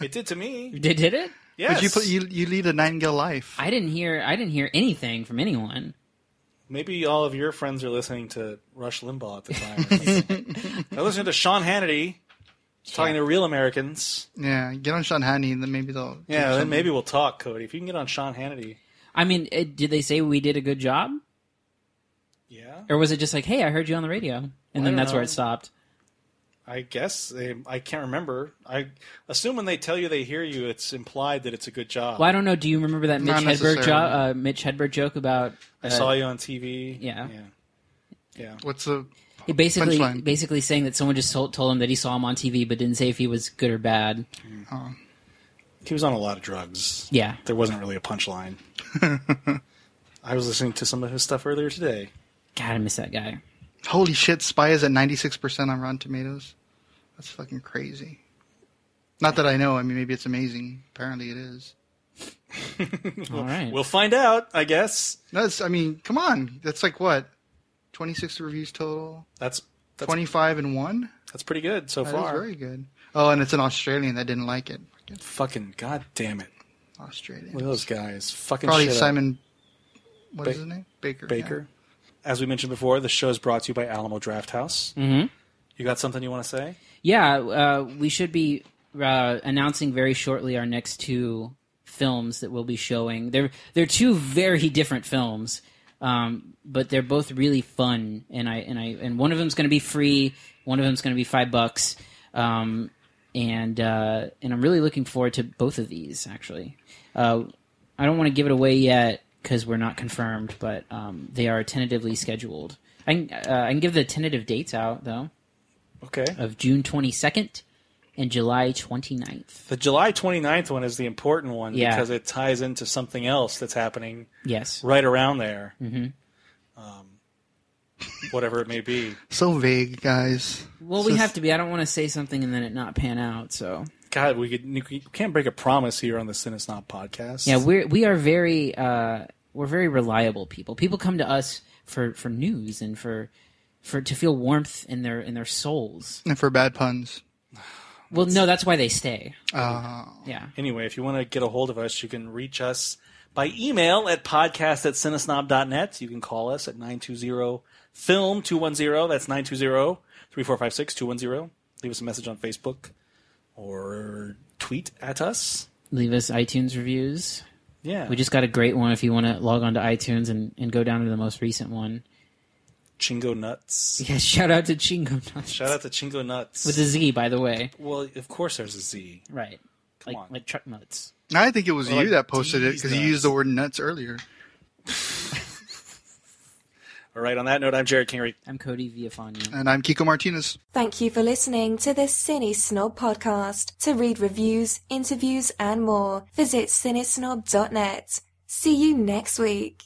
Speaker 1: It did to me.
Speaker 3: Did did it?
Speaker 1: Yes.
Speaker 2: But you put you you lead a nightingale life.
Speaker 3: I didn't hear. I didn't hear anything from anyone.
Speaker 1: Maybe all of your friends are listening to Rush Limbaugh at the time. *laughs* I listened to Sean Hannity talking to real Americans.
Speaker 2: Yeah, get on Sean Hannity, and then maybe they'll. do
Speaker 1: *laughs* Yeah, then
Speaker 2: something.
Speaker 1: maybe we'll talk, Cody. If you can get on Sean Hannity,
Speaker 3: I mean, uh did they say we did a good job,
Speaker 1: yeah,
Speaker 3: or was it just like, "Hey, I heard you on the radio," and then
Speaker 1: don't
Speaker 3: that's where
Speaker 1: know.
Speaker 3: it stopped?
Speaker 1: I guess they, I can't remember. I assume when they tell you they hear you, it's implied that it's a good job.
Speaker 3: Well, I don't know. Do you remember that Mitch
Speaker 2: Not
Speaker 3: Hedberg, jo-
Speaker 2: necessarily.
Speaker 3: uh, Mitch Hedberg joke about?
Speaker 1: I
Speaker 3: uh,
Speaker 1: saw you on TV.
Speaker 3: yeah.
Speaker 1: yeah, yeah.
Speaker 2: What's the
Speaker 3: He basically
Speaker 2: Punchline.
Speaker 3: basically saying that someone just told, told him that he saw him on TV, but didn't say if he was good or bad.
Speaker 1: He was on a lot of drugs.
Speaker 3: Yeah,
Speaker 1: There wasn't really a *laughs* punchline. I was listening to some of his stuff earlier today.
Speaker 3: God, I miss that guy.
Speaker 2: holy shit? Spy is at ninety six percent on Rotten Tomatoes. That's fucking crazy. Not that I know. I mean, maybe it's amazing. Apparently, it is.
Speaker 3: All right,
Speaker 1: We'll find out, I guess.
Speaker 2: No, it's, I mean, come on. That's like what, twenty six reviews total,
Speaker 1: That's that's,
Speaker 2: twenty five and one.
Speaker 1: that's pretty good so
Speaker 2: That is
Speaker 1: far.
Speaker 2: very good. Oh, and it's an Australian that didn't like it. Fucking
Speaker 1: Fucking goddamn it! Look at
Speaker 2: Australian.
Speaker 1: those guys. Fucking
Speaker 2: Probably
Speaker 1: shit up.
Speaker 2: Simon. What is
Speaker 1: Ba-
Speaker 2: his name? Baker. yeah.
Speaker 1: Baker. As we mentioned before, the show is brought to you by Alamo Draft House.
Speaker 3: Mhm.
Speaker 1: You got something you want to say?
Speaker 3: yeah, uh, we should be uh, announcing very shortly our next two films that we'll be showing. They're they're two very different films, um, but they're both really fun. And I and I and one of them's going to be free. One of them's going to be five bucks. Um, and uh, and I'm really looking forward to both of these. Actually, uh, I don't want to give it away yet because we're not confirmed, but um, they are tentatively scheduled. I can, uh, I can give the tentative dates out though
Speaker 1: Okay.
Speaker 3: of June 22nd and July 29th.
Speaker 1: The July 29th one is the important one
Speaker 3: Yeah.
Speaker 1: because it ties into something else that's happening
Speaker 3: Yes.
Speaker 1: right around there. Mm-hmm. Um, whatever it may be.
Speaker 2: So vague, guys.
Speaker 3: Well, we have to be. I don't want to say something and then it not pan out. So
Speaker 1: God, we, could, we can't break a promise here on the Sin It's Not podcast.
Speaker 3: yeah, we're we are very uh, we're very reliable people. People come to us for for news and for for to feel warmth in their in their souls.
Speaker 2: And for bad puns.
Speaker 3: Well, no, that's why they stay.
Speaker 2: Uh,
Speaker 3: yeah.
Speaker 1: Anyway, if you want to get a hold of us, you can reach us by email at podcast at cinesnob.net. You can call us at 920-FILM-210. That's 920-3456-210. Leave us a message on Facebook or tweet at us.
Speaker 3: Leave us iTunes reviews.
Speaker 1: Yeah.
Speaker 3: We just got a great one if you want to log on to iTunes and, and go down to the most recent one.
Speaker 1: Chingo Nuts.
Speaker 3: *laughs* Yeah, shout out to Chingo *laughs* Nuts.
Speaker 1: Shout out to Chingo Nuts.
Speaker 3: With a Z, by the way.
Speaker 1: Well, of course there's a Z.
Speaker 3: Right. like, like truck nuts.
Speaker 2: I think it was
Speaker 1: Or
Speaker 2: you
Speaker 1: like
Speaker 2: that posted it
Speaker 1: D's
Speaker 2: because you
Speaker 1: nuts.
Speaker 2: used the word nuts earlier.
Speaker 1: All right, on that note, I'm Jared Kingery.
Speaker 3: I'm Cody Viafania.
Speaker 2: And I'm Kiko Martinez.
Speaker 5: Thank you for listening to the Cine Snob podcast. To read reviews, interviews, and more, visit cinesnob.net. See you next week.